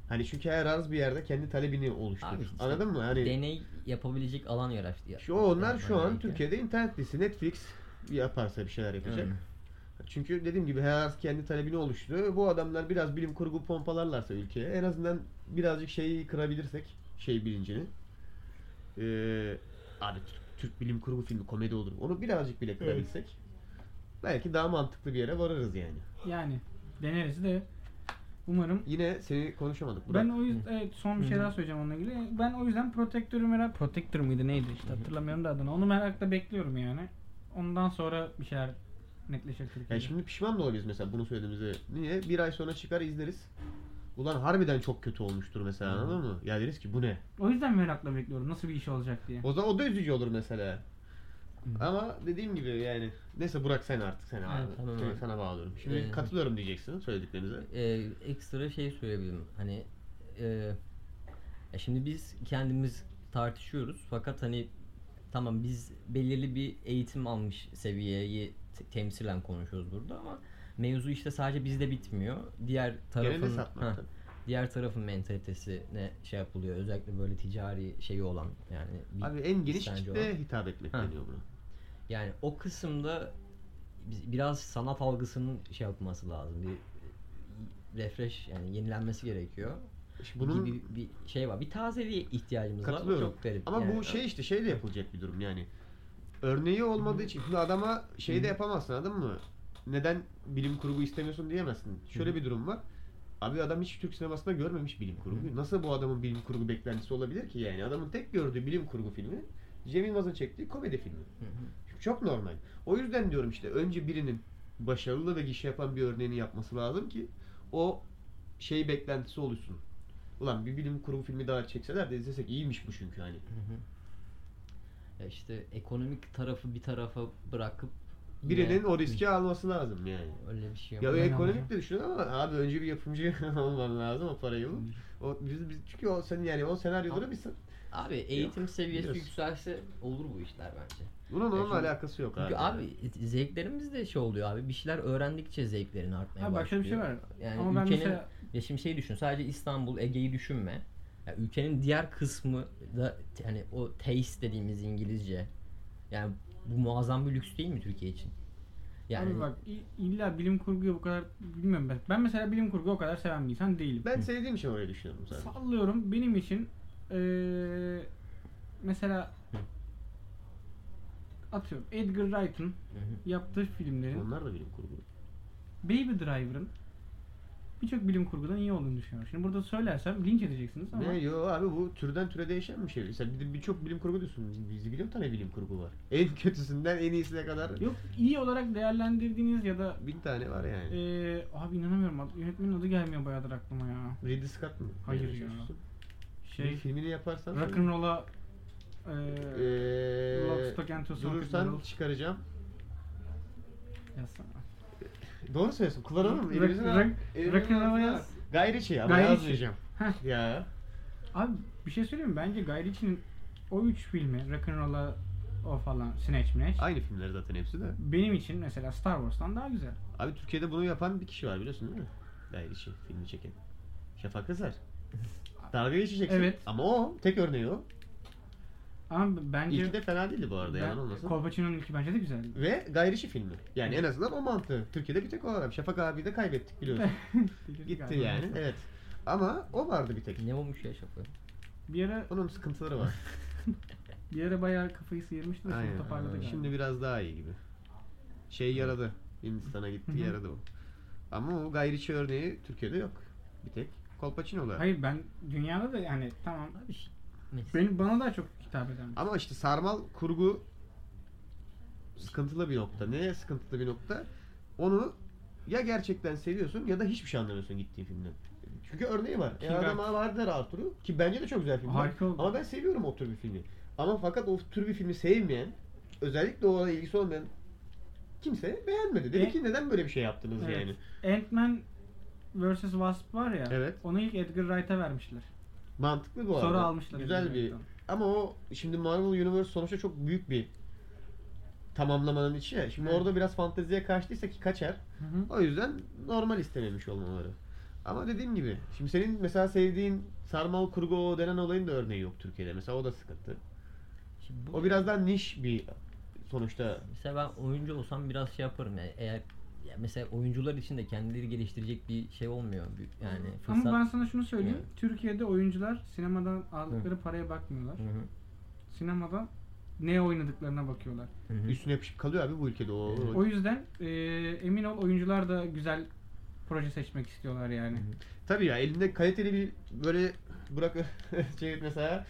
[SPEAKER 2] hani çünkü her az bir yerde kendi talebini oluşturur.
[SPEAKER 5] Abi işte
[SPEAKER 2] Anladın mı? Hani
[SPEAKER 5] Deney yapabilecek alan yarattı.
[SPEAKER 2] Şu onlar şu an
[SPEAKER 5] Yaratmak
[SPEAKER 2] Türkiye'de internet listesi. Netflix yaparsa bir şeyler yapacak.
[SPEAKER 5] Aynen.
[SPEAKER 2] Çünkü dediğim gibi herkes kendi talebini oluştu. Bu adamlar biraz bilim kurgu pompalarlarsa ülkeye en azından birazcık şeyi kırabilirsek şey bilincini. Ee, abi Türk, Türk bilim kurgu filmi komedi olur. Onu birazcek bile kırabilsek belki daha mantıklı bir yere varırız yani.
[SPEAKER 1] Yani deneriz de umarım
[SPEAKER 2] Yine seni konuşamadık. Burak.
[SPEAKER 1] Ben o yüzden evet, son bir şey daha söyleyeceğim onunla ilgili. Ben o yüzden protektörü merak protektör müydü neydi işte hatırlamıyorum da adını. Onu merakla bekliyorum yani. Ondan sonra bir şeyler netleşecek Türkiye'de.
[SPEAKER 2] Yani şimdi pişman da olabiliriz mesela bunu söylediğimizde. Niye? Bir ay sonra çıkar izleriz. Ulan harbiden çok kötü olmuştur mesela
[SPEAKER 5] Hmm.
[SPEAKER 2] anladın mı? Ya deriz ki bu ne?
[SPEAKER 1] O yüzden merakla bekliyorum nasıl bir iş olacak diye.
[SPEAKER 2] O zaman o da üzücü olur mesela.
[SPEAKER 5] Hmm.
[SPEAKER 2] Ama dediğim gibi yani neyse Burak sen artık sen abi.
[SPEAKER 5] tamam
[SPEAKER 2] Seni
[SPEAKER 5] abi.
[SPEAKER 2] sana bağlıyorum. Şimdi
[SPEAKER 5] Ee,
[SPEAKER 2] katılıyorum diyeceksin söylediklerinize.
[SPEAKER 5] Ee, ekstra şey söyleyebilirim. Hani e, ya şimdi biz kendimiz tartışıyoruz fakat hani tamam biz belirli bir eğitim almış seviyeyi te- temsilen konuşuyoruz burada ama mevzu işte sadece bizde bitmiyor. Diğer
[SPEAKER 2] Genelde
[SPEAKER 5] tarafın
[SPEAKER 2] satmak
[SPEAKER 5] Heh,
[SPEAKER 2] tabii.
[SPEAKER 5] diğer tarafın mentalitesine şey yapılıyor. Özellikle böyle ticari şeyi olan yani bir
[SPEAKER 2] Abi en geniş
[SPEAKER 5] istenci
[SPEAKER 2] kitleye
[SPEAKER 5] olan.
[SPEAKER 2] hitap etmek
[SPEAKER 5] Ha.
[SPEAKER 2] deniyor buna.
[SPEAKER 5] Yani o kısımda biz- biraz sanat algısının şey yapılması lazım. Bir e, refresh yani yenilenmesi gerekiyor.
[SPEAKER 2] İşte
[SPEAKER 5] Bunun
[SPEAKER 2] bunun
[SPEAKER 5] gibi bir şey var. Bir tazeliğe ihtiyacımız var. O
[SPEAKER 2] Katılıyorum.
[SPEAKER 5] Çok garip.
[SPEAKER 2] Ama
[SPEAKER 5] Yani-
[SPEAKER 2] bu şey işte şey de yapılacak bir durum yani. Örneği olmadığı için şimdi adama şey de yapamazsın anladın mı? Neden bilim kurgu istemiyorsun diyemezsin. Şöyle bir durum var. Abi adam hiç Türk sinemasında görmemiş bilim kurguyu. Nasıl bu adamın bilim kurgu beklentisi olabilir ki yani? Adamın tek gördüğü bilim kurgu filmi Cem Yılmaz'ın çektiği komedi filmi. Şimdi Çok normal. O yüzden diyorum işte önce birinin başarılı ve gişe yapan bir örneğini yapması lazım ki o şey beklentisi oluşsun. Ulan bir bilim kurgu filmi daha çekseler de izlesek iyiymiş bu çünkü hani.
[SPEAKER 5] Ya işte ekonomik tarafı bir tarafa bırakıp yine-
[SPEAKER 2] Birinin o riski alması lazım yani.
[SPEAKER 5] öyle bir şey
[SPEAKER 2] Ya
[SPEAKER 5] yok.
[SPEAKER 2] ekonomik de düşün ama abi önce bir yapımcı olman lazım o parayı bulup. O biz, biz çünkü o sen yani o senaryoları biz
[SPEAKER 5] Abi eğitim seviyesi
[SPEAKER 2] biliyorsun.
[SPEAKER 5] yükselse olur bu işler bence.
[SPEAKER 2] bunun onunla
[SPEAKER 5] şimdi-
[SPEAKER 2] alakası yok abi.
[SPEAKER 5] Çünkü abi e, zevklerimiz de şey oluyor abi. Bir şeyler öğrendikçe zevklerin artmaya
[SPEAKER 1] Abi bak şöyle
[SPEAKER 5] başlıyor.
[SPEAKER 1] bir şey var.
[SPEAKER 5] Yani
[SPEAKER 1] Ama ben
[SPEAKER 5] ülkenin
[SPEAKER 1] mesela-
[SPEAKER 5] ya şimdi şey düşün. Sadece İstanbul, Ege'yi düşünme. Ya ülkenin diğer kısmı da yani o taste dediğimiz İngilizce. Yani bu muazzam bir lüks değil mi Türkiye için? Yani
[SPEAKER 1] Abi bak i- illa bilim kurguya bu kadar bilmiyorum ben. Ben mesela bilim kurgu o kadar seven bir insan değilim.
[SPEAKER 2] Ben sevdiğim için oraya düşünüyorum zaten.
[SPEAKER 1] Sallıyorum benim için eee mesela atıyorum Edgar Wright'ın yaptığı filmlerin
[SPEAKER 2] Onlar da bilim kurgu.
[SPEAKER 1] Baby Driver'ın birçok bilim kurgudan iyi olduğunu düşünüyorum. Şimdi burada söylersem linç edeceksiniz ama
[SPEAKER 2] Ne yo abi bu türden türe değişen bir şey. Sen bir de birçok bilim kurgu diyorsun. Bizde milyon tane bilim kurgu var. En kötüsünden en iyisine kadar
[SPEAKER 1] yok iyi olarak değerlendirdiğiniz ya da
[SPEAKER 2] bin tane var yani.
[SPEAKER 1] eee abi inanamıyorum ad- yönetmenin adı gelmiyor bayağıdır aklıma ya.
[SPEAKER 2] Ridley Scott mı?
[SPEAKER 1] Hayır
[SPEAKER 2] Yani
[SPEAKER 1] ya.
[SPEAKER 2] şaşırsın. Bir
[SPEAKER 1] Şey
[SPEAKER 2] filmini yaparsan
[SPEAKER 1] rock'n'roll'a e,
[SPEAKER 2] Ee,
[SPEAKER 1] eee Lockstock and two Smoking
[SPEAKER 2] durursan
[SPEAKER 1] Barrels.
[SPEAKER 2] çıkaracağım.
[SPEAKER 1] yazsana.
[SPEAKER 2] Doğru söylüyorsun. Kullanalım.
[SPEAKER 1] Rock-
[SPEAKER 2] Elimizin
[SPEAKER 1] rock-
[SPEAKER 2] al- elimizin
[SPEAKER 1] rock'n'roll'a
[SPEAKER 2] altına
[SPEAKER 1] yaz.
[SPEAKER 2] al. Gayri şey ama
[SPEAKER 1] Guy Ritchie.
[SPEAKER 2] yazmayacağım.
[SPEAKER 1] Heh.
[SPEAKER 2] ya.
[SPEAKER 1] Abi bir şey söyleyeyim mi? Bence Guy Ritchie'nin o üç filmi Rock'n'Roll'a o falan Snatch Mnatch
[SPEAKER 2] Aynı filmler zaten hepsi de.
[SPEAKER 1] benim için mesela Star Wars'tan daha güzel.
[SPEAKER 2] Abi Türkiye'de bunu yapan bir kişi var biliyorsun değil mi? Gayri şey filmi çeken. Şafak Özer. Dalga geçeceksin.
[SPEAKER 1] Evet.
[SPEAKER 2] Ama o tek örneği o.
[SPEAKER 1] Ama b- bence
[SPEAKER 2] İlki de fena değildi bu arada
[SPEAKER 1] ben-
[SPEAKER 2] yalan olmasın.
[SPEAKER 1] Kolpaçino'nun ilki bence de güzeldi.
[SPEAKER 2] Ve gayri şey filmi. Yani en azından o mantığı. Türkiye'de bir tek o adam. Şafak abi de kaybettik biliyorsun. Gitti
[SPEAKER 1] Galiba.
[SPEAKER 2] yani. Evet. Ama o vardı bir tek.
[SPEAKER 5] Ne olmuş ya şapka?
[SPEAKER 1] Bir ara
[SPEAKER 2] Onun sıkıntıları var.
[SPEAKER 1] bir ara bayağı kafayı sıyırmıştı da sonra
[SPEAKER 2] Aynen.
[SPEAKER 1] toparladı galiba.
[SPEAKER 2] Şimdi biraz daha iyi gibi. Şey yaradı. Hindistan'a gitti
[SPEAKER 1] Hı hı.
[SPEAKER 2] yaradı o. Ama o gayri şey örneği Türkiye'de yok. Bir tek Kolpaçino'lar.
[SPEAKER 1] Hayır ben dünyada da yani tamam
[SPEAKER 5] Abi şey. Mesela.
[SPEAKER 1] benim bana daha çok hitap eden.
[SPEAKER 2] Ama işte sarmal kurgu sıkıntılı bir nokta. Neye sıkıntılı bir nokta? Onu ya gerçekten seviyorsun ya da hiçbir şey anlamıyorsun gittiğin filmden. Çünkü örneği var. E
[SPEAKER 1] King
[SPEAKER 2] adam
[SPEAKER 1] Arthur.
[SPEAKER 2] vardı Arthur'u ki bence de çok güzel film.
[SPEAKER 1] Harika oldu.
[SPEAKER 2] Ama ben seviyorum o tür bir filmi. Ama fakat o tür bir filmi sevmeyen, özellikle o alana ilgisi olmayan kimse beğenmedi. Dedi
[SPEAKER 1] E-
[SPEAKER 2] ki neden böyle bir şey yaptınız
[SPEAKER 1] Evet.
[SPEAKER 2] yani?
[SPEAKER 1] Ant-Man vs. Wasp var ya.
[SPEAKER 2] Evet.
[SPEAKER 1] Onu ilk Edgar Wright'a vermişler.
[SPEAKER 2] Mantıklı bu arada.
[SPEAKER 1] Sonra almışlar
[SPEAKER 2] Güzel
[SPEAKER 1] Edgar
[SPEAKER 2] bir
[SPEAKER 1] Wright'tan.
[SPEAKER 2] Ama o şimdi Marvel Universe sonuçta çok büyük bir tamamlamanın içi ya. Şimdi
[SPEAKER 1] Evet.
[SPEAKER 2] orada biraz fanteziye kaçtıysa ki kaçar.
[SPEAKER 1] Hı hı.
[SPEAKER 2] O yüzden normal istememiş olmaları. Ama dediğim gibi şimdi senin mesela sevdiğin sarmal kurgu o denen olayın da örneği yok Türkiye'de. Mesela o da sıkıntı.
[SPEAKER 5] Şimdi bu-
[SPEAKER 2] O biraz daha niş bir sonuçta.
[SPEAKER 5] Mesela ben oyuncu olsam biraz şey yaparım yani eğer ya mesela oyuncular için de kendileri geliştirecek bir şey olmuyor bir- yani fırsat.
[SPEAKER 1] Ama ben sana şunu söyleyeyim.
[SPEAKER 5] Evet.
[SPEAKER 1] Türkiye'de oyuncular sinemadan aldıkları paraya bakmıyorlar.
[SPEAKER 5] Hı hı,
[SPEAKER 1] Sinemada ne oynadıklarına bakıyorlar.
[SPEAKER 5] hı hı.
[SPEAKER 2] Üstüne yapışık kalıyor abi bu ülkede o.
[SPEAKER 1] O yüzden eee, emin ol oyuncular da güzel proje seçmek istiyorlar yani.
[SPEAKER 2] Tabii ya elinde kaliteli bir böyle bırak şey mesela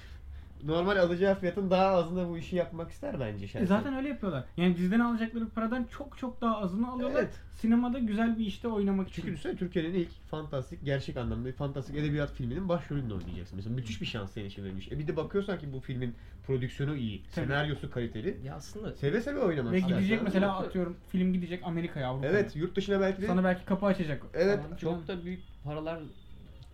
[SPEAKER 2] normal alacağı fiyatın daha azında bu işi yapmak ister bence şahsen.
[SPEAKER 1] E zaten öyle yapıyorlar. Yani diziden alacakları paradan çok çok daha azını alıyorlar.
[SPEAKER 2] Evet.
[SPEAKER 1] Sinemada güzel bir işte oynamak için.
[SPEAKER 2] Çünkü düşünsene Türkiye'nin ilk fantastik, gerçek anlamda bir fantastik edebiyat filminin başrolünde oynayacaksın. Mesela müthiş bir şans senin için verilmiş. E bir de bakıyorsan ki bu filmin prodüksiyonu iyi, senaryosu kaliteli.
[SPEAKER 5] Ya aslında
[SPEAKER 2] Seve seve oynamak
[SPEAKER 1] Ve
[SPEAKER 2] istersin.
[SPEAKER 1] gidecek mesela atıyorum film gidecek Amerika'ya Avrupa'ya.
[SPEAKER 2] Evet, yurt dışına belki de...
[SPEAKER 1] Sana belki kapı açacak.
[SPEAKER 2] Evet,
[SPEAKER 1] falan filan.
[SPEAKER 5] çok da büyük paralar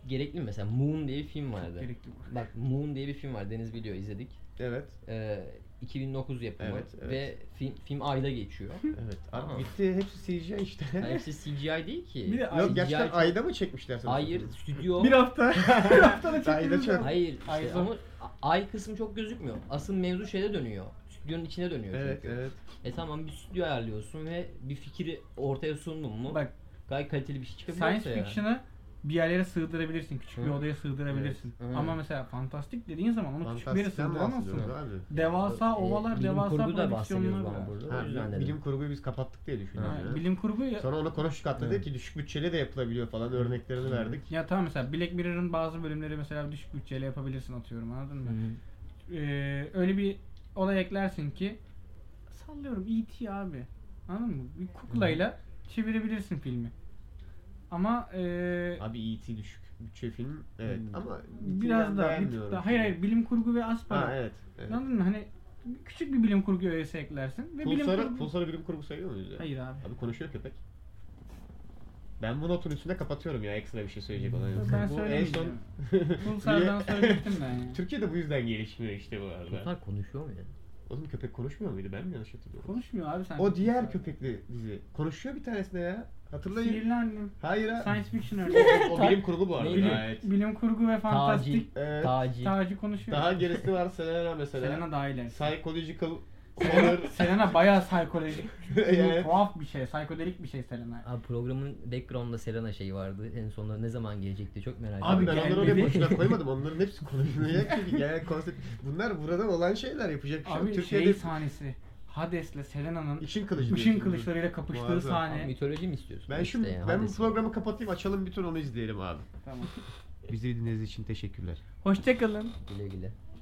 [SPEAKER 5] gerekli mi? mesela Moon diye bir film vardı.
[SPEAKER 1] gerekli bu.
[SPEAKER 5] Bak Moon diye bir film var Deniz biliyor izledik.
[SPEAKER 2] Evet,
[SPEAKER 5] Ee, 2009 yapımı
[SPEAKER 2] Evet, evet.
[SPEAKER 5] ve film, film ayda geçiyor.
[SPEAKER 2] evet.
[SPEAKER 5] Aa.
[SPEAKER 2] Abi bitti, hepsi CGI işte.
[SPEAKER 5] Yani hepsi CGI değil ki.
[SPEAKER 1] Bir de ay-
[SPEAKER 2] Yok,
[SPEAKER 5] CGI
[SPEAKER 2] gerçekten
[SPEAKER 5] çok-
[SPEAKER 2] ayda mı çekmişler sana?
[SPEAKER 5] Hayır stüdyo.
[SPEAKER 1] Bir hafta. bir haftada
[SPEAKER 2] Daha iyi de
[SPEAKER 1] çektiğimiz
[SPEAKER 2] çok.
[SPEAKER 1] zaman.
[SPEAKER 5] Hayır işte
[SPEAKER 1] Ay-
[SPEAKER 5] ama ay kısmı çok gözükmüyor. Asıl mevzu şeyde dönüyor. Stüdyonun içine dönüyor
[SPEAKER 2] Evet,
[SPEAKER 5] çünkü.
[SPEAKER 2] evet.
[SPEAKER 5] E tamam bir stüdyo ayarlıyorsun ve bir fikri ortaya sundun mu?
[SPEAKER 1] Bak
[SPEAKER 5] Gayet kaliteli bir şey çıkabiliyor
[SPEAKER 1] science fiction'ı bir yerlere sığdırabilirsin. Küçük bir
[SPEAKER 5] Hı.
[SPEAKER 1] odaya sığdırabilirsin.
[SPEAKER 5] Evet. Hı.
[SPEAKER 1] Ama mesela fantastik dediğin zaman onu küçük bir yere
[SPEAKER 2] Fantastikten bahsediyoruz
[SPEAKER 1] sığdıramazsın.
[SPEAKER 2] abi.
[SPEAKER 1] Devasa ovalar, devasa
[SPEAKER 5] kurgu da E, bahsediyoruz
[SPEAKER 1] prodüksiyonlar
[SPEAKER 5] ben
[SPEAKER 1] var.
[SPEAKER 5] burada.
[SPEAKER 2] Ha,
[SPEAKER 5] o yüzden dedim.
[SPEAKER 2] bilim kurguyu biz kapattık diye
[SPEAKER 1] Ha,
[SPEAKER 2] düşünüyorum. ya.
[SPEAKER 1] bilim kurgu ya.
[SPEAKER 2] Sonra ona konuştuk hatta
[SPEAKER 5] Evet.
[SPEAKER 2] dedi ki düşük bütçeli de yapılabiliyor falan örneklerini verdik.
[SPEAKER 1] Ya tamam mesela Black Mirror'ın bazı bölümleri mesela düşük bütçeyle yapabilirsin atıyorum anladın mı?
[SPEAKER 5] Hı.
[SPEAKER 1] Ee, öyle bir olay eklersin ki sallıyorum E.T. abi. Anladın mı? Bir kuklayla çevirebilirsin filmi. Ama ee,
[SPEAKER 2] Abi E.T. düşük bütçe film. Evet
[SPEAKER 5] Hmm.
[SPEAKER 2] ama
[SPEAKER 1] biraz
[SPEAKER 2] E ben
[SPEAKER 1] daha, bir
[SPEAKER 2] beğenmiyorum.
[SPEAKER 1] tık daha hayır hayır bilim kurgu ve az para.
[SPEAKER 2] Ha evet. evet.
[SPEAKER 1] Anladın mı? Hani küçük bir bilim kurgu öğesi eklersin ve bilim
[SPEAKER 2] Pulsar'ı
[SPEAKER 1] kurgu...
[SPEAKER 2] Pulsar'ı bilim kurgu sayıyor muyuz ya?
[SPEAKER 1] Hayır abi.
[SPEAKER 2] Abi konuşuyor köpek. Ben bu notun üstünde kapatıyorum ya ekstra bir şey söyleyecek olan yok.
[SPEAKER 1] Ben
[SPEAKER 2] Bu en son
[SPEAKER 1] söylemeyeceğim. Pulsar'dan
[SPEAKER 2] Niye?
[SPEAKER 1] söylemiştim ben ya.
[SPEAKER 2] Türkiye'de bu yüzden gelişmiyor işte bu arada.
[SPEAKER 5] Bunlar konuşuyor mu ya?
[SPEAKER 2] Oğlum köpek konuşmuyor muydu? Ben mi yanlış hatırlıyorum?
[SPEAKER 1] Konuşmuyor abi sen.
[SPEAKER 2] O diğer köpekli dizi. Konuşuyor bir tanesine ya. Hatırlayın.
[SPEAKER 1] Sihirli annem.
[SPEAKER 2] Hayır ha.
[SPEAKER 1] Science fiction öyle.
[SPEAKER 2] O bilim kurgu bu arada
[SPEAKER 5] Bilim-
[SPEAKER 2] gayet.
[SPEAKER 1] bilim kurgu ve fantastik
[SPEAKER 2] Evet.
[SPEAKER 5] Taci.
[SPEAKER 1] tacı konuşuyor.
[SPEAKER 2] Daha gerisi var Selena mesela.
[SPEAKER 1] Selena daha ileri.
[SPEAKER 2] Psychological horror.
[SPEAKER 1] Selena bayağı psikolojik.
[SPEAKER 2] Evet.
[SPEAKER 1] Tuhaf bir şey, psikodelik bir şey Selena.
[SPEAKER 5] Abi programın background'da Selena şeyi vardı. En sonunda ne zaman gelecek diye çok merak ettim.
[SPEAKER 2] Abi
[SPEAKER 1] Abi
[SPEAKER 2] ben
[SPEAKER 1] gelmedi.
[SPEAKER 2] onları oraya boşuna koymadım. Onların hepsi konuşulacak çünkü genel konsept. Bunlar buradan olan şeyler yapacak bir şey. yok.
[SPEAKER 1] Abi
[SPEAKER 2] Türkiye'de
[SPEAKER 1] şey sahnesi. Hades'le Selena'nın
[SPEAKER 2] Işın kılıcı
[SPEAKER 1] ışın
[SPEAKER 2] diyorsun, değil mi?
[SPEAKER 1] kılıçlarıyla kapıştığı
[SPEAKER 2] Muazzam.
[SPEAKER 5] Ama
[SPEAKER 1] sahne.
[SPEAKER 5] mitoloji mi istiyorsun?
[SPEAKER 2] Ben şu
[SPEAKER 5] İşte ya,
[SPEAKER 2] ben bu
[SPEAKER 5] Hades'in.
[SPEAKER 2] programı kapatayım açalım bir tur onu izleyelim abi.
[SPEAKER 1] Tamam.
[SPEAKER 2] Bizi dinlediğiniz için teşekkürler.
[SPEAKER 1] Hoşçakalın.
[SPEAKER 5] Güle güle.